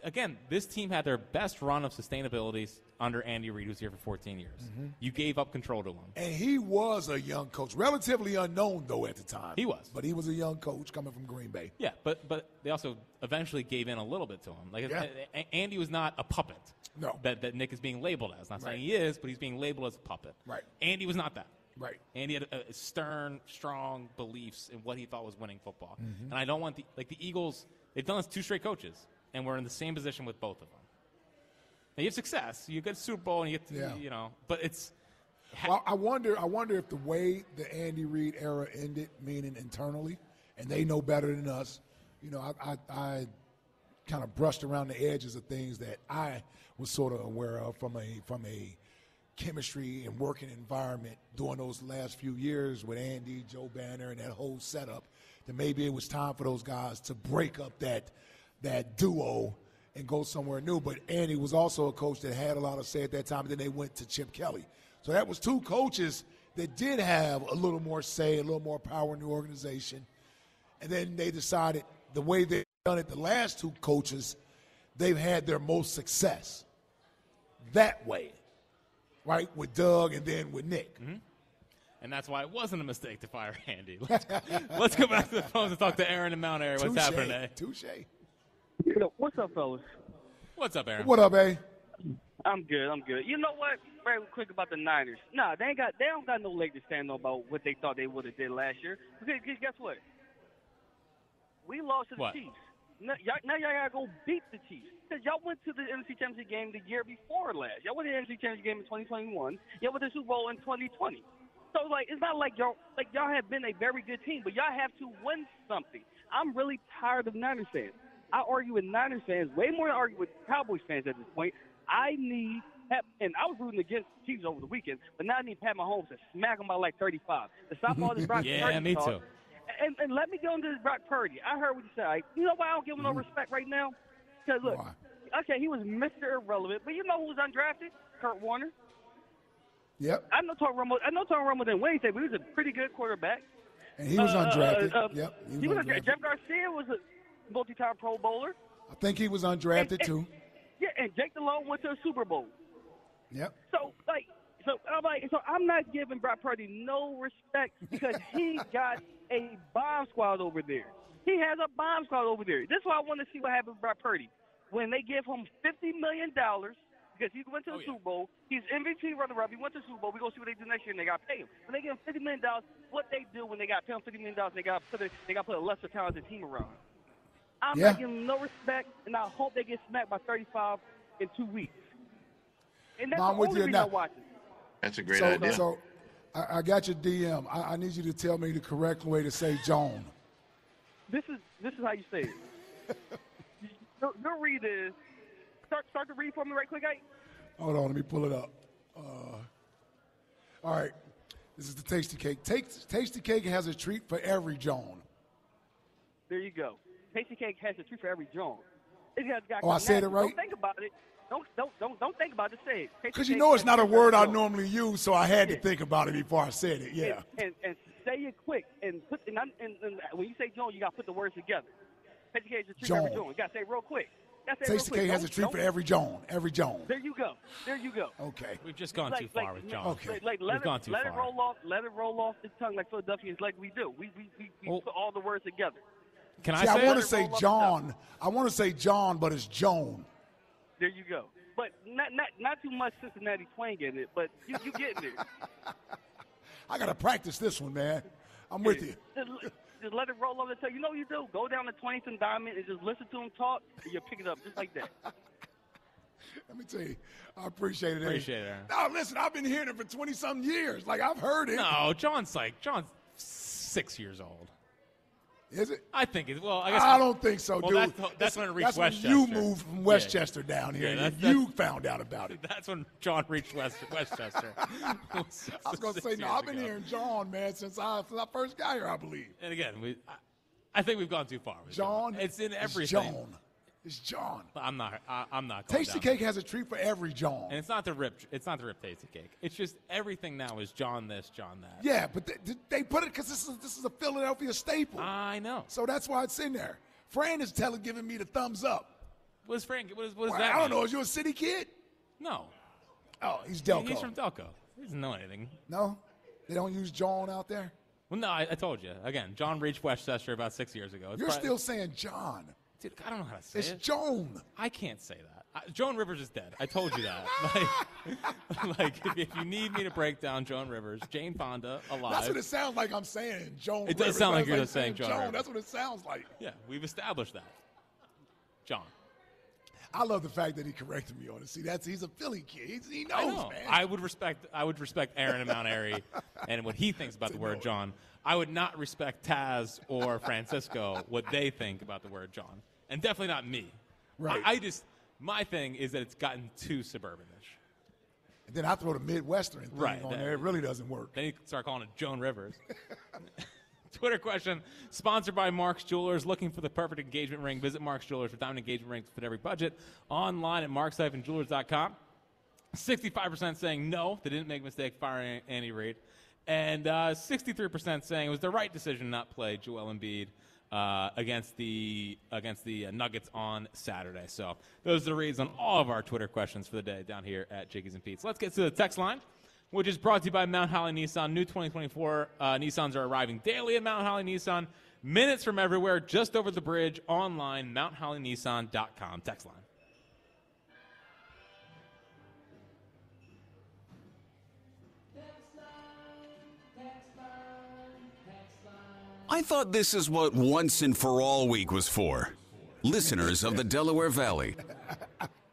S1: again, this team had their best run of sustainability s- under Andy Reid, who's here for 14 years.
S2: Mhm.
S1: You gave up control to him.
S2: And he was a young coach, relatively unknown though at the time.
S1: He was.
S2: but he was a young coach coming from Green Bay.
S1: Yeah, but but they also eventually gave in a little bit to him. Like
S2: Yeah.
S1: a- a- Andy was not a puppet.
S2: No.
S1: that, that Nick is being labeled as. Not
S2: Right.
S1: saying he is, but he's being labeled as a puppet.
S2: Right.
S1: Andy was not that.
S2: Right.
S1: Andy had a, a stern, strong beliefs in what he thought was winning football.
S2: Mhm.
S1: And I don't want the like the Eagles. They've done this two straight coaches, and we're in the same position with both of them. Now you have success. You get Super Bowl, and you get to,
S2: Yeah.
S1: you know, but it's
S2: Well, I wonder. I wonder if the way the Andy Reid era ended, meaning internally, and they know better than us. You know, I, I, I kind of brushed around the edges of things that I was sort of aware of from a from a chemistry and working environment during those last few years with Andy, Joe Banner, and that whole setup. That maybe it was time for those guys to break up that that duo and go somewhere new. But Andy was also a coach that had a lot of say at that time. And then they went to Chip Kelly, so that was two coaches that did have a little more say, a little more power in the organization. And then they decided the way they've done it, the last two coaches, they've had their most success that way, right? With Doug and then with Nick.
S3: Mm-hmm.
S1: and that's why it wasn't a mistake to fire Andy. Let's, let's go back to the phones and talk to Aaron and Mount Airy. What's
S2: Touche,
S1: happening? eh?
S2: Touche.
S21: What's up, fellas?
S1: What's up, Aaron?
S2: What up, A?
S21: I'm good. I'm good. You know what? Very quick about the Niners. Nah, they ain't got. They don't got no leg to stand on about what they thought they would have did last year. Because 'cause guess what? We lost to the
S22: What?
S21: Chiefs. Now y'all, now y'all gotta go beat the Chiefs because y'all went to the NFC Championship game the year before last. Y'all went to the NFC Championship game in 2021. Y'all went to the Super Bowl in 2020. So like, it's not like y'all like y'all have been a very good team, but y'all have to win something. I'm really tired of Niners fans. I argue with Niners fans way more than I argue with Cowboys fans at this point. I need Pat, and I was rooting against the Chiefs over the weekend, but now I need Pat Mahomes to smack him by like 35 to stop all this Brock
S1: Yeah,
S21: Purdy
S1: me
S21: talk.
S1: too.
S21: And, and let me go into this Brock Purdy. I heard what you said. Like, you know why I don't give him no
S2: Mm-hmm.
S21: respect right now? Because look, okay, he was Mr. Irrelevant, but you know who was undrafted? Kurt Warner.
S2: Yep.
S21: I know Tom Romo. I know Tom Romo didn't win anything, but he was a pretty good quarterback.
S2: And he was
S21: Uh,
S2: undrafted.
S21: uh, uh,
S2: yep.
S21: He, was undrafted. Jeff Garcia was a multi-time Pro Bowler.
S2: I think he was undrafted too.
S21: Yeah, and Jake DeLone went to a Super Bowl.
S2: Yep.
S21: So like, so I'm like, so I'm not giving Brock Purdy no respect because he got a bomb squad over there. He has a bomb squad over there. This is why I want to see what happens with Brock Purdy when they give him fifty million dollars because he went to the Super Bowl. He's MVP runner-up. He went to the Super Bowl. We are gonna see what they do next year, and they got to pay him. When they give him fifty million dollars, what they do when they got to pay him fifty million dollars, they got to put a, they got to put a lesser talented team around. him. I'm
S2: Yeah.
S21: not giving him no respect, and I hope they get smacked by thirty-five in two weeks. And that's
S2: Mom,
S21: the
S2: with
S21: only
S2: you
S21: reason I
S2: now.
S21: watch it.
S3: That's a great
S2: so,
S3: idea.
S2: So I, I got your DM. I, I need you to tell me the correct way to say Joan.
S21: This is this is how you say it. your, your read is start start to read for me right quick, Ike.
S2: Hold on, let me pull it up. Uh, all right, this is the tasty cake. Tasty, tasty cake has a treat for every Joan.
S21: There you go. Tasty cake has a treat for every Joan. It has got
S2: Oh, I said it right?
S21: Don't think about it. Don't don't don't don't think about it. Just Say it. Tasty
S2: Because you
S21: cake
S2: know
S21: has
S2: it's not a
S21: treat for every
S2: word I
S21: Joan.
S2: normally use, so I had to think about it before I said it. Yeah.
S21: And, and, and say it quick and put and, I'm- and, and when you say Joan, you got to put the words together. Tasty cake has a treat for every
S2: Joan.
S21: Joan. You got to say it real quick. You gotta say it real
S2: Tasty
S21: quick.
S2: cake has a
S21: Don't-
S2: treat for
S21: don't-
S2: every Joan. Every Joan.
S21: There you go. There you go.
S2: Okay.
S1: We've just gone too far with John.
S21: Okay. Like, like, let
S1: We've
S21: it,
S1: gone too
S21: let
S1: far.
S21: it roll off. Let it roll off the tongue like Philadelphians, like we do. We we, we, we put all the words together.
S1: Can
S2: See, I want to
S21: Let it roll
S2: say
S21: off the tongue.
S2: John. I want to say John, but it's Joan.
S21: There you go. But not not not too much Cincinnati twang in it. But you you getting there.
S2: I gotta practice this one, man. I'm with you.
S21: just, l- just let it roll off the tongue. You know what you do? Go down to twentieth and diamond and just listen to them talk. And you pick it up just like that.
S2: Let me tell you, I appreciate it. Aaron.
S1: Appreciate it, Aaron.
S2: No, listen, I've been hearing it for twenty something years. Like I've heard it.
S1: No, John's like John's six years old.
S2: Is it?
S1: I think it. Well, I
S2: I,
S1: guess
S2: don't think so,
S1: well,
S2: dude.
S1: That's, the- that's when it reached
S2: that's
S1: Westchester.
S2: you moved from
S1: Yeah.
S2: Westchester down here.
S1: Yeah,
S2: and
S1: that's-
S2: you
S1: that's-
S2: found out about it.
S1: That's when John reached West, Westchester. I
S2: I was gonna say, no, I've been hearing John, man, since I since I first got here, I believe.
S1: And again, we, I, I think we've gone too far. With
S2: John,
S1: it's in
S2: it's
S1: everything.
S2: John. It's John.
S1: I'm not. I, I'm not. Going
S2: Tasty
S1: down
S2: Cake has a treat for every John.
S1: And it's not the rip. It's not the rip tasty cake. It's just everything now is John this, John that.
S2: Yeah, but they, they put it because this is this is a Philadelphia staple.
S1: I know.
S2: So that's why it's in there. Fran is telling, giving me the thumbs up.
S1: What's Frank? What is what is
S2: Well,
S1: that?
S2: I don't
S1: mean?
S2: know. Is you a city kid?
S1: No.
S2: Oh, he's
S1: He-
S2: Delco.
S1: He's from Delco. He doesn't know anything.
S2: no, they don't use John out there.
S1: Well, no, I, I told you. Again, John reached Westchester about six years ago. Oh, It's
S2: You're
S1: probably-
S2: still saying John.
S1: Dude, I don't know how to say
S2: it's
S1: it.
S2: Joan.
S1: I can't say that. I, Joan Rivers is dead. I told you that. like, like if, if you need me to break down Joan Rivers, Jane Fonda alive.
S2: That's what it sounds like. I'm saying Joan.
S1: It does
S2: Rivers.
S1: sound like
S2: That's
S1: you're just saying Joan
S2: Joan.
S1: Rivers.
S2: That's what it sounds like.
S1: yeah, we've established that. John.
S2: I love the fact that he corrected me on it. See, that's he's a Philly kid. He's, he knows,
S1: I know.
S2: man.
S1: I would respect. I would respect Aaron and Mount Airy, and what he thinks about the word John. I would not respect Taz or Francisco what they think about the word John, and definitely not me.
S2: Right.
S1: I, I just my thing is that it's gotten too suburbanish.
S2: And then I throw the Midwestern thing
S1: Right,
S2: on
S1: that-
S2: there. It really doesn't work.
S1: Then you start calling it Joan Rivers. Twitter question sponsored by Mark's Jewelers. Looking for the perfect engagement ring? Visit Mark's Jewelers for diamond engagement rings to fit every budget. Online at marks-jewelers.com. 65% saying no, they didn't make a mistake firing Andy Reid. And uh, 63% saying it was the right decision to not play Joel Embiid uh, against the against the uh, Nuggets on Saturday. So those are the reads on all of our Twitter questions for the day down here at Jiggies and Pete's. Let's get to the text line, which is brought to you by Mount Holly Nissan. New 2024 uh, Nissans are arriving daily at Mount Holly Nissan. Minutes from everywhere, just over the bridge, online, mounthollynissan.com. Text line.
S7: I thought this is what Once and For All Week was for. Listeners of the Delaware Valley.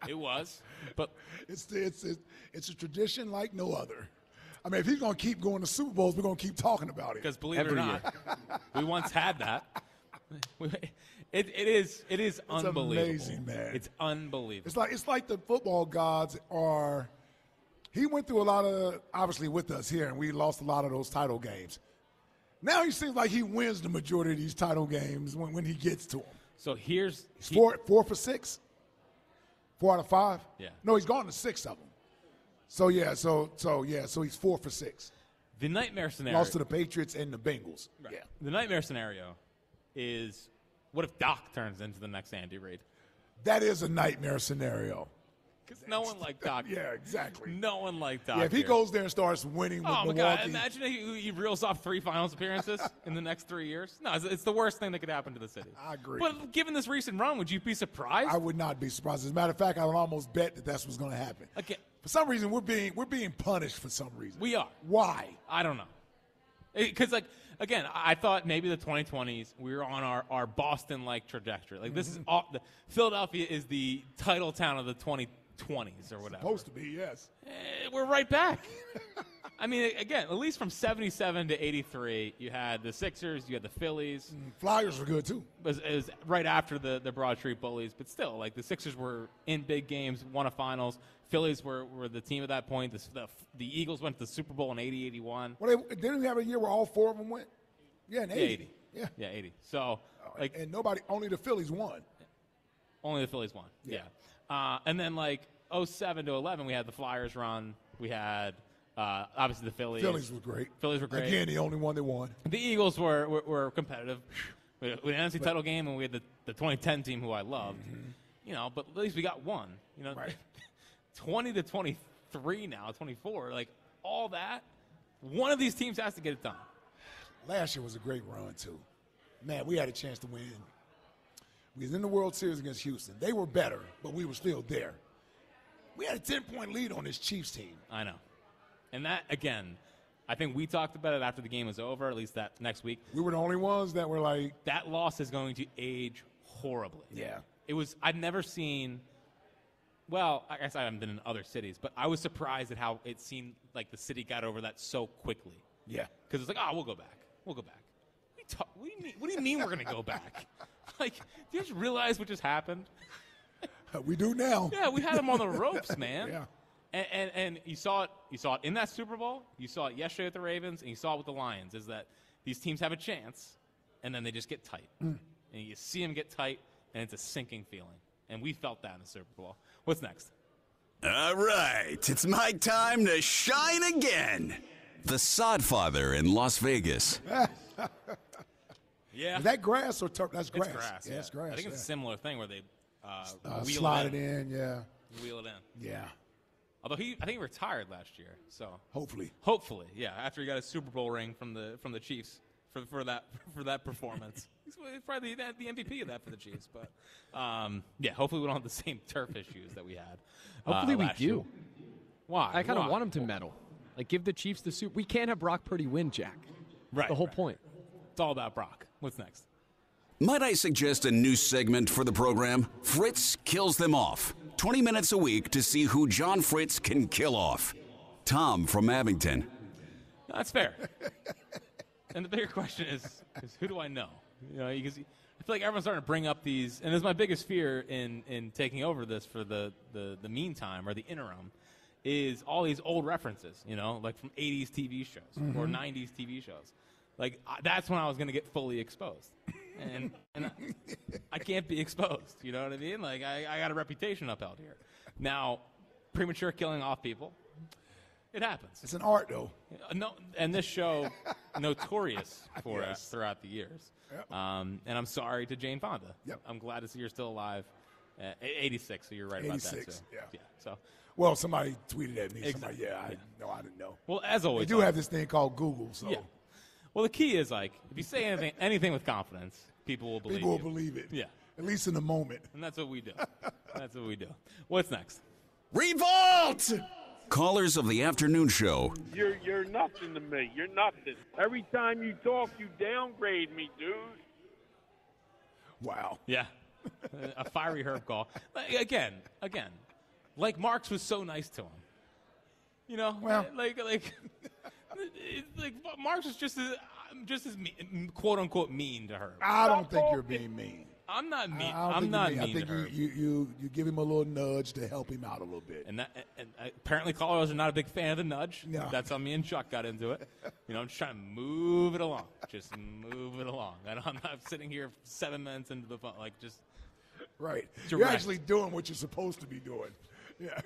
S1: It was, but
S2: it's it's it's, it's a tradition like no other. I mean, if he's going to keep going to Super Bowls, we're going to keep talking about it.
S1: Because believe it or not, we once had that. We- It, it is it is unbelievable.
S2: amazing, man.
S1: It's unbelievable.
S2: It's like it's like the football gods are. He went through a lot of obviously with us here, and we lost a lot of those title games. Now he seems like he wins the majority of these title games when, when he gets to them.
S1: So here's
S2: He's four four for six, four out of five.
S1: Yeah.
S2: No, he's gone to six of them. So yeah, so so yeah, so he's four for six.
S1: The nightmare scenario.
S2: Lost to the Patriots and the Bengals. Yeah.
S1: The nightmare scenario is what if Doc turns into the next Andy Reid?
S2: That is a nightmare scenario.
S1: Because no one liked Doc.
S2: yeah, exactly.
S1: No one liked Doc.
S2: yeah, if he
S1: here.
S2: goes there and starts winning with
S1: Oh my God!
S2: Milwaukee,
S1: Imagine he, he reels off three finals appearances in the next three years. No, it's, it's the worst thing that could happen to the city. I
S2: agree.
S1: But given this recent run, would you be surprised?
S2: I would not be surprised. As a matter of fact, I would almost bet that that's what's going to happen.
S1: Okay.
S2: For some reason, we're being we're being punished for some reason.
S1: We are.
S2: Why?
S1: I don't know. Because, like, again, I I thought maybe the 2020s, we were on our, our Boston like trajectory. Like, this
S2: Mm-hmm.
S1: is all, the, Philadelphia is the title town of the 2020s or whatever.
S2: Supposed to be, yes.
S1: Eh, we're right back. I mean, again, at least from 77 to 83, you had the Sixers, you had the Phillies.
S2: Mm, Flyers were good, too.
S1: It was, it was right after the, the Broad Street Bullies, but still, like, the Sixers were in big games, won a finals. Phillies were, were the team at that point. The, the, the Eagles went to the Super Bowl in 80 81.
S2: Well, they, didn't we have a year where all four of them went? Yeah, in
S1: Yeah,
S2: 80.
S1: 80.
S2: Yeah. Oh,
S1: Yeah, 80. So, like,
S2: And nobody, only the Phillies won.
S1: only the Phillies won. Yeah.
S2: Yeah.
S1: Uh, and then, like, 07 to 11, we had the Flyers run. We had, uh, obviously, the Phillies.
S2: Phillies were great.
S1: Phillies were great.
S2: Again, the only one that won.
S1: The Eagles were, were, were competitive. We had we had an NFC title game, and we had the, the 2010 team who I loved.
S2: Mm-hmm.
S1: You know, but at least we got one. You know, 20 to 23 now, 24. Like, all that. One of these teams has to get it done.
S2: Last year was a great run, too. Man, we had a chance to win. We was in the World Series against Houston. They were better, but we were still there. We had a 10-point lead on this Chiefs team.
S1: I know. And that, again, I think we talked about it after the game was over, at least that next week.
S2: We were the only ones that were like,
S1: That loss is going to age horribly.
S2: Yeah.
S1: It was, I'd never seen, well, I guess I haven't been in other cities, but I was surprised at how it seemed like the city got over that so quickly.
S2: Yeah.
S1: Because it's like, oh, we'll go back. We'll go back. We talk, what, do you mean, what do you mean we're going to go back? Like, do you just realize what just happened?
S2: we do now.
S1: Yeah, we had them on the ropes, man.
S2: Yeah.
S1: And, and and you saw it you saw it in that Super Bowl, you saw it yesterday with the Ravens, and you saw it with the Lions, is that these teams have a chance and then they just get tight. And you see them get tight and it's a sinking feeling. And we felt that in the Super Bowl. What's next?
S7: All right, it's my time to shine again. The Sodfather in Las Vegas.
S1: Yeah.
S2: Is that grass or turf? That's grass.
S1: It's grass.
S2: Yeah, it's grass.
S1: I think it's a similar thing where they uh,
S2: yeah. Uh,
S1: wheel
S2: slide
S1: it
S2: it in. yeah.
S1: Wheel it in.
S2: Yeah.
S1: Although he, I think he retired last year. So
S2: Hopefully.
S1: hopefully, yeah. After he got his Super Bowl ring from the from the Chiefs for, for that for that performance, he's probably the, the MVP of that for the Chiefs. But um, yeah, hopefully we don't have the same turf issues that we had. uh,
S9: Hopefully we
S1: last
S9: do.
S1: year. Why?
S9: I kind
S1: Why?
S9: of want him to medal. Like, give the Chiefs the suit. We can't have Brock Purdy win, Jack.
S1: Right.
S9: The whole point.
S1: It's all about Brock. What's next?
S7: Might I suggest a new segment for the program? Fritz kills them off. 20 minutes a week to see who John Fritz can kill off. Tom from Abington.
S1: That's fair. and the bigger question is, is who do I know? You know, because I feel like everyone's starting to bring up these, and it's my biggest fear in in taking over this for the the the meantime or the interim, is all these old references. You know, like from '80s TV shows or
S23: Mhm.
S1: '90s TV shows. Like I, that's when I was going to get fully exposed, and and I, I can't be exposed. You know what I mean? Like I, I got a reputation upheld here. Now, premature killing off people, it happens.
S2: It's an art, though.
S1: Uh, No, and this show notorious for us throughout the years.
S2: Yep.
S1: Um, and I'm sorry to Jane Fonda. I'm glad to see you're still alive. Uh, a- 86, so you're right about that
S2: 86,
S1: too.
S2: yeah.
S1: So,
S2: Well, somebody tweeted at me. Somebody,
S1: Exactly,
S2: yeah, I,
S1: yeah.
S2: no, I didn't know.
S1: well, as always,
S2: they do have this thing called Google, so
S1: Yeah. Well, the key is like if you say anything, anything with confidence, people will believe.
S2: people will
S1: you.
S2: believe it.
S1: Yeah,
S2: At least in the moment.
S1: and that's what we do. that's what we do. What's next?
S7: Revolt! Callers of the afternoon show.
S15: You're you're nothing to me. You're nothing. Every time you talk, you downgrade me, dude.
S2: Wow.
S1: Yeah. A- a fiery herb call. Like, again, again. Like Marx was so nice to him. You know, like like it's like Marks was just as I'm just as mean, quote unquote mean to her.
S2: I don't think you're being mean.
S1: I'm not mean.
S2: I don't
S1: I'm
S2: think
S1: not
S2: you're
S1: mean
S2: mean. I think
S1: to her.
S2: you, you, you, you give him a little nudge to help him out a little bit.
S1: And, that, and and apparently, Colorado's are not a big fan of the nudge.
S2: No.
S1: That's how me and Chuck got into it. You know, I'm just trying to move it along. Just move it along. I don't, I'm not sitting here seven minutes into the phone. Like, just.
S2: Right. You're
S1: Direct.
S2: actually doing what you're supposed to be doing. Yeah.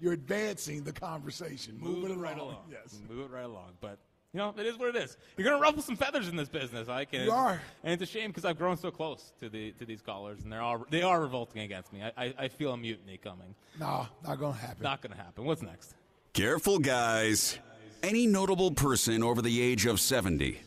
S2: you're advancing the conversation.
S1: move
S2: moving
S1: it right
S2: along.
S1: along.
S2: Yes.
S1: Move it right along. But, you know, it is what it is. You're going to ruffle some feathers in this business, I can.
S2: You are.
S1: And it's a shame because I've grown so close to the to these callers, and they're all, they are revolting against me. I, I, I feel a mutiny coming.
S2: Nah, not gonna happen.
S1: Not going to happen. What's next?
S7: Careful, guys. Any notable person over the age of 70.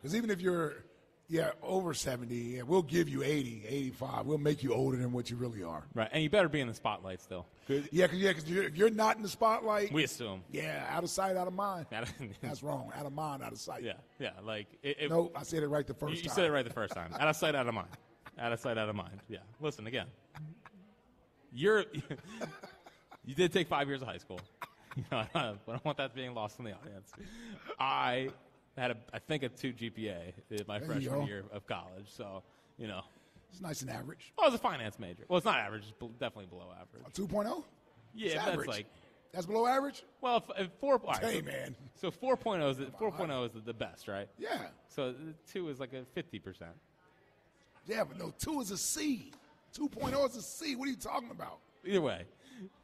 S2: Because even if you're, yeah, over 70, yeah, we'll give you 80, 85. We'll make you older than what you really are.
S1: Right. And you better be in the spotlight still.
S2: Yeah, because yeah, cause you're, if you're not in the spotlight,
S1: We assume.
S2: yeah, out of sight, out of mind.
S1: That's
S2: wrong. Out of mind, out of sight.
S1: Yeah, yeah. Like it, it,
S2: Nope, I said it right the first
S1: you, You
S2: time.
S1: said it right the first time. out of sight, out of mind. Out of sight, out of mind. Yeah. Listen again. You're you did take five years of high school. You know, I don't, I don't want that being lost in the audience. I had a I think a two GPA in my
S2: There you
S1: freshman
S2: go.
S1: year of college. So you know,
S2: It's nice and average.
S1: I was a finance major. Well, it's not average. It's bel- definitely below average.
S2: 2.0?
S1: Yeah,
S2: oh? It's
S1: but
S2: average.
S1: that's like
S2: That's below average?
S1: Well, if, if four. all right,
S2: Hey,
S1: so-
S2: man.
S1: So 4.0 is the, 4.0 is the, the best, right?
S2: Yeah.
S1: So the two is like a 50%.
S2: Yeah, but no, 2 is a C. 2.0 is a C. What are you talking about?
S1: Either way,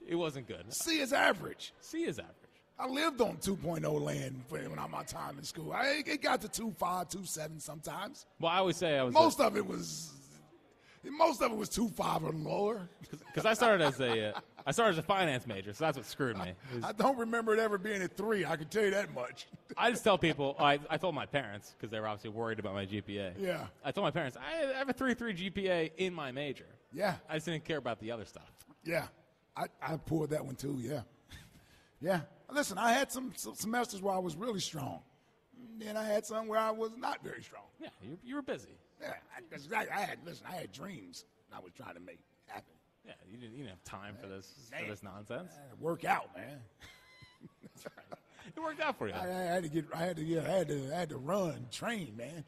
S1: it wasn't good.
S2: C is average.
S1: C is average.
S2: I lived on 2.0 land for- when I my time in school. I, it got to 2.5, 2.7 sometimes.
S1: Well, I always say I was
S2: Most of it was, most of it was 2.5 or lower.
S1: because I started as a uh, I started as a finance major, so that's what screwed me. is
S2: I don't remember it ever being at 3. I can tell you that much.
S1: I just tell people oh, I, I told my parents because they were obviously worried about my GPA.
S2: Yeah.
S1: I told my parents I have a 3.3 GPA in my major.
S2: Yeah.
S1: I just didn't care about the other stuff.
S2: Yeah, I, I poured that one too. Yeah, yeah. Listen, I had some, some semesters where I was really strong. Then I had some where I was not very strong.
S1: Yeah, you, you were busy.
S2: Yeah, I, that's exactly. I had listen. I had dreams I was trying to make happen.
S1: Yeah, you didn't, you didn't have time for this for
S2: Damn.
S1: this nonsense.
S2: Work out, man.
S1: It worked out for you.
S2: I, I had to get. I had to. Yeah, I had to. I had to run, train, man.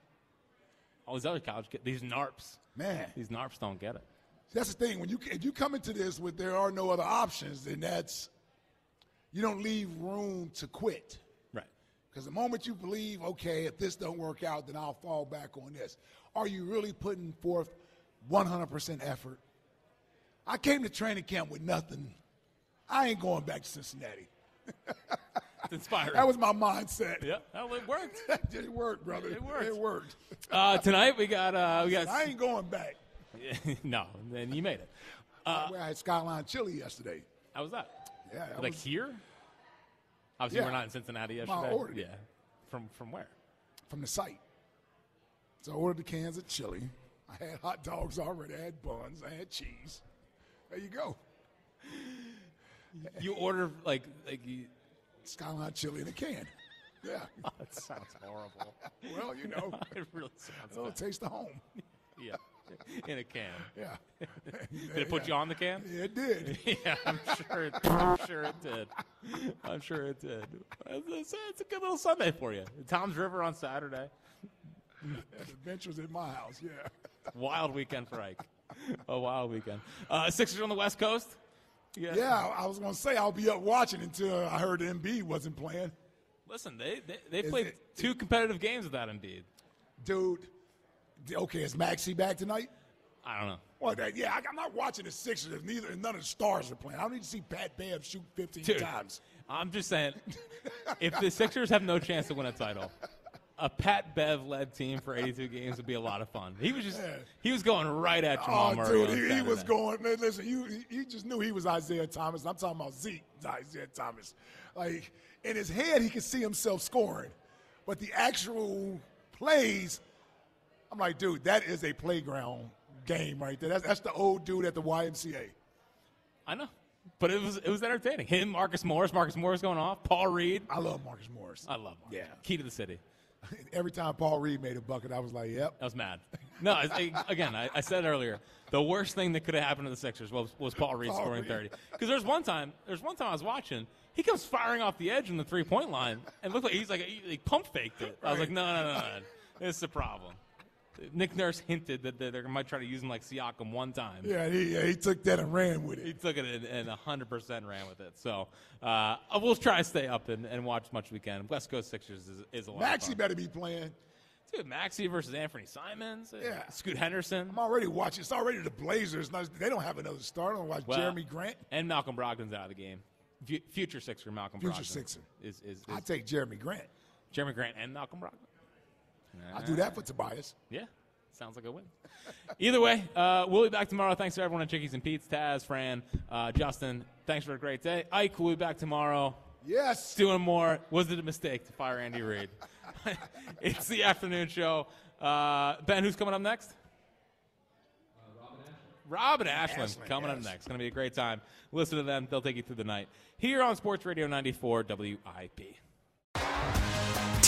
S1: All these other college kids, these NARPs,
S2: Man.
S1: these NARPs don't get it.
S2: That's the thing. When you if you come into this with there are no other options, then that's you don't leave room to quit.
S1: Right.
S2: Because the moment you believe, okay, if this don't work out, then I'll fall back on this. Are you really putting forth 100% effort? I came to training camp with nothing. I ain't going back to Cincinnati.
S1: It's inspiring.
S2: That was my mindset.
S1: Yep. Well, it worked.
S2: Did it work, brother? It worked. It worked.
S1: Uh, tonight we got uh, we got.
S2: I ain't going back.
S1: no, then you made it. Uh,
S2: Well, I had Skyline Chili yesterday.
S1: How was that?
S2: Yeah, that
S1: like
S2: was-
S1: here. Obviously,
S2: Yeah.
S1: we're not in Cincinnati
S2: Well, I
S1: yesterday.
S2: ordered
S1: yeah.
S2: it.
S1: From from where?
S2: from the site. So I ordered the cans of chili. I had hot dogs already. I had buns. I had cheese. There you go.
S1: You order like like you.
S2: Skyline chili in a can. Yeah.
S1: Oh, that sounds horrible.
S2: Well, you know.
S1: it really sounds.
S2: It'll
S1: bad.
S2: taste of home.
S1: Yeah. In a can.
S2: Yeah.
S1: did it put you on the can?
S2: Yeah, it did.
S1: yeah, I'm sure. It, I'm sure it did. I'm sure it did. It's, it's a good little Sunday for you. Tom's River on Saturday.
S2: Adventures at my house. Yeah.
S1: Wild weekend for Ike. A wild weekend. Uh, Sixers on the West Coast. Yeah.
S2: Yeah, I was going to say I'll be up watching until I heard MB wasn't playing.
S1: Listen, they they, they
S2: Is
S1: played
S2: it-
S1: two competitive games without Embiid.
S2: Dude, d- okay, is Maxie back tonight?
S1: I don't know.
S2: Well, that, yeah, I, I'm not watching the Sixers if neither none of the stars are playing. I don't need to see Pat Bam shoot 15
S1: Dude,
S2: times.
S1: I'm just saying, if the Sixers have no chance to win a title, a Pat Bev led team for 82 games would be a lot of fun. He was just he was going right at Jamal
S2: Oh,
S1: Murray.
S2: dude,
S1: on
S2: he, he was
S1: Saturday.
S2: going. Man, listen, you he- he just knew he was Isaiah Thomas. I'm talking about Zeke, Isaiah Thomas. Like in his head, he could see himself scoring, but the actual plays, I'm like, dude, that is a playground game right there. That's that's the old dude at the YMCA.
S1: I know, but it was it was entertaining. Him, Marcus Morris, Marcus Morris going off. Paul Reed.
S2: I love Marcus Morris.
S1: I love Marcus. Yeah, key to the city.
S2: Every time Paul Reed made a bucket, I was like, yep.
S1: I was mad. No, I- I- again, I, I said earlier, the worst thing that could have happened to the Sixers was, was Paul Reed
S2: Paul
S1: scoring
S2: Reed.
S1: 30. Because there's one time, there's one time I was watching, he comes firing off the edge in the three point line, and looked like he's like he, he pump faked it. I was like, no, no, no, no, no. this is a problem. Nick Nurse hinted that they they might try to use him like Siakam one time.
S2: Yeah, he, yeah, he took that and ran with it.
S1: He took it and- and 100% ran with it. So uh, we'll try to stay up and, and watch as much as we can. West Coast Sixers is, is a lot. of
S2: Maxie
S1: fun.
S2: better be playing.
S1: Dude, Maxie versus Anthony Simons. uh,
S2: Yeah.
S1: Scoot Henderson.
S2: I'm already watching. It's already the Blazers. Not- They don't have another star. I don't watch
S1: Well,
S2: Jeremy Grant.
S1: And Malcolm Brogdon's out of the game. Fu- Future Sixer Malcolm
S2: Future
S1: Brogdon
S2: Sixer.
S1: Is, is, is-
S2: I take Jeremy Grant.
S1: Jeremy Grant and Malcolm Brogdon.
S2: I do that for Tobias.
S1: Yeah. Sounds like a win. Either way, uh, we'll be back tomorrow. Thanks to everyone at Chickies and Pete's, Taz, Fran, uh, Justin. Thanks for a great day. Ike will be back tomorrow.
S2: Yes.
S1: Doing more. Was it a mistake to fire Andy Reid? it's the afternoon show. Uh, ben, who's coming up next? Robin Ashland
S23: Ashland,
S1: coming up
S23: yes.
S1: next. It's going to be a great time. Listen to them. They'll take you through the night here on Sports Radio 94 WIP.